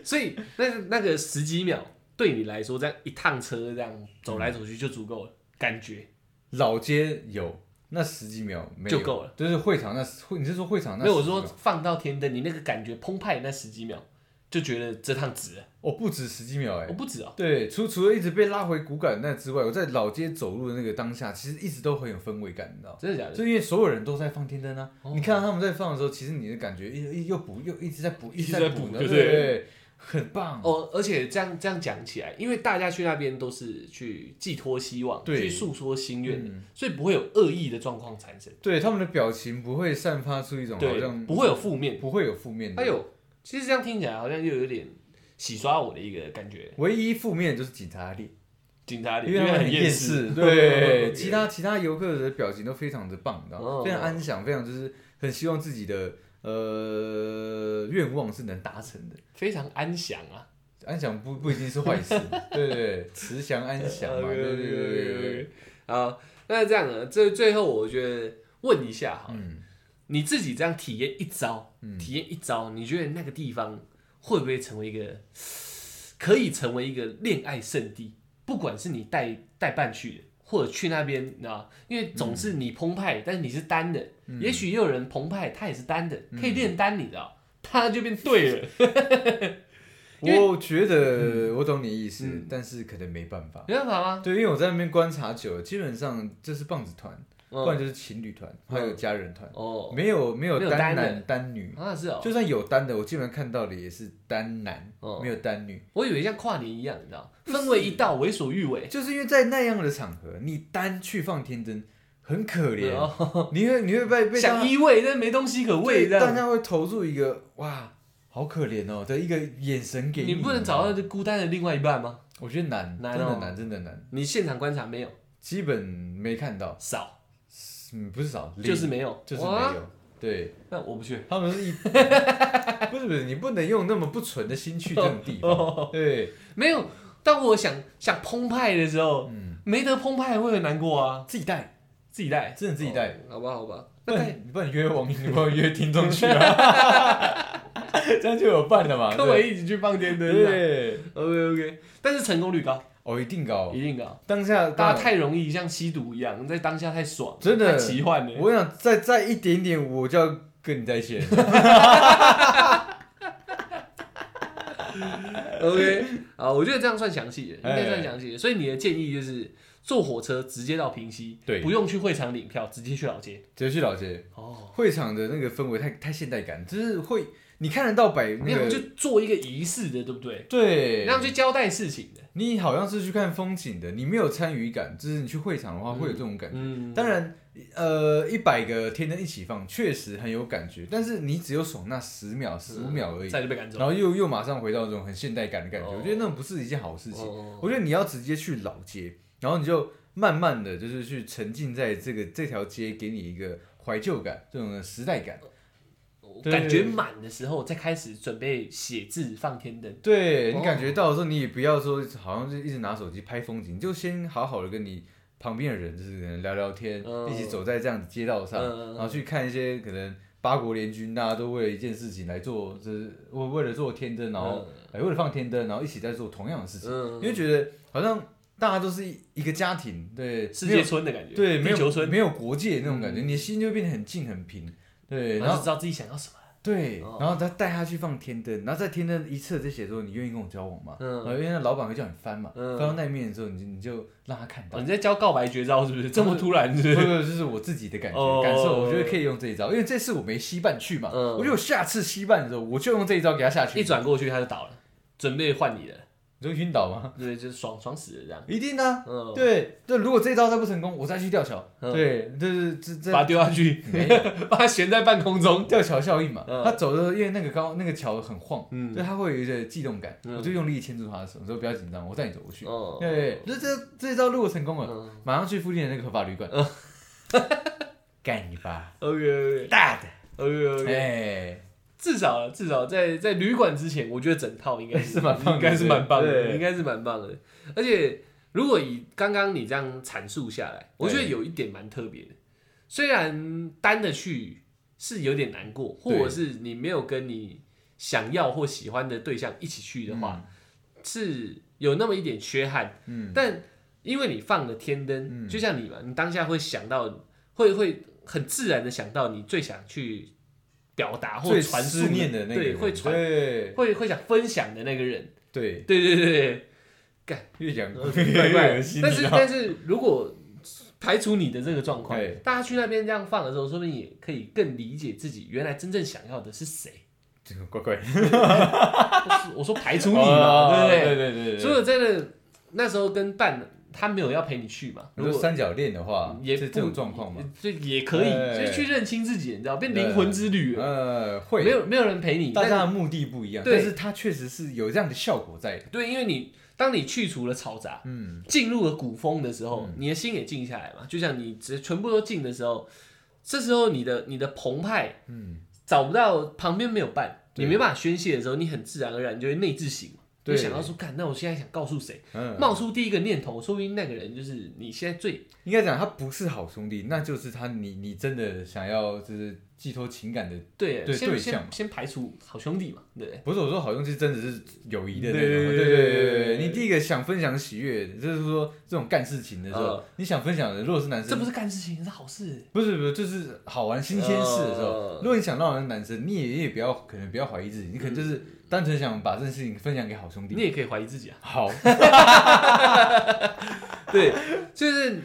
[SPEAKER 1] 所以那那个十几秒对你来说，这样一趟车这样走来走去就足够了，感觉
[SPEAKER 2] 老街有那十几秒没有
[SPEAKER 1] 就够了，
[SPEAKER 2] 就是会场那会你是说会场啊那
[SPEAKER 1] 没有我
[SPEAKER 2] 10几
[SPEAKER 1] 说
[SPEAKER 2] 秒
[SPEAKER 1] 放到天灯，你那个感觉澎湃那十几秒，就觉得这趟值了，
[SPEAKER 2] 哦不止十几秒哎
[SPEAKER 1] 我，不止哦，
[SPEAKER 2] 对，除除了一直被拉回骨感那之外，我在老街走路的那个当下，其实一直都很有氛围感，你知道吗？
[SPEAKER 1] 真的假的？
[SPEAKER 2] 就因为所有人都在放天灯啊，
[SPEAKER 1] 哦
[SPEAKER 2] 你看到他们在放的时候，其实你的感觉又又又补又一直在补，
[SPEAKER 1] 一直
[SPEAKER 2] 直
[SPEAKER 1] 在
[SPEAKER 2] 补
[SPEAKER 1] 补
[SPEAKER 2] 的，
[SPEAKER 1] 对
[SPEAKER 2] 对
[SPEAKER 1] 不对
[SPEAKER 2] 对，很棒。
[SPEAKER 1] 哦，而且这样这样讲起来，因为大家去那边都是去寄托希望，
[SPEAKER 2] 对
[SPEAKER 1] 去诉说心愿的，
[SPEAKER 2] 嗯
[SPEAKER 1] 所以不会有恶意的状况产生，
[SPEAKER 2] 对，他们的表情不会散发出一种好
[SPEAKER 1] 对
[SPEAKER 2] 像，嗯
[SPEAKER 1] 不会有负面。
[SPEAKER 2] 不会有负面的。
[SPEAKER 1] 哎呦，其实这样听起来好像又有点洗刷我的一个感觉，
[SPEAKER 2] 唯一负面的就是警察脸，
[SPEAKER 1] 警察脸
[SPEAKER 2] 因为他们
[SPEAKER 1] 很
[SPEAKER 2] 很
[SPEAKER 1] 厌
[SPEAKER 2] 厌
[SPEAKER 1] 世，
[SPEAKER 2] 世。对，
[SPEAKER 1] OK
[SPEAKER 2] 其他其他游客的表情都非常的棒，你知道
[SPEAKER 1] 哦
[SPEAKER 2] 吗？非常安详，非常就是很希望自己的呃愿望是能达成的。
[SPEAKER 1] 非常安详啊。
[SPEAKER 2] 安详不不一定是坏 事，对对对，慈祥安详嘛，
[SPEAKER 1] 呃
[SPEAKER 2] 对对对对对对。
[SPEAKER 1] 啊，那这样呢？这最后我觉得问一下哈，
[SPEAKER 2] 嗯，
[SPEAKER 1] 你自己这样体验一招，体验一招，你觉得那个地方会不会成为一个 可以成为一个恋爱圣地？不管是你带带伴去的，或者去那边，你知道吗因为总是你澎
[SPEAKER 2] 嗯
[SPEAKER 1] 湃，但是你是单的，也许也有人澎湃，他也是单的，
[SPEAKER 2] 嗯
[SPEAKER 1] 可以练单，你知道， 他就变对了。因为
[SPEAKER 2] 我觉得我懂你意思，
[SPEAKER 1] 嗯
[SPEAKER 2] 但是可能没办法。
[SPEAKER 1] 没办法吗？
[SPEAKER 2] 对，因为我在那边观察久了，基本上就是棒子团，不然
[SPEAKER 1] 嗯，
[SPEAKER 2] 就是情侣团，还有家人团，
[SPEAKER 1] 哦，
[SPEAKER 2] 没有没有
[SPEAKER 1] 没有
[SPEAKER 2] 单
[SPEAKER 1] 单的
[SPEAKER 2] 男单女，
[SPEAKER 1] 啊是哦，
[SPEAKER 2] 嗯就算有单的，我基本上看到的也是单男
[SPEAKER 1] 哦，
[SPEAKER 2] 没有单女，
[SPEAKER 1] 我以为像跨年一样，你知道，氛围一到，为所欲为。
[SPEAKER 2] 就是因为在那样的场合，你单去放天真很可怜，
[SPEAKER 1] 哦
[SPEAKER 2] 你会你会被被大
[SPEAKER 1] 想
[SPEAKER 2] 家
[SPEAKER 1] 依偎，但没东西可
[SPEAKER 2] 对
[SPEAKER 1] 喂，这
[SPEAKER 2] 大
[SPEAKER 1] 样
[SPEAKER 2] 家会投入一个哇。好可怜哦的一个眼神给
[SPEAKER 1] 你不能找到这孤单的另外一半吗？
[SPEAKER 2] 我觉得难，
[SPEAKER 1] 难
[SPEAKER 2] 真的
[SPEAKER 1] 哦
[SPEAKER 2] 难，真的难，
[SPEAKER 1] 你现场观察没有
[SPEAKER 2] 基本没看到，
[SPEAKER 1] 少，
[SPEAKER 2] 嗯，不是少，零
[SPEAKER 1] 就是没有，
[SPEAKER 2] 就是没
[SPEAKER 1] 哇。
[SPEAKER 2] 有，对，
[SPEAKER 1] 那我不去，
[SPEAKER 2] 他 们是一，不是不是，你不能用那么不纯的心去这种地
[SPEAKER 1] 哦
[SPEAKER 2] 方，对，
[SPEAKER 1] 没有。当我想想澎湃的时候，
[SPEAKER 2] 嗯，
[SPEAKER 1] 没得澎湃会很难过啊。
[SPEAKER 2] 自己带，
[SPEAKER 1] 自己带，
[SPEAKER 2] 真的自己带，
[SPEAKER 1] 哦好吧，好 吧。
[SPEAKER 2] 不
[SPEAKER 1] 那带
[SPEAKER 2] 然你不然你约网友，你不然约听众去啊， 这样就有伴了嘛，
[SPEAKER 1] 跟我
[SPEAKER 2] 对
[SPEAKER 1] 一起去放天
[SPEAKER 2] 不对
[SPEAKER 1] 灯啊。
[SPEAKER 2] 对，
[SPEAKER 1] OK OK，但是成功率高，
[SPEAKER 2] 哦，一定高
[SPEAKER 1] 一，定高。
[SPEAKER 2] 当下
[SPEAKER 1] 大家。太容易像吸毒一样，在当下太爽，
[SPEAKER 2] 真的
[SPEAKER 1] 太奇幻了。
[SPEAKER 2] 我想再再一点点，我就要跟你在一起了。
[SPEAKER 1] OK，啊，我觉得这样算详细的，应
[SPEAKER 2] 哎
[SPEAKER 1] 该算详细的。所以你的建议就是坐火车直接到平溪，
[SPEAKER 2] 对
[SPEAKER 1] 不用去会场领票，直接去老街。
[SPEAKER 2] 直接去老街，
[SPEAKER 1] 哦，
[SPEAKER 2] 会场的那个氛围太太现代感，就是会你看得到摆
[SPEAKER 1] 你
[SPEAKER 2] 那
[SPEAKER 1] 好像
[SPEAKER 2] 个
[SPEAKER 1] 就做一个仪式的，对不对？
[SPEAKER 2] 对，
[SPEAKER 1] 那样去交代事情的。
[SPEAKER 2] 你好像是去看风景的，你没有参与感，就是你去会场的话会有这种感觉。
[SPEAKER 1] 嗯，
[SPEAKER 2] 当然，呃，一百个天灯一起放，确实很有感觉，但是你只有爽那十秒、十五秒而已，
[SPEAKER 1] 再就被赶走。
[SPEAKER 2] 然后又又马上回到这种很现代感的感觉，
[SPEAKER 1] 嗯哦
[SPEAKER 2] 我觉得那种不是一件好事情。
[SPEAKER 1] 哦
[SPEAKER 2] 我觉得你要直接去老街，然后你就慢慢的就是去沉浸在这个这条街给你一个怀旧感，这种的时代感。
[SPEAKER 1] 我
[SPEAKER 2] 对
[SPEAKER 1] 感觉满的时候，再开始准备写字、放天灯。
[SPEAKER 2] 对你
[SPEAKER 1] 哦
[SPEAKER 2] 感觉到的时候，你也不要说好像是一直拿手机拍风景，你就先好好的跟你旁边的人就是可能聊聊天，
[SPEAKER 1] 嗯
[SPEAKER 2] 一起走在这样的街道上，
[SPEAKER 1] 嗯
[SPEAKER 2] 然后去看一些可能八国联军大家都为了一件事情来做，就是为为了做天灯，然后、哎为了放天灯，然后一起在做同样的事情，
[SPEAKER 1] 嗯，
[SPEAKER 2] 你会觉得好像大家都是一一个家庭，对，
[SPEAKER 1] 世
[SPEAKER 2] 没
[SPEAKER 1] 界
[SPEAKER 2] 有
[SPEAKER 1] 村的感觉，
[SPEAKER 2] 对没
[SPEAKER 1] 地球
[SPEAKER 2] 有
[SPEAKER 1] 村，嗯
[SPEAKER 2] 没有国界那种感觉，你的心就会变得很近很平，对，
[SPEAKER 1] 然
[SPEAKER 2] 然
[SPEAKER 1] 后
[SPEAKER 2] 后
[SPEAKER 1] 就知道自己想要什么。
[SPEAKER 2] 对，
[SPEAKER 1] 哦
[SPEAKER 2] 然后他带他去放天灯，然后在天灯一侧这写说你愿意跟我交往吗？
[SPEAKER 1] 嗯
[SPEAKER 2] 然后因为那老板会叫你翻嘛，
[SPEAKER 1] 嗯
[SPEAKER 2] 翻到那一面的时候，你就你就让他看到
[SPEAKER 1] 哦， 你。在教告白绝招是不
[SPEAKER 2] 嗯
[SPEAKER 1] 是？这么突然是不
[SPEAKER 2] 不
[SPEAKER 1] 是？
[SPEAKER 2] 不，就是我自己的感
[SPEAKER 1] 哦
[SPEAKER 2] 觉感受，我觉得可以用这一招，因为这次我没吸办去嘛，
[SPEAKER 1] 嗯
[SPEAKER 2] 我觉得我下次吸办的时候，我就用这一招给他下去。
[SPEAKER 1] 一转过去他就倒了，准备换你的了，
[SPEAKER 2] 你就晕倒吗？
[SPEAKER 1] 对，就是爽爽死了这样。
[SPEAKER 2] 一定的啊，
[SPEAKER 1] 嗯，
[SPEAKER 2] 对，这如果这一招再不成功，我再去吊桥。
[SPEAKER 1] 嗯
[SPEAKER 2] 对，就是这
[SPEAKER 1] 把它
[SPEAKER 2] 这
[SPEAKER 1] 丢下去，
[SPEAKER 2] 没有
[SPEAKER 1] 把它悬在半空中。
[SPEAKER 2] 吊桥效应嘛
[SPEAKER 1] 嗯，
[SPEAKER 2] 他走的时候，因为那个高那个桥很晃，
[SPEAKER 1] 嗯
[SPEAKER 2] 所以他会有一点悸动感，
[SPEAKER 1] 嗯
[SPEAKER 2] 我就用力牵住他的手，我说不要紧张，我带你走过去。
[SPEAKER 1] 哦
[SPEAKER 2] 对，这这这一招如果成功了，
[SPEAKER 1] 嗯
[SPEAKER 2] 马上去附近的那个合法旅馆， 干你吧，
[SPEAKER 1] ，OK
[SPEAKER 2] 大的，
[SPEAKER 1] OK OK，
[SPEAKER 2] 哎，
[SPEAKER 1] 至少至少在在旅馆之前，我觉得整套应该
[SPEAKER 2] 是蛮棒
[SPEAKER 1] 应
[SPEAKER 2] 的
[SPEAKER 1] 该是蛮棒的，
[SPEAKER 2] 对
[SPEAKER 1] 应该是蛮棒的。而且如果以刚刚你这样阐述下来，我觉得有一点蛮特别的，虽然单的去是有点难过，或
[SPEAKER 2] 对
[SPEAKER 1] 者是你没有跟你想要或喜欢的对象一起去的话，是有那么一点缺憾。
[SPEAKER 2] 嗯，
[SPEAKER 1] 但因为你放了天灯，就像你嘛，你当下会想到，会会很自然的想到你最想去表达或
[SPEAKER 2] 嗯最
[SPEAKER 1] 传
[SPEAKER 2] 思
[SPEAKER 1] 输
[SPEAKER 2] 念的那个
[SPEAKER 1] 对，
[SPEAKER 2] 人，
[SPEAKER 1] 会传，
[SPEAKER 2] 对
[SPEAKER 1] 会会想分享的那个人，
[SPEAKER 2] 对，
[SPEAKER 1] 对对对对，
[SPEAKER 2] 越讲
[SPEAKER 1] 怪怪
[SPEAKER 2] 越恶
[SPEAKER 1] 的
[SPEAKER 2] 心，。
[SPEAKER 1] 但
[SPEAKER 2] 你知
[SPEAKER 1] 是
[SPEAKER 2] 道
[SPEAKER 1] 但是如果排除你的这个状况
[SPEAKER 2] 对，
[SPEAKER 1] 大家去那边这样放的时候，说不定也可以更理解自己原来真正想要的是 谁。
[SPEAKER 2] 这个怪怪的，
[SPEAKER 1] 我说我说排除你
[SPEAKER 2] 哦
[SPEAKER 1] 嘛，对不对？
[SPEAKER 2] 对对对对，
[SPEAKER 1] 所以我真的那时候跟伴他没有要陪你去嘛，
[SPEAKER 2] 如
[SPEAKER 1] 如
[SPEAKER 2] 果
[SPEAKER 1] 果
[SPEAKER 2] 三角恋的话，
[SPEAKER 1] 也
[SPEAKER 2] 是
[SPEAKER 1] 不
[SPEAKER 2] 这种状况嘛，
[SPEAKER 1] 就也可以，
[SPEAKER 2] 对
[SPEAKER 1] 就去认清自己，你知道，变灵魂之旅了，
[SPEAKER 2] 呃，会
[SPEAKER 1] 没有没有人陪你，
[SPEAKER 2] 大家
[SPEAKER 1] 但
[SPEAKER 2] 的目的不一样，
[SPEAKER 1] 对
[SPEAKER 2] 但是它确实是有这样的效果在的。
[SPEAKER 1] 对，因为你当你去除了嘈杂，
[SPEAKER 2] 嗯，
[SPEAKER 1] 进入了古风的时候，你的心也静下来嘛，就像你只全部都静的时候，这时候你的你的澎湃，
[SPEAKER 2] 嗯，
[SPEAKER 1] 找不到旁边没有伴，你
[SPEAKER 2] 对
[SPEAKER 1] 没办法宣泄的时候，你很自然而然就会内自省嘛。就
[SPEAKER 2] 对
[SPEAKER 1] 想到说，干，那我现在想告诉谁？
[SPEAKER 2] 嗯，
[SPEAKER 1] 冒出第一个念头，说不定那个人就是你现在最
[SPEAKER 2] 应该讲他不是好兄弟，那就是他你你真的想要就是寄托情感的，
[SPEAKER 1] 对，
[SPEAKER 2] 对
[SPEAKER 1] 先
[SPEAKER 2] 对象嘛
[SPEAKER 1] 先先排除好兄弟嘛，对，
[SPEAKER 2] 不是我说好东西真的是友谊的那种。
[SPEAKER 1] 对对
[SPEAKER 2] 对对
[SPEAKER 1] 对
[SPEAKER 2] 对
[SPEAKER 1] 对
[SPEAKER 2] 对
[SPEAKER 1] 对
[SPEAKER 2] 你第一个想分享喜悦，就是说这种干事情的时候
[SPEAKER 1] 嗯，
[SPEAKER 2] 你想分享的，如果是男生，
[SPEAKER 1] 这不是干事情，是好事。
[SPEAKER 2] 不是不是，就是好玩新鲜事的时候
[SPEAKER 1] 嗯，
[SPEAKER 2] 如果你想让人男生，你也也不要可能不要怀疑自己，你可能就是单纯想把这件事情分享给好兄
[SPEAKER 1] 你
[SPEAKER 2] 弟。
[SPEAKER 1] 也可以怀疑自己啊，
[SPEAKER 2] 好，
[SPEAKER 1] 对，就是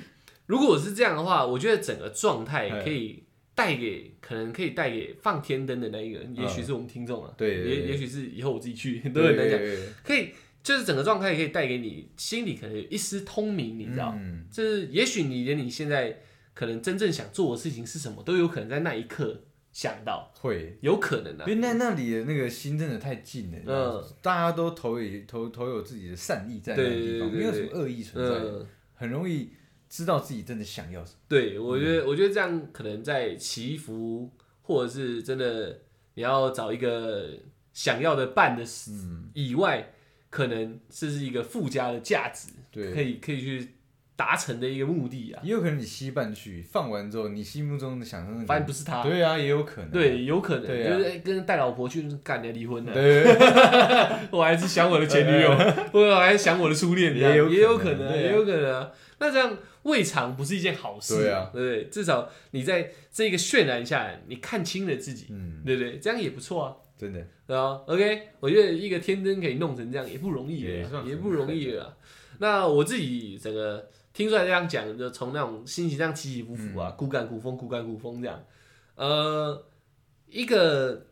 [SPEAKER 1] 如果是这样的话，我觉得整个状态
[SPEAKER 2] 哎
[SPEAKER 1] 可以带给，可能可以带给放天灯的那一个人，也许是我们听众啊，
[SPEAKER 2] 对对对
[SPEAKER 1] 也也许是以后我自己 去，都很难讲，
[SPEAKER 2] 对
[SPEAKER 1] 可以就是整个状态可以带给你心里可能有一丝通明，你知道，
[SPEAKER 2] 嗯，
[SPEAKER 1] 就是也许你连你现在可能真正想做的事情是什么，都有可能在那一刻想到，
[SPEAKER 2] 会，
[SPEAKER 1] 有可能
[SPEAKER 2] 因
[SPEAKER 1] 啊，
[SPEAKER 2] 为那那里的那个心真的太近了，
[SPEAKER 1] 嗯
[SPEAKER 2] 大家都投以投投有自己的善意在那个地
[SPEAKER 1] 对对对
[SPEAKER 2] 方，
[SPEAKER 1] 对
[SPEAKER 2] 没有什么恶意存在，
[SPEAKER 1] 嗯。
[SPEAKER 2] 很容易知道自己真的想要什么。
[SPEAKER 1] 对，我觉
[SPEAKER 2] 嗯
[SPEAKER 1] 得，我觉得这样可能在祈福，或者是真的你要找一个想要的伴的时
[SPEAKER 2] 嗯
[SPEAKER 1] 以外，可能这是一个附加的价值，
[SPEAKER 2] 对
[SPEAKER 1] 可以可以去达成的一个目的啊。
[SPEAKER 2] 也有可能你吸半去放完之后，你心目中的想象那个
[SPEAKER 1] 发现不是他，
[SPEAKER 2] 嗯对啊，也有可能。
[SPEAKER 1] 对，有可能
[SPEAKER 2] 对啊
[SPEAKER 1] 就是哎跟带老婆去就是干，人家离婚了，
[SPEAKER 2] 对。
[SPEAKER 1] 我还是想我的前 女友，我还是想我的初恋，
[SPEAKER 2] 也
[SPEAKER 1] 这样
[SPEAKER 2] 有可能
[SPEAKER 1] 也有可能啊，
[SPEAKER 2] 对啊
[SPEAKER 1] 也有可能啊。那这样未尝不是一件好事，
[SPEAKER 2] 对啊
[SPEAKER 1] 对不对？至少你在这个渲染下来，你看清了自己，
[SPEAKER 2] 嗯，
[SPEAKER 1] 对不对？这样也不错啊，
[SPEAKER 2] 真的，
[SPEAKER 1] 对啊。OK，我觉得一个天真可以弄成这样也不容易
[SPEAKER 2] 也
[SPEAKER 1] 了
[SPEAKER 2] 算
[SPEAKER 1] 啦，
[SPEAKER 2] 很
[SPEAKER 1] 也不容易了啦。那我自己整个听出来这样讲，就从那种心情上起起伏伏
[SPEAKER 2] 嗯
[SPEAKER 1] 啊，骨感骨风，骨感骨风这样。呃，一个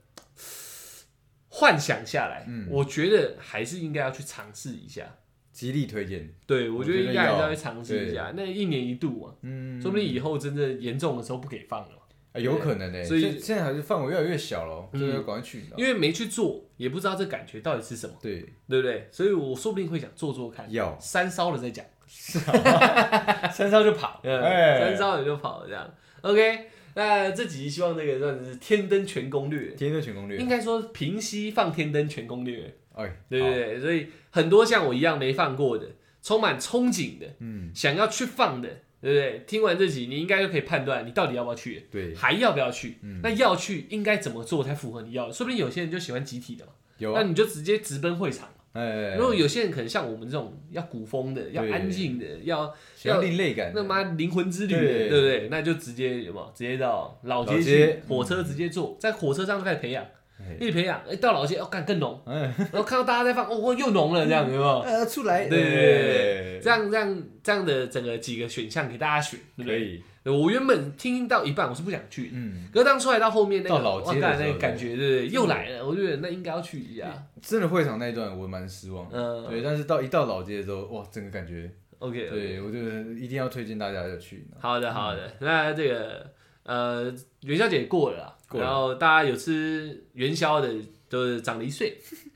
[SPEAKER 1] 幻想下来，
[SPEAKER 2] 嗯
[SPEAKER 1] 我觉得还是应该要去尝试一下。
[SPEAKER 2] 极力推荐。
[SPEAKER 1] 对，我觉
[SPEAKER 2] 我觉
[SPEAKER 1] 得
[SPEAKER 2] 得
[SPEAKER 1] 应该还是
[SPEAKER 2] 要啊
[SPEAKER 1] 要去尝试一下。那一年一度嘛，
[SPEAKER 2] 嗯，
[SPEAKER 1] 说不定以后真正严重的时候不给放了嘛，
[SPEAKER 2] 啊有可能呢。
[SPEAKER 1] 所以
[SPEAKER 2] 现现在还是范围越来越小了，
[SPEAKER 1] 嗯
[SPEAKER 2] 这个赶快去。
[SPEAKER 1] 因为没去做，也不知道这感觉到底是什么。
[SPEAKER 2] 对，
[SPEAKER 1] 对不对？所以我说不定会想做做看，
[SPEAKER 2] 要
[SPEAKER 1] 三烧了再讲，
[SPEAKER 2] 三烧就跑
[SPEAKER 1] 嗯，
[SPEAKER 2] 哎
[SPEAKER 1] 三，烧了就跑了这样。OK，那这集希望这个算是天灯全攻略，
[SPEAKER 2] 天热全攻略
[SPEAKER 1] 应。该说平息放天灯全攻略，
[SPEAKER 2] 哎，
[SPEAKER 1] 对不
[SPEAKER 2] 好，
[SPEAKER 1] 对？所以很多像我一样没放过的，充满憧憬的，
[SPEAKER 2] 嗯，
[SPEAKER 1] 想要去放的，对不对？听完这集，你应该就可以判断你到底要不要去。
[SPEAKER 2] 对，
[SPEAKER 1] 还要不要去？
[SPEAKER 2] 嗯
[SPEAKER 1] 那要去应该怎么做才符合你要的？说不定有些人就喜欢集体的嘛，
[SPEAKER 2] 有
[SPEAKER 1] 那
[SPEAKER 2] 啊，
[SPEAKER 1] 你就直接直奔会场。
[SPEAKER 2] 哎，
[SPEAKER 1] 如果有些人可能像我们这种要古风的、要
[SPEAKER 2] 对
[SPEAKER 1] 安静的、要
[SPEAKER 2] 想要另类感的，
[SPEAKER 1] 那妈灵魂之旅的，
[SPEAKER 2] 对
[SPEAKER 1] 对不对？那就直接有没有直接到老
[SPEAKER 2] 老
[SPEAKER 1] 街
[SPEAKER 2] 街
[SPEAKER 1] 去，火车直接坐，在火车上就开始培养
[SPEAKER 2] 哎，
[SPEAKER 1] 一直培养，哎，到老街哦，干更浓，
[SPEAKER 2] 哎
[SPEAKER 1] 然后看到大家在放，哦，又浓了，这样有没 有？
[SPEAKER 2] 呃出来，
[SPEAKER 1] 对对对
[SPEAKER 2] 哎
[SPEAKER 1] 这样这样这样的整个几个选项给大家选，对不
[SPEAKER 2] 可
[SPEAKER 1] 对？
[SPEAKER 2] 以，
[SPEAKER 1] 我原本听到一半我是不想去的，
[SPEAKER 2] 嗯，
[SPEAKER 1] 可是当出来到后面那
[SPEAKER 2] 到
[SPEAKER 1] 个
[SPEAKER 2] 老
[SPEAKER 1] 哇
[SPEAKER 2] 街的
[SPEAKER 1] 干
[SPEAKER 2] 时候
[SPEAKER 1] 那个感觉，对不对？又来了，我觉得那应该要去一下。
[SPEAKER 2] 真的会场那一段我蛮失望的。
[SPEAKER 1] 嗯
[SPEAKER 2] 对，但是到一到老街的时候，哇，整个感觉，
[SPEAKER 1] ，OK，
[SPEAKER 2] 对我觉得一定要推荐大家要去。
[SPEAKER 1] 好的，好的。那这个呃，元宵节过了啦，
[SPEAKER 2] 过了
[SPEAKER 1] 然后大家有吃元宵的，都是长了一岁，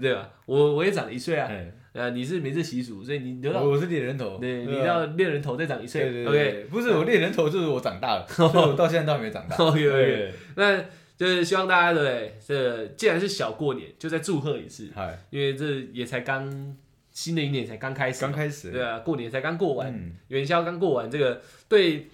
[SPEAKER 1] 对吧？我我也长了一岁啊。
[SPEAKER 2] 哎，
[SPEAKER 1] 呃，你是没这习俗，所以你留到
[SPEAKER 2] 我我是猎人头，
[SPEAKER 1] 对，
[SPEAKER 2] 哦啊
[SPEAKER 1] 你到猎人头再长一岁。
[SPEAKER 2] 对对
[SPEAKER 1] OK
[SPEAKER 2] 对，不是我猎人头，就是我长大 了，所以我到现在都还没长大。
[SPEAKER 1] OK OK，
[SPEAKER 2] 对，
[SPEAKER 1] 那就是希望大家对不对这个既然是小过年，就再祝贺一次，
[SPEAKER 2] 嗨，
[SPEAKER 1] 因为这也才刚新的一年才刚开始
[SPEAKER 2] 刚
[SPEAKER 1] 嘛，
[SPEAKER 2] 开始，
[SPEAKER 1] 对啊，过年才刚过完，
[SPEAKER 2] 嗯，
[SPEAKER 1] 元宵刚过完，这个对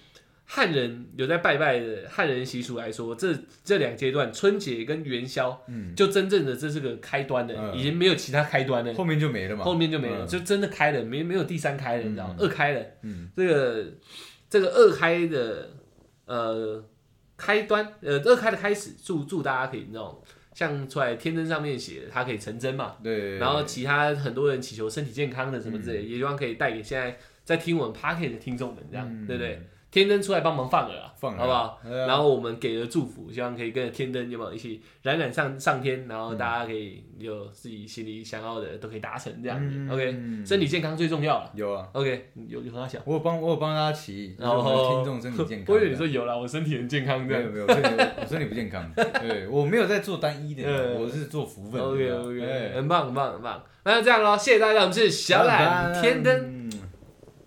[SPEAKER 1] 汉人有在拜拜的汉人习俗来说，这这两阶段春节跟元宵，
[SPEAKER 2] 嗯，
[SPEAKER 1] 就真正的这是个开端了，
[SPEAKER 2] 嗯
[SPEAKER 1] 已经没有其他开端了，
[SPEAKER 2] 后面就没了嘛，
[SPEAKER 1] 后面就没了，
[SPEAKER 2] 嗯
[SPEAKER 1] 就真的开了，没没有第三开了，
[SPEAKER 2] 嗯
[SPEAKER 1] 你知道吗？
[SPEAKER 2] 嗯
[SPEAKER 1] 二开了，
[SPEAKER 2] 嗯
[SPEAKER 1] 这个这个二开的呃开端，呃二开的开始，祝祝大家可以那种像出来天真上面写的，它可以成真嘛，
[SPEAKER 2] 对，
[SPEAKER 1] 然后其他很多人祈求身体健康的什么之类
[SPEAKER 2] 嗯
[SPEAKER 1] 的，也希望可以带给现在在听我们 p a r k e t 的听众们，这样、
[SPEAKER 2] 嗯
[SPEAKER 1] 对不对？天灯出来帮忙放了啦，
[SPEAKER 2] 放了
[SPEAKER 1] 好不好？
[SPEAKER 2] 对啊
[SPEAKER 1] 然后我们给了祝福，希望可以跟着天灯有没有一起冉冉上上天，然后大家可以有自己心里想要的都可以达成这样子。
[SPEAKER 2] 嗯
[SPEAKER 1] OK，身体健康最重要了。
[SPEAKER 2] 有啊，
[SPEAKER 1] OK，有有很小，
[SPEAKER 2] 我有帮我有帮大家起义，
[SPEAKER 1] 然后
[SPEAKER 2] 就是我们听众身体健康。
[SPEAKER 1] 哦我以为你说有啦，我身体很健康这
[SPEAKER 2] 没有
[SPEAKER 1] 样。
[SPEAKER 2] 没有，我身体我身体不健 康，对我没有在做单一的，
[SPEAKER 1] 嗯
[SPEAKER 2] 我是做福分的。
[SPEAKER 1] OK OK，
[SPEAKER 2] 哎
[SPEAKER 1] 很棒很棒很棒。那就这样咯，谢谢大家，我们是小
[SPEAKER 2] 拜
[SPEAKER 1] 懒
[SPEAKER 2] 拜
[SPEAKER 1] 天灯。